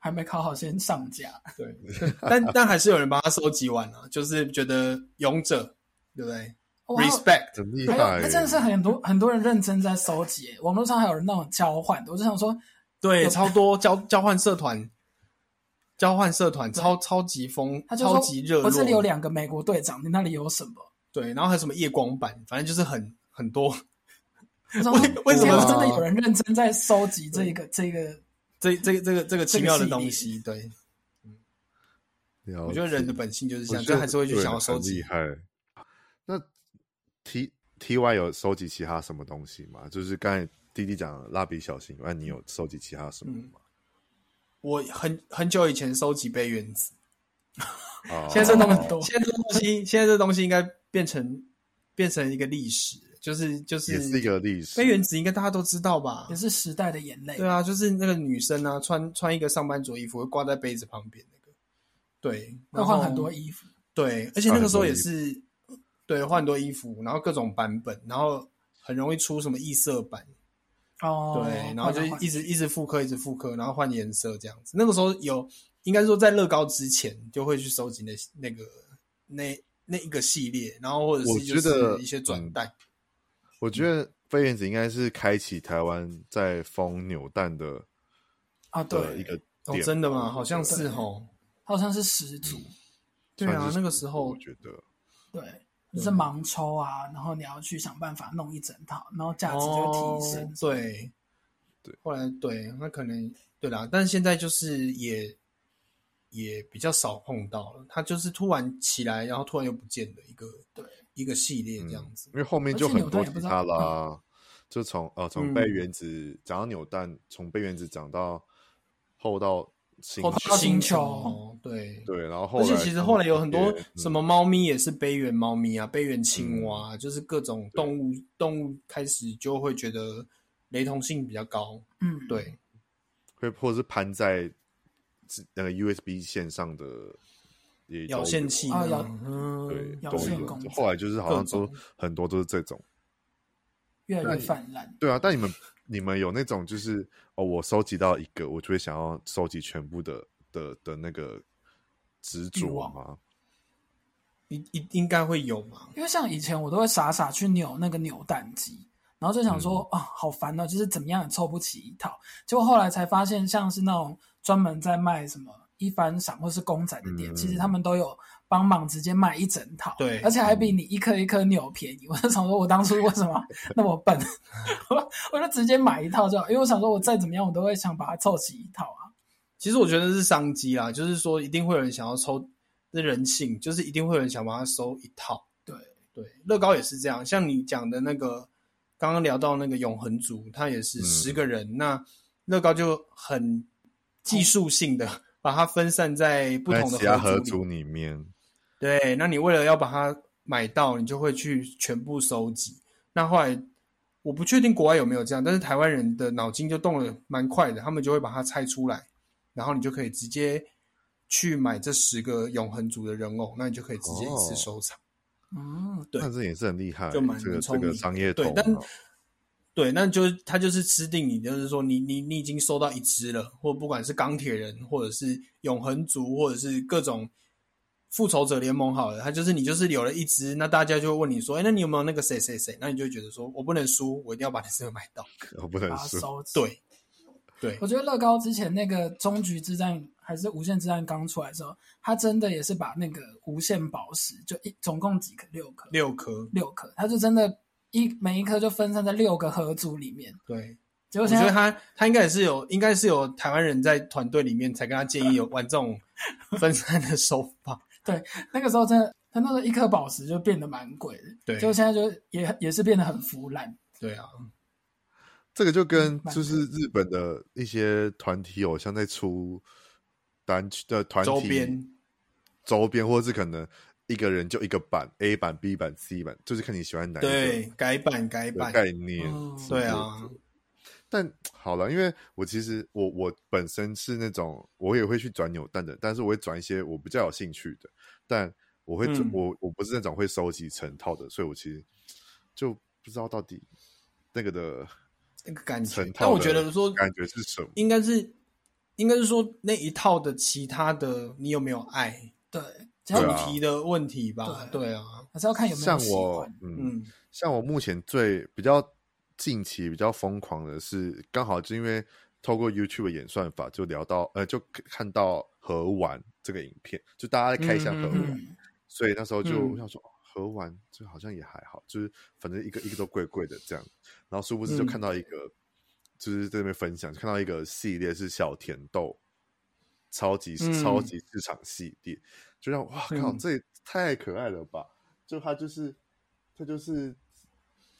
Speaker 2: 还没烤好先上架，
Speaker 3: 对，
Speaker 1: <laughs>
Speaker 3: 但但还是有人把它收集完了、就是觉得勇者，对不对
Speaker 2: 哦还有
Speaker 3: ？Respect，
Speaker 1: 很厉
Speaker 2: 还
Speaker 1: 害、欸
Speaker 2: 有，那真的是很多很多人认真在收集耶，网络上还有人那种交换的，我就想说，
Speaker 3: 对，
Speaker 2: 有
Speaker 3: 超多交交换社团，交换社团超超级疯，
Speaker 2: 他就
Speaker 3: 超
Speaker 2: 说
Speaker 3: 级热络，
Speaker 2: 我这里有两个美国队长，你那里有什么？
Speaker 3: 对，然后还有什么夜光版，反正就是很很多。
Speaker 2: 我想
Speaker 3: 为
Speaker 2: 说
Speaker 3: 为什么
Speaker 2: 天啊真的有人认真在收集这一个这一个？
Speaker 3: 这这个这个这个奇妙的
Speaker 2: 这个系
Speaker 3: 东
Speaker 2: 列
Speaker 3: 西，对
Speaker 1: 了解，
Speaker 3: 我觉得人的本性就是这
Speaker 1: 我
Speaker 3: 样，
Speaker 1: 觉
Speaker 3: 就
Speaker 1: 得
Speaker 3: 还是会去
Speaker 1: 对
Speaker 3: 想要收
Speaker 1: 很厉
Speaker 3: 集。
Speaker 1: 害。那 T T Y 有收集其他什么东西吗？就是刚才弟弟讲的蜡笔小新以外，你有收集其他什
Speaker 3: 嗯
Speaker 1: 么吗？
Speaker 3: 我很很久以前收集杯原子，
Speaker 1: 啊，
Speaker 3: 现在
Speaker 2: 真
Speaker 3: 这
Speaker 2: 的
Speaker 3: 东
Speaker 2: 很哦多
Speaker 3: 现在这东西，现在这东西应该变成变成一个历史，就是就是
Speaker 1: 也是一个历史
Speaker 3: 飞。原子应该大家都知道吧
Speaker 2: 也？是时代的眼泪。
Speaker 3: 对啊，就是那个女生啊，穿穿一个上班族衣服，会挂在杯子旁边那个。对，
Speaker 2: 要
Speaker 3: 然
Speaker 2: 换
Speaker 3: 后
Speaker 2: 很多衣服，
Speaker 3: 对，而且那个时候也是，对，换很多衣服，然后各种版本，然后很容易出什么异色版，
Speaker 2: 哦，
Speaker 3: 对，然后就
Speaker 2: 换来换去
Speaker 3: 一直一直复刻，一直复刻，然后换颜色这样子。那个时候有，应该说在乐高之前就会去收集那那个那那一个系列，然后或者
Speaker 1: 我
Speaker 3: 是就
Speaker 1: 觉得
Speaker 3: 是一些转
Speaker 1: 嗯
Speaker 3: 带。
Speaker 1: 我觉得飞原子应该是开启台湾在封扭蛋的
Speaker 2: 啊，
Speaker 1: 的一
Speaker 2: 对，
Speaker 1: 个
Speaker 3: 哦，
Speaker 1: 点
Speaker 3: 真的吗？好像是
Speaker 2: 对
Speaker 3: 哦。
Speaker 2: 好像是十足，
Speaker 3: 对
Speaker 1: 算
Speaker 3: 啊，
Speaker 1: 是
Speaker 3: 那个时候
Speaker 1: 我觉得
Speaker 2: 对，就是盲抽啊，然后你要去想办法弄一整套，然后价值就提升
Speaker 3: 哦。对，
Speaker 1: 对，
Speaker 3: 后来对，那可能对啦，但是现在就是也也比较少碰到了，它就是突然起来，然后突然又不见的一个
Speaker 2: 对
Speaker 3: 一个系列这样子。
Speaker 1: 嗯因为后面
Speaker 2: 而
Speaker 1: 就
Speaker 2: 且
Speaker 1: 很
Speaker 2: 扭
Speaker 1: 多
Speaker 2: 蛋也
Speaker 1: 其
Speaker 2: 不知
Speaker 1: 他
Speaker 2: 道
Speaker 1: 啦，就从呃从
Speaker 3: 嗯
Speaker 1: 杯原子讲到扭蛋，从杯原子讲到后到星
Speaker 3: 嗯后
Speaker 1: 球
Speaker 2: 到
Speaker 3: 星
Speaker 2: 星
Speaker 3: 球
Speaker 2: 球
Speaker 3: 哦，对。
Speaker 1: 对，然后后
Speaker 3: 而
Speaker 1: 来嗯
Speaker 3: 且其实后来有很多什
Speaker 1: 么
Speaker 3: 么猫咪也是杯原猫咪啊，杯原青蛙啊，就是各种动物动物开始就会觉得雷同性比较高，
Speaker 2: 嗯，
Speaker 3: 对，
Speaker 1: 会或者是攀在自那个 USB 线上的也都
Speaker 3: 咬线器
Speaker 1: 有
Speaker 2: 啊咬
Speaker 3: 嗯，
Speaker 1: 对
Speaker 2: 咬
Speaker 1: 都
Speaker 2: 线
Speaker 1: 有
Speaker 2: 公仔
Speaker 1: 后来就是好像
Speaker 3: 各
Speaker 1: 都
Speaker 3: 种
Speaker 1: 很多都是这种。
Speaker 2: 越来越泛滥。
Speaker 1: 对啊，但你们你们有那种就是哦，我收集到一个，我就会想要收集全部的的的那个执
Speaker 2: 欲
Speaker 1: 着
Speaker 2: 望
Speaker 1: 吗？
Speaker 3: 应应应该会有嘛，
Speaker 2: 因为像以前我都会傻傻去扭那个扭蛋机，然后就想说、
Speaker 3: 嗯
Speaker 2: 啊，好烦哦，就是怎么样也凑不齐一套。结果后来才发现，像是那种专门在卖什么一番赏或是公仔的店，
Speaker 1: 嗯
Speaker 2: 其实他们都有帮忙直接卖一整套，
Speaker 3: 对嗯
Speaker 2: 而且还比你一颗一颗扭便宜。我就想说，我当初为什么那么
Speaker 3: <laughs>
Speaker 2: 笨，我我就直接买一套就好，因为我想说，我再怎么样我都会想把它凑齐一套啊。
Speaker 3: 其实我觉得是商机啦，就是说一定会有人想要抽，这人性就是一定会有人想把它收一套。
Speaker 2: 对
Speaker 3: 对，乐高也是这样，像你讲的那个，刚刚聊到那个永恒族，它也是
Speaker 1: 嗯
Speaker 3: 十个人，那乐高就很技术性的把它分散在不
Speaker 1: 在
Speaker 3: 同
Speaker 1: 其
Speaker 3: 的
Speaker 1: 他合啊
Speaker 3: 组里
Speaker 1: 组里面，
Speaker 3: 对，那你为了要把它买到，你就会去全部收集。那后来我不确定国外有没有这样，但是台湾人的脑筋就动得蛮快的，他们就会把它拆出来，然后你就可以直接去买这十个永恒族的人偶，那你就可以直接一次
Speaker 1: 哦
Speaker 3: 收藏。
Speaker 2: 嗯，
Speaker 3: 对
Speaker 1: 但是也是很厉害，欸
Speaker 3: 就蛮
Speaker 1: 这个
Speaker 3: 聪
Speaker 1: 这
Speaker 3: 明
Speaker 1: 个商业头
Speaker 3: 对
Speaker 1: 脑，
Speaker 3: 但对，那就他就是吃定你，就是说你你你已经收到一只了，或不管是钢铁人，或者是永恒族，或者是各种复仇者联盟好了，他就是你就是有了一只，那大家就会问你说，哎，那你有没有那个谁谁谁？那你就会觉得说我不能输，我一定要把这只买到。
Speaker 1: 我不能
Speaker 3: 啊
Speaker 2: 把它
Speaker 1: 说，
Speaker 2: 收集。
Speaker 3: 对，对
Speaker 2: 我觉得乐高之前那个终局之战还是无限之战刚出来的时候，他真的也是把那个无限宝石就一总共几颗六颗
Speaker 3: 六颗，
Speaker 2: 六颗，他就真的一每一颗就分散在六个合组里面。
Speaker 3: 对，
Speaker 2: 结果
Speaker 3: 我
Speaker 2: 现
Speaker 3: 觉得
Speaker 2: 在
Speaker 3: 他他应该也是有，应该是有台湾人在团队里面才跟他建议有玩这种分散的手法。
Speaker 2: 那个时候真的，他那时候一颗宝石就变得蛮贵的，
Speaker 3: 对
Speaker 2: 结果现在就也也是变得很腐烂。
Speaker 3: 对啊，
Speaker 1: 这个就跟
Speaker 2: 蛮
Speaker 1: 就是日本的一些团体偶像在出单曲的团体
Speaker 3: 周边
Speaker 1: 周边，或者是可能一个人就一个版 A 版、B 版、C 版，就是看你喜欢哪一个
Speaker 3: 对改版改
Speaker 1: 的
Speaker 3: 版，
Speaker 1: 概念
Speaker 2: 嗯。
Speaker 1: 之
Speaker 3: 对
Speaker 1: 类
Speaker 3: 啊
Speaker 1: 的，但好了，因为我其实我我本身是那种我也会去转扭蛋的，但是我会转一些我比较有兴趣的，但我会、转
Speaker 3: 嗯
Speaker 1: 我我不是那种会收集成套的，所以我其实就不知道到底那个的
Speaker 3: 那个感觉
Speaker 1: 成。
Speaker 3: 但
Speaker 1: 套
Speaker 3: 我
Speaker 1: 的
Speaker 3: 觉得说
Speaker 1: 感觉是什么？
Speaker 3: 应该是，应该是说那一套的其他的，你有没有爱
Speaker 2: 对，只要
Speaker 3: 主
Speaker 1: 对啊
Speaker 3: 题的问题吧？
Speaker 2: 对
Speaker 3: 对啊，
Speaker 2: 还是要看有没有
Speaker 1: 像
Speaker 2: 喜
Speaker 1: 我
Speaker 2: 欢。
Speaker 1: 嗯
Speaker 3: 嗯，
Speaker 1: 像我目前最比较近期比较疯狂的是，刚好就因为透过 YouTube 的演算法，就聊到呃，就看到盒玩这个影片，就大家在开箱盒玩，
Speaker 3: 嗯
Speaker 2: 嗯，
Speaker 1: 所以那时候就
Speaker 3: 嗯
Speaker 1: 我想说，哦盒玩这好像也还好，就是反正一个一个都贵贵的这样，然后殊不知就
Speaker 3: 嗯
Speaker 1: 看到一个，就是在那边分享，看到一个系列是小甜豆。超级
Speaker 3: 嗯
Speaker 1: 超级市场系列，就让我哇靠，
Speaker 3: 嗯
Speaker 1: 这也太可爱了吧！就他就是他就是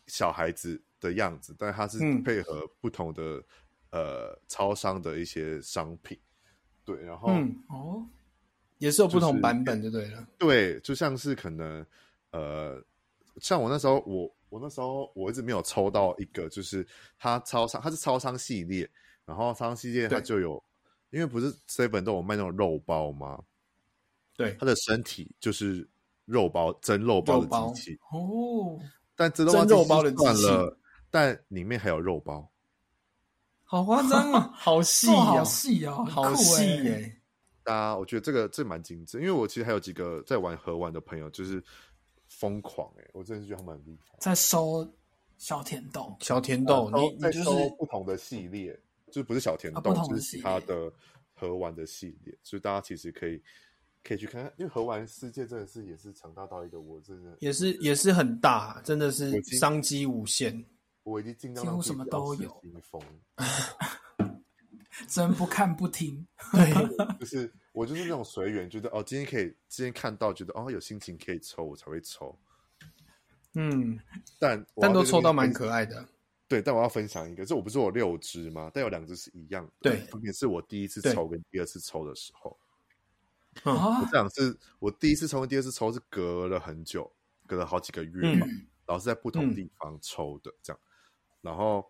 Speaker 1: 小孩子的样子，但他是
Speaker 3: 嗯
Speaker 1: 配合不同的、呃超商的一些商品，对，然后、
Speaker 3: 嗯，
Speaker 2: 哦，
Speaker 3: 也是有不
Speaker 1: 就
Speaker 3: 同
Speaker 1: 是
Speaker 3: 版本，就对了。
Speaker 1: 对，就像是可能呃，像我那时候我我那时候我一直没有抽到一个，就是它超商它是超商系列，然后超商系列它
Speaker 3: 对
Speaker 1: 就有，因为不是 seven 都有卖那种肉包吗？
Speaker 3: 对，
Speaker 1: 它的身体就是肉包蒸肉包
Speaker 3: 肉包
Speaker 1: 的机器，
Speaker 2: 哦，
Speaker 1: 但蒸
Speaker 3: 蒸肉
Speaker 1: 肉
Speaker 3: 包
Speaker 1: 包
Speaker 3: 的
Speaker 1: 的
Speaker 3: 机
Speaker 1: 算
Speaker 3: 器
Speaker 1: 了，但里面还有肉包，
Speaker 3: 好夸张啊，好细
Speaker 2: 哦
Speaker 3: 哦
Speaker 2: 好，细哦，很
Speaker 3: 好
Speaker 2: 酷
Speaker 3: 细
Speaker 2: 欸
Speaker 3: 耶！
Speaker 1: 大家我觉得这个这蛮精致，因为我其实还有几个在玩盒玩的朋友就是疯狂哎、我真的是觉得他们很厉害。
Speaker 2: <laughs> 在收小甜豆，
Speaker 3: 小甜豆，
Speaker 1: 呃然
Speaker 3: 你
Speaker 1: 后
Speaker 3: 你
Speaker 1: 再
Speaker 3: 就是
Speaker 1: 收不同的系列，就不是小甜
Speaker 2: 啊
Speaker 1: 豆，
Speaker 2: 不同的
Speaker 1: 就是其
Speaker 2: 系
Speaker 1: 他
Speaker 2: 列
Speaker 1: 的盒玩的系列，所以大家其实可以可以去看看，因为盒玩世界真的是也是强大到一个我真的
Speaker 3: 也是也是很大，真的
Speaker 1: 我
Speaker 3: 是
Speaker 1: 今
Speaker 3: 商机无限。
Speaker 1: <laughs> 我已经尽量
Speaker 2: 几
Speaker 1: 让
Speaker 2: 乎
Speaker 1: 自己
Speaker 2: 什么
Speaker 1: 不要
Speaker 2: 都
Speaker 1: 失
Speaker 2: 有
Speaker 1: 心
Speaker 3: <laughs>
Speaker 1: 疯，
Speaker 2: 真不看不听。
Speaker 1: 就是我就是那种随缘，觉得哦今天可以今天看到觉得哦有心情可以抽我才会抽，
Speaker 3: 嗯，
Speaker 1: 但我
Speaker 3: 但
Speaker 1: 要
Speaker 3: 都
Speaker 1: 在这
Speaker 3: 抽
Speaker 1: 边
Speaker 3: 到蛮
Speaker 1: 分
Speaker 3: 可爱的。
Speaker 1: 对，但我要分享一个，这我不是我六只吗？但有两只是一样的，
Speaker 3: 对
Speaker 1: 分别是我第一次
Speaker 3: 对
Speaker 1: 抽跟第二次抽的时候。
Speaker 3: 嗯
Speaker 1: 我
Speaker 2: 啊，
Speaker 1: 这两次，我第一次抽跟第二次抽是隔了很久，隔了好几个月吧，
Speaker 3: 嗯
Speaker 1: 然后是在不同地方抽的这样。然后，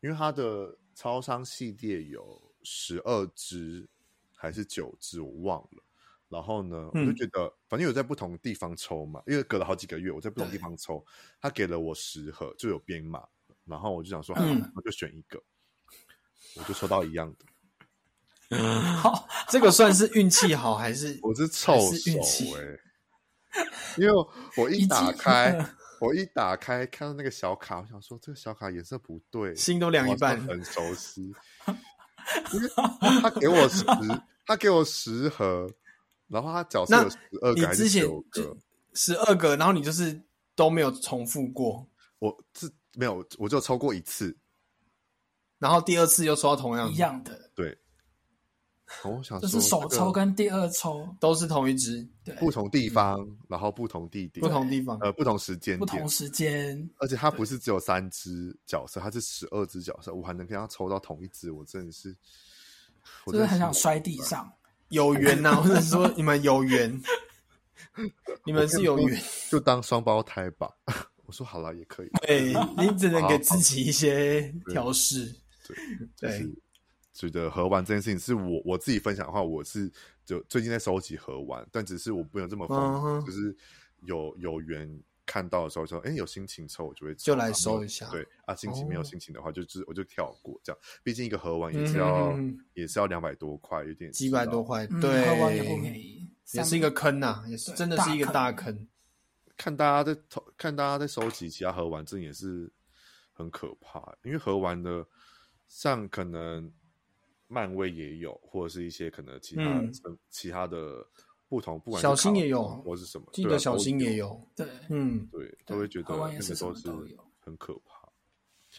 Speaker 1: 因为它的超商系列有十二只还是九只，我忘了。然后呢，我就
Speaker 3: 嗯
Speaker 1: 觉得、反正有在不同地方抽嘛，因为隔了好几个月，我在不同地
Speaker 2: 对
Speaker 1: 方抽，他给了我十盒，就有编码。然后我就想说，
Speaker 3: 嗯
Speaker 1: 好我就选一个，我就抽到一样的。
Speaker 2: 好，
Speaker 3: 这个算是运气好还是？
Speaker 1: 我是臭
Speaker 3: 还是
Speaker 1: 手
Speaker 3: 运气
Speaker 1: 哎、因为
Speaker 3: <laughs>
Speaker 1: 我一打开
Speaker 2: 一进，
Speaker 1: 我一打开看到那个小卡，我想说这个小卡颜色不对，
Speaker 3: 心都凉一
Speaker 1: 我好像
Speaker 3: 半
Speaker 1: 很熟悉。
Speaker 3: <laughs>
Speaker 1: 因为他给我十，他给我十盒，然后他角色
Speaker 3: 那
Speaker 1: 有十二
Speaker 3: 你
Speaker 1: 个还
Speaker 3: 之
Speaker 1: 是
Speaker 3: 前
Speaker 1: 九个
Speaker 3: 就？十二个，然后你就是都没有重复过，
Speaker 1: 我这没有，我就抽过一次，
Speaker 3: 然后第二次又抽到同样的
Speaker 2: 一样的，
Speaker 1: 对。哦我想
Speaker 2: 就是
Speaker 1: 说
Speaker 2: 首
Speaker 1: 这
Speaker 2: 抽
Speaker 1: 个
Speaker 2: 跟第二抽，
Speaker 3: 都是同一只，
Speaker 2: 对，
Speaker 1: 不同地方，然后不同地点，
Speaker 3: 嗯不同地方。
Speaker 1: 呃不同时间
Speaker 2: 不
Speaker 1: 点
Speaker 2: 同，时间，
Speaker 1: 而且它不是只有三只角色，它是十二只角色，我还能跟它抽到同一只，我真的是，我
Speaker 2: 就
Speaker 1: 真
Speaker 2: 是
Speaker 1: 的
Speaker 2: 很
Speaker 1: 是
Speaker 2: 想摔地上。
Speaker 3: 有缘呐、或者说你们有缘，你们是有缘。
Speaker 1: 就当双胞胎吧。 <laughs> 我说好了也可以，
Speaker 3: 对你只能给自己一些调试。
Speaker 1: 就是
Speaker 3: 对
Speaker 1: 觉得盒玩这件事情是我我自己分享的话，我是就最近在收集盒玩，但只是我没有这么
Speaker 3: 嗯
Speaker 1: 疯狂，
Speaker 3: 哼
Speaker 1: 就是有有缘看到的时候说，哎、有心情抽我就会抽
Speaker 3: 就来
Speaker 1: 啊
Speaker 3: 收
Speaker 1: 没有
Speaker 3: 一下
Speaker 1: 对啊，心情没有
Speaker 3: 哦
Speaker 1: 心情的话，就就是我就跳过这样。毕竟一个盒玩也
Speaker 3: 嗯
Speaker 1: 是
Speaker 3: 哼
Speaker 1: 要、
Speaker 3: 嗯哼
Speaker 1: 也是要两百多块，有点
Speaker 3: 几百多
Speaker 1: 知道。
Speaker 3: 块，
Speaker 2: 嗯，
Speaker 3: 对，
Speaker 2: 喝完也不便宜，
Speaker 3: 也
Speaker 2: 三
Speaker 3: 是一个坑呐、也是
Speaker 2: 对
Speaker 3: 真的是一个大
Speaker 2: 大
Speaker 3: 坑。
Speaker 1: 啊看大家在投，看大家在收集其他盒玩，这也是很可怕，因为盒玩的像可能漫威也有，或者是一些可能其他、
Speaker 3: 嗯
Speaker 1: 其他的不同，不管是
Speaker 3: 小新
Speaker 1: 卡
Speaker 3: 也有
Speaker 1: 通或是什么，
Speaker 3: 记
Speaker 1: 对
Speaker 3: 得
Speaker 1: 啊
Speaker 3: 小新也
Speaker 1: 有，
Speaker 3: 有，
Speaker 2: 对，
Speaker 3: 嗯，
Speaker 1: 对，
Speaker 2: 对
Speaker 1: 都会觉得
Speaker 2: 盒玩也
Speaker 1: 那
Speaker 2: 是
Speaker 1: 个
Speaker 2: 什么
Speaker 1: 是
Speaker 2: 都有
Speaker 1: 很可怕，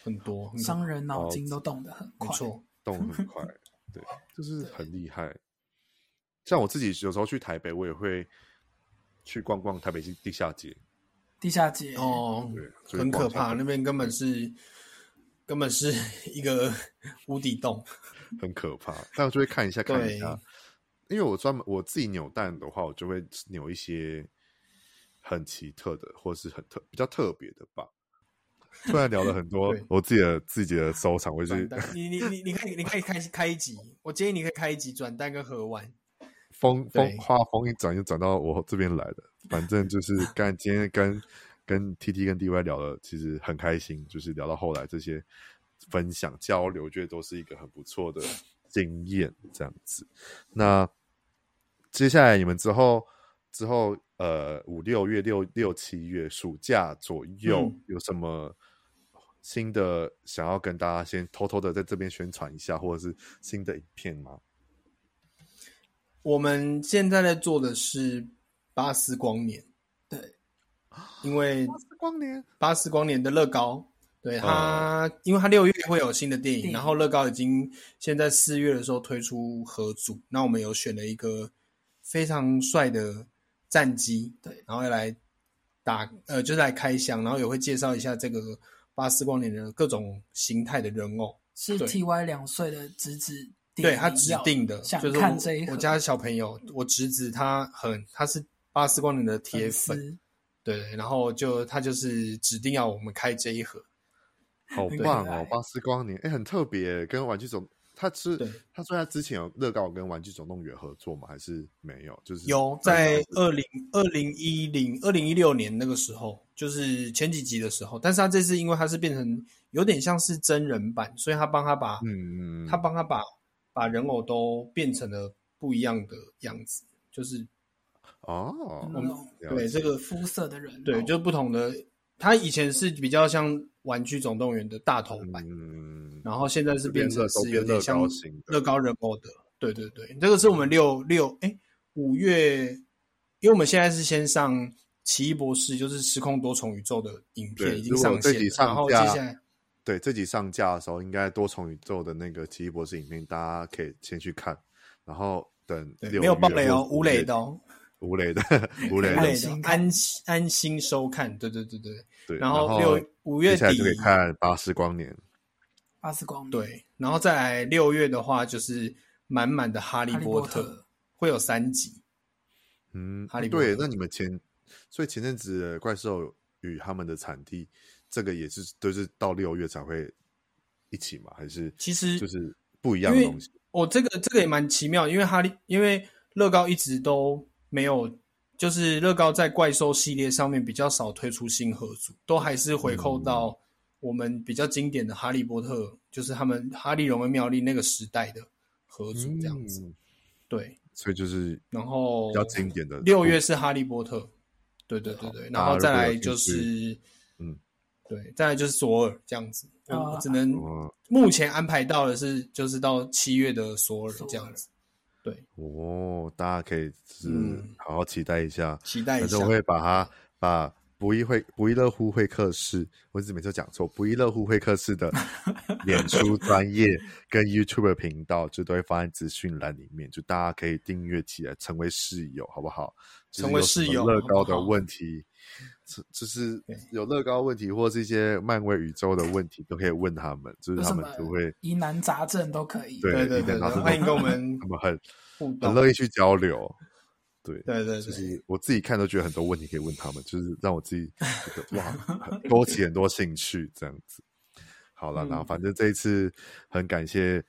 Speaker 3: 很多，
Speaker 1: 嗯
Speaker 3: 很多
Speaker 2: 商人脑筋都动得很
Speaker 3: 没
Speaker 2: 快，
Speaker 3: 错，
Speaker 1: 动很
Speaker 3: <laughs>
Speaker 1: 快，对，就是很厉害。像我自己有时候去台北，我也会去逛逛台北地地下街，
Speaker 2: 地下街
Speaker 3: 哦，
Speaker 1: 对，就是
Speaker 3: 很
Speaker 1: 逛
Speaker 3: 可怕，
Speaker 1: 台北
Speaker 3: 那边根本是根本是一个无底洞，
Speaker 1: 很可怕，但我就会看一下看一下
Speaker 3: 对，
Speaker 1: 因为我专门我自己扭蛋的话，我就会扭一些很奇特的，或是很特比较特别的吧。突然聊了很多
Speaker 3: <laughs> 对
Speaker 1: 我自己的自己的收藏，我就
Speaker 3: 转
Speaker 1: 是
Speaker 3: 蛋，你你你你可以你可以开开一集，我建议你可以开一集转蛋跟盒玩，
Speaker 1: 风风
Speaker 3: 对
Speaker 1: 话风一转就转到我这边来了。反正 <laughs> 就是刚才今天跟跟 T T 跟 D Y 聊了，其实很开心，就是聊到后来这些分享交流，我觉得都是一个很不错的经验。这样子，那接下来你们之后之后呃五六月六六七月暑假左右、
Speaker 3: 嗯
Speaker 1: 有什么？新的想要跟大家先偷偷的在这边宣传一下，或者是新的影片吗？
Speaker 3: 我们现在在做的是巴斯光年，
Speaker 2: 对，
Speaker 3: 因为
Speaker 1: 是光年，
Speaker 3: 巴斯光年的乐高，对它，因为它六月会有新的电
Speaker 2: 电
Speaker 3: 影，
Speaker 2: 影
Speaker 3: 然后乐高已经现在四月的时候推出合组，那我们有选了一个非常帅的战机，
Speaker 2: 对
Speaker 3: 然后要来打呃，就是来开箱，然后也会介绍一下这个巴斯光年的各种形态的人偶，
Speaker 2: 是
Speaker 3: 对
Speaker 2: T Y 两岁的侄子弟弟要，
Speaker 3: 对他指定的，
Speaker 2: 想
Speaker 3: 就是
Speaker 2: 看这一
Speaker 3: 我
Speaker 2: 盒
Speaker 3: 我家小朋友，我侄子他很他是巴斯光年的铁
Speaker 2: 粉
Speaker 3: 粉，
Speaker 2: 丝，
Speaker 3: 对，然后就他就是指定要我们开这一盒。 <laughs>
Speaker 1: 好
Speaker 2: 很可
Speaker 1: 棒
Speaker 2: 爱
Speaker 1: 哦！巴斯光年，哎，很特别，跟玩具总，他是
Speaker 3: 对
Speaker 1: 他说他之前有乐高跟玩具总动员合作吗？还是没有？就是
Speaker 3: 有在二零二零一零二零一六年那个时候，就是前几集的时候，但是他这次因为他是变成有点像是真人版，所以他帮他把、
Speaker 1: 嗯嗯，嗯
Speaker 3: 他帮他把把人偶都变成了不一样的样子，就是
Speaker 1: 哦，
Speaker 2: 那种
Speaker 1: 了
Speaker 3: 嗯
Speaker 1: 解
Speaker 3: 对这个
Speaker 2: 肤色的人，哦
Speaker 3: 对，就是不同的。他以前是比较像《玩具总动员》的大头版，
Speaker 1: 嗯，
Speaker 3: 然后现在是
Speaker 1: 就变
Speaker 3: 变成
Speaker 1: 乐
Speaker 3: 是
Speaker 1: 都
Speaker 3: 有
Speaker 1: 变
Speaker 3: 点
Speaker 1: 乐
Speaker 3: 像
Speaker 1: 高型的
Speaker 3: 乐高人偶的。对对对，这个是我们六六哎五月，因为我们现在是先上《奇异博士》，就是《时空多重宇宙》的影片
Speaker 1: 对
Speaker 3: 已经
Speaker 1: 如果
Speaker 3: 上
Speaker 1: 这
Speaker 3: 线
Speaker 1: 集
Speaker 3: 了，
Speaker 1: 上
Speaker 3: 然后接
Speaker 1: 架
Speaker 3: 下来
Speaker 1: 对这集上架的时候，应该多重宇宙的那个奇异博士影片，大家可以先去看，然后等
Speaker 3: 对
Speaker 1: 六
Speaker 3: 没有
Speaker 1: 月
Speaker 3: 爆雷
Speaker 1: 或
Speaker 3: 哦，
Speaker 1: 五
Speaker 3: 无雷
Speaker 1: 月
Speaker 3: 的哦，
Speaker 1: 无雷的无
Speaker 3: 无
Speaker 1: 雷
Speaker 3: <laughs>
Speaker 1: 的
Speaker 2: 对
Speaker 3: 雷
Speaker 2: 安
Speaker 3: 的
Speaker 2: 心，看
Speaker 3: 安心安心收看。对对对对，
Speaker 1: 对，
Speaker 3: 然
Speaker 1: 后
Speaker 3: 后六五月
Speaker 1: 接下来
Speaker 3: 底
Speaker 1: 就可以看巴斯光年，
Speaker 2: 巴斯光年，
Speaker 3: 对，然后再来六月的话就是满满的《哈利
Speaker 2: 哈利
Speaker 3: 波
Speaker 2: 波
Speaker 3: 特》
Speaker 2: 特，
Speaker 3: 会有三集。
Speaker 1: 嗯，
Speaker 3: 哈利波
Speaker 1: 对，
Speaker 3: 特
Speaker 1: 那你们前，所以前阵子的怪兽与他们的产地，这个也是都、是到六月才会一起嘛？还是
Speaker 3: 其实
Speaker 1: 就是不一样的东西？
Speaker 3: 哦，这个这个也蛮奇妙，因为哈利，因为乐高一直都没有，就是乐高在怪兽系列上面比较少推出新合组，都还是回扣到我们比较经典的哈利波特，就是他们哈利、荣恩、妙丽那个时代的合组这样子。
Speaker 1: 嗯
Speaker 3: 对，
Speaker 1: 所以就是
Speaker 3: 然后
Speaker 1: 比较经典的
Speaker 3: 六月是哈利波特，对对对对，然后再来就是，
Speaker 1: 嗯，
Speaker 3: 对，再来就是索尔这样子。我
Speaker 2: 啊
Speaker 3: 我只能
Speaker 1: 哦
Speaker 3: 目前安排到的是，就是到七月的索尔
Speaker 2: 索尔
Speaker 3: 这样子，对，
Speaker 1: 哦，大家可以就是
Speaker 3: 嗯
Speaker 1: 好好期待一下，
Speaker 3: 期待一
Speaker 1: 反
Speaker 3: 下
Speaker 1: 正我。会把它把不亦会不亦乐乎会客室，我只每次讲错，不亦乐乎会客室
Speaker 3: <laughs>
Speaker 1: 的脸书专业跟 YouTube 频道，就都会放在资讯栏里面，就大家可以订阅起来，成为室友，好不好？就是
Speaker 3: 成为
Speaker 1: 有什
Speaker 3: 室
Speaker 1: 么
Speaker 3: 友
Speaker 1: 乐
Speaker 3: 好不
Speaker 1: 高的
Speaker 3: 好
Speaker 1: 问题，就就是
Speaker 3: 对
Speaker 1: 有乐高问题或是一些漫威宇宙的问题，都可以问他们，就是
Speaker 2: 有
Speaker 1: 他
Speaker 2: 什
Speaker 1: 们
Speaker 2: 么
Speaker 1: 都会，
Speaker 2: 疑难杂症都可以。
Speaker 1: 对
Speaker 3: 对对
Speaker 1: 一点
Speaker 3: 对
Speaker 1: 老
Speaker 3: 对
Speaker 1: 师都
Speaker 3: 欢迎跟我们
Speaker 1: 他们很
Speaker 3: 互
Speaker 1: 很
Speaker 3: 动。
Speaker 1: 乐意去交流，对。
Speaker 3: 对对
Speaker 1: 就
Speaker 3: 对，
Speaker 1: 是我自己看都觉得很多问题可以问他们，就是让我自己觉得哇，很勾起很多兴趣这样子。好了，
Speaker 3: 嗯
Speaker 1: 然后反正这一次很感谢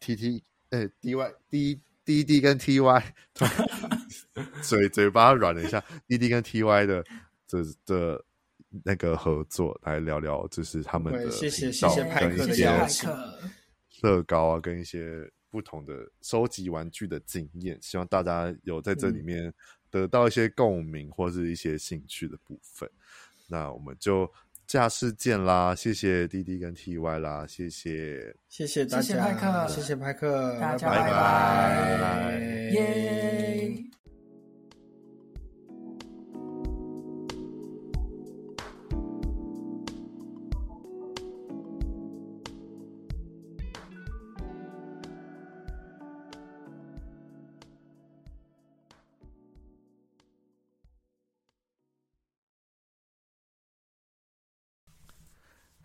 Speaker 1: T T 呃 D Y D D D 跟 T Y，突
Speaker 3: <laughs>
Speaker 1: 然嘴嘴巴软了一下，D D 跟 T Y 的这的那个合作来聊聊，就是他们的
Speaker 3: 对谢谢
Speaker 1: 频道
Speaker 3: 谢谢派
Speaker 1: 跟
Speaker 3: 克的
Speaker 1: 一些
Speaker 2: 谢谢
Speaker 3: 邀
Speaker 2: 派
Speaker 3: 请
Speaker 2: 克，
Speaker 1: 乐高啊，跟一些不同的收集玩具的经验，希望大家有在这里面得到一些共鸣或是一些兴趣的部分。那我们就下次见啦，谢谢滴滴跟 TY 啦，谢谢，
Speaker 3: 谢谢大
Speaker 2: 谢谢派
Speaker 3: 家，
Speaker 2: 克
Speaker 3: 谢谢派克，
Speaker 2: 大家
Speaker 1: 拜拜拜
Speaker 3: 拜
Speaker 1: 拜
Speaker 2: 耶！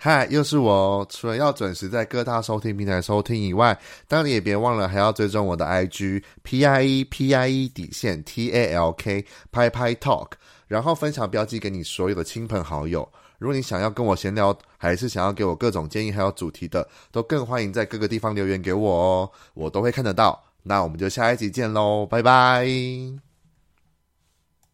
Speaker 1: 嗨，又是我哦。除了要准时在各大收听平台收听以外，当然也别忘了还要追踪我的 IG P I E P I E 底线 T A L K 拍拍 Talk，然后分享标记给你所有的亲朋好友。如果你想要跟我闲聊，还是想要给我各种建议还有主题的，都更欢迎在各个地方留言给我哦，我都会看得到。那我们就下一集见喽，拜拜。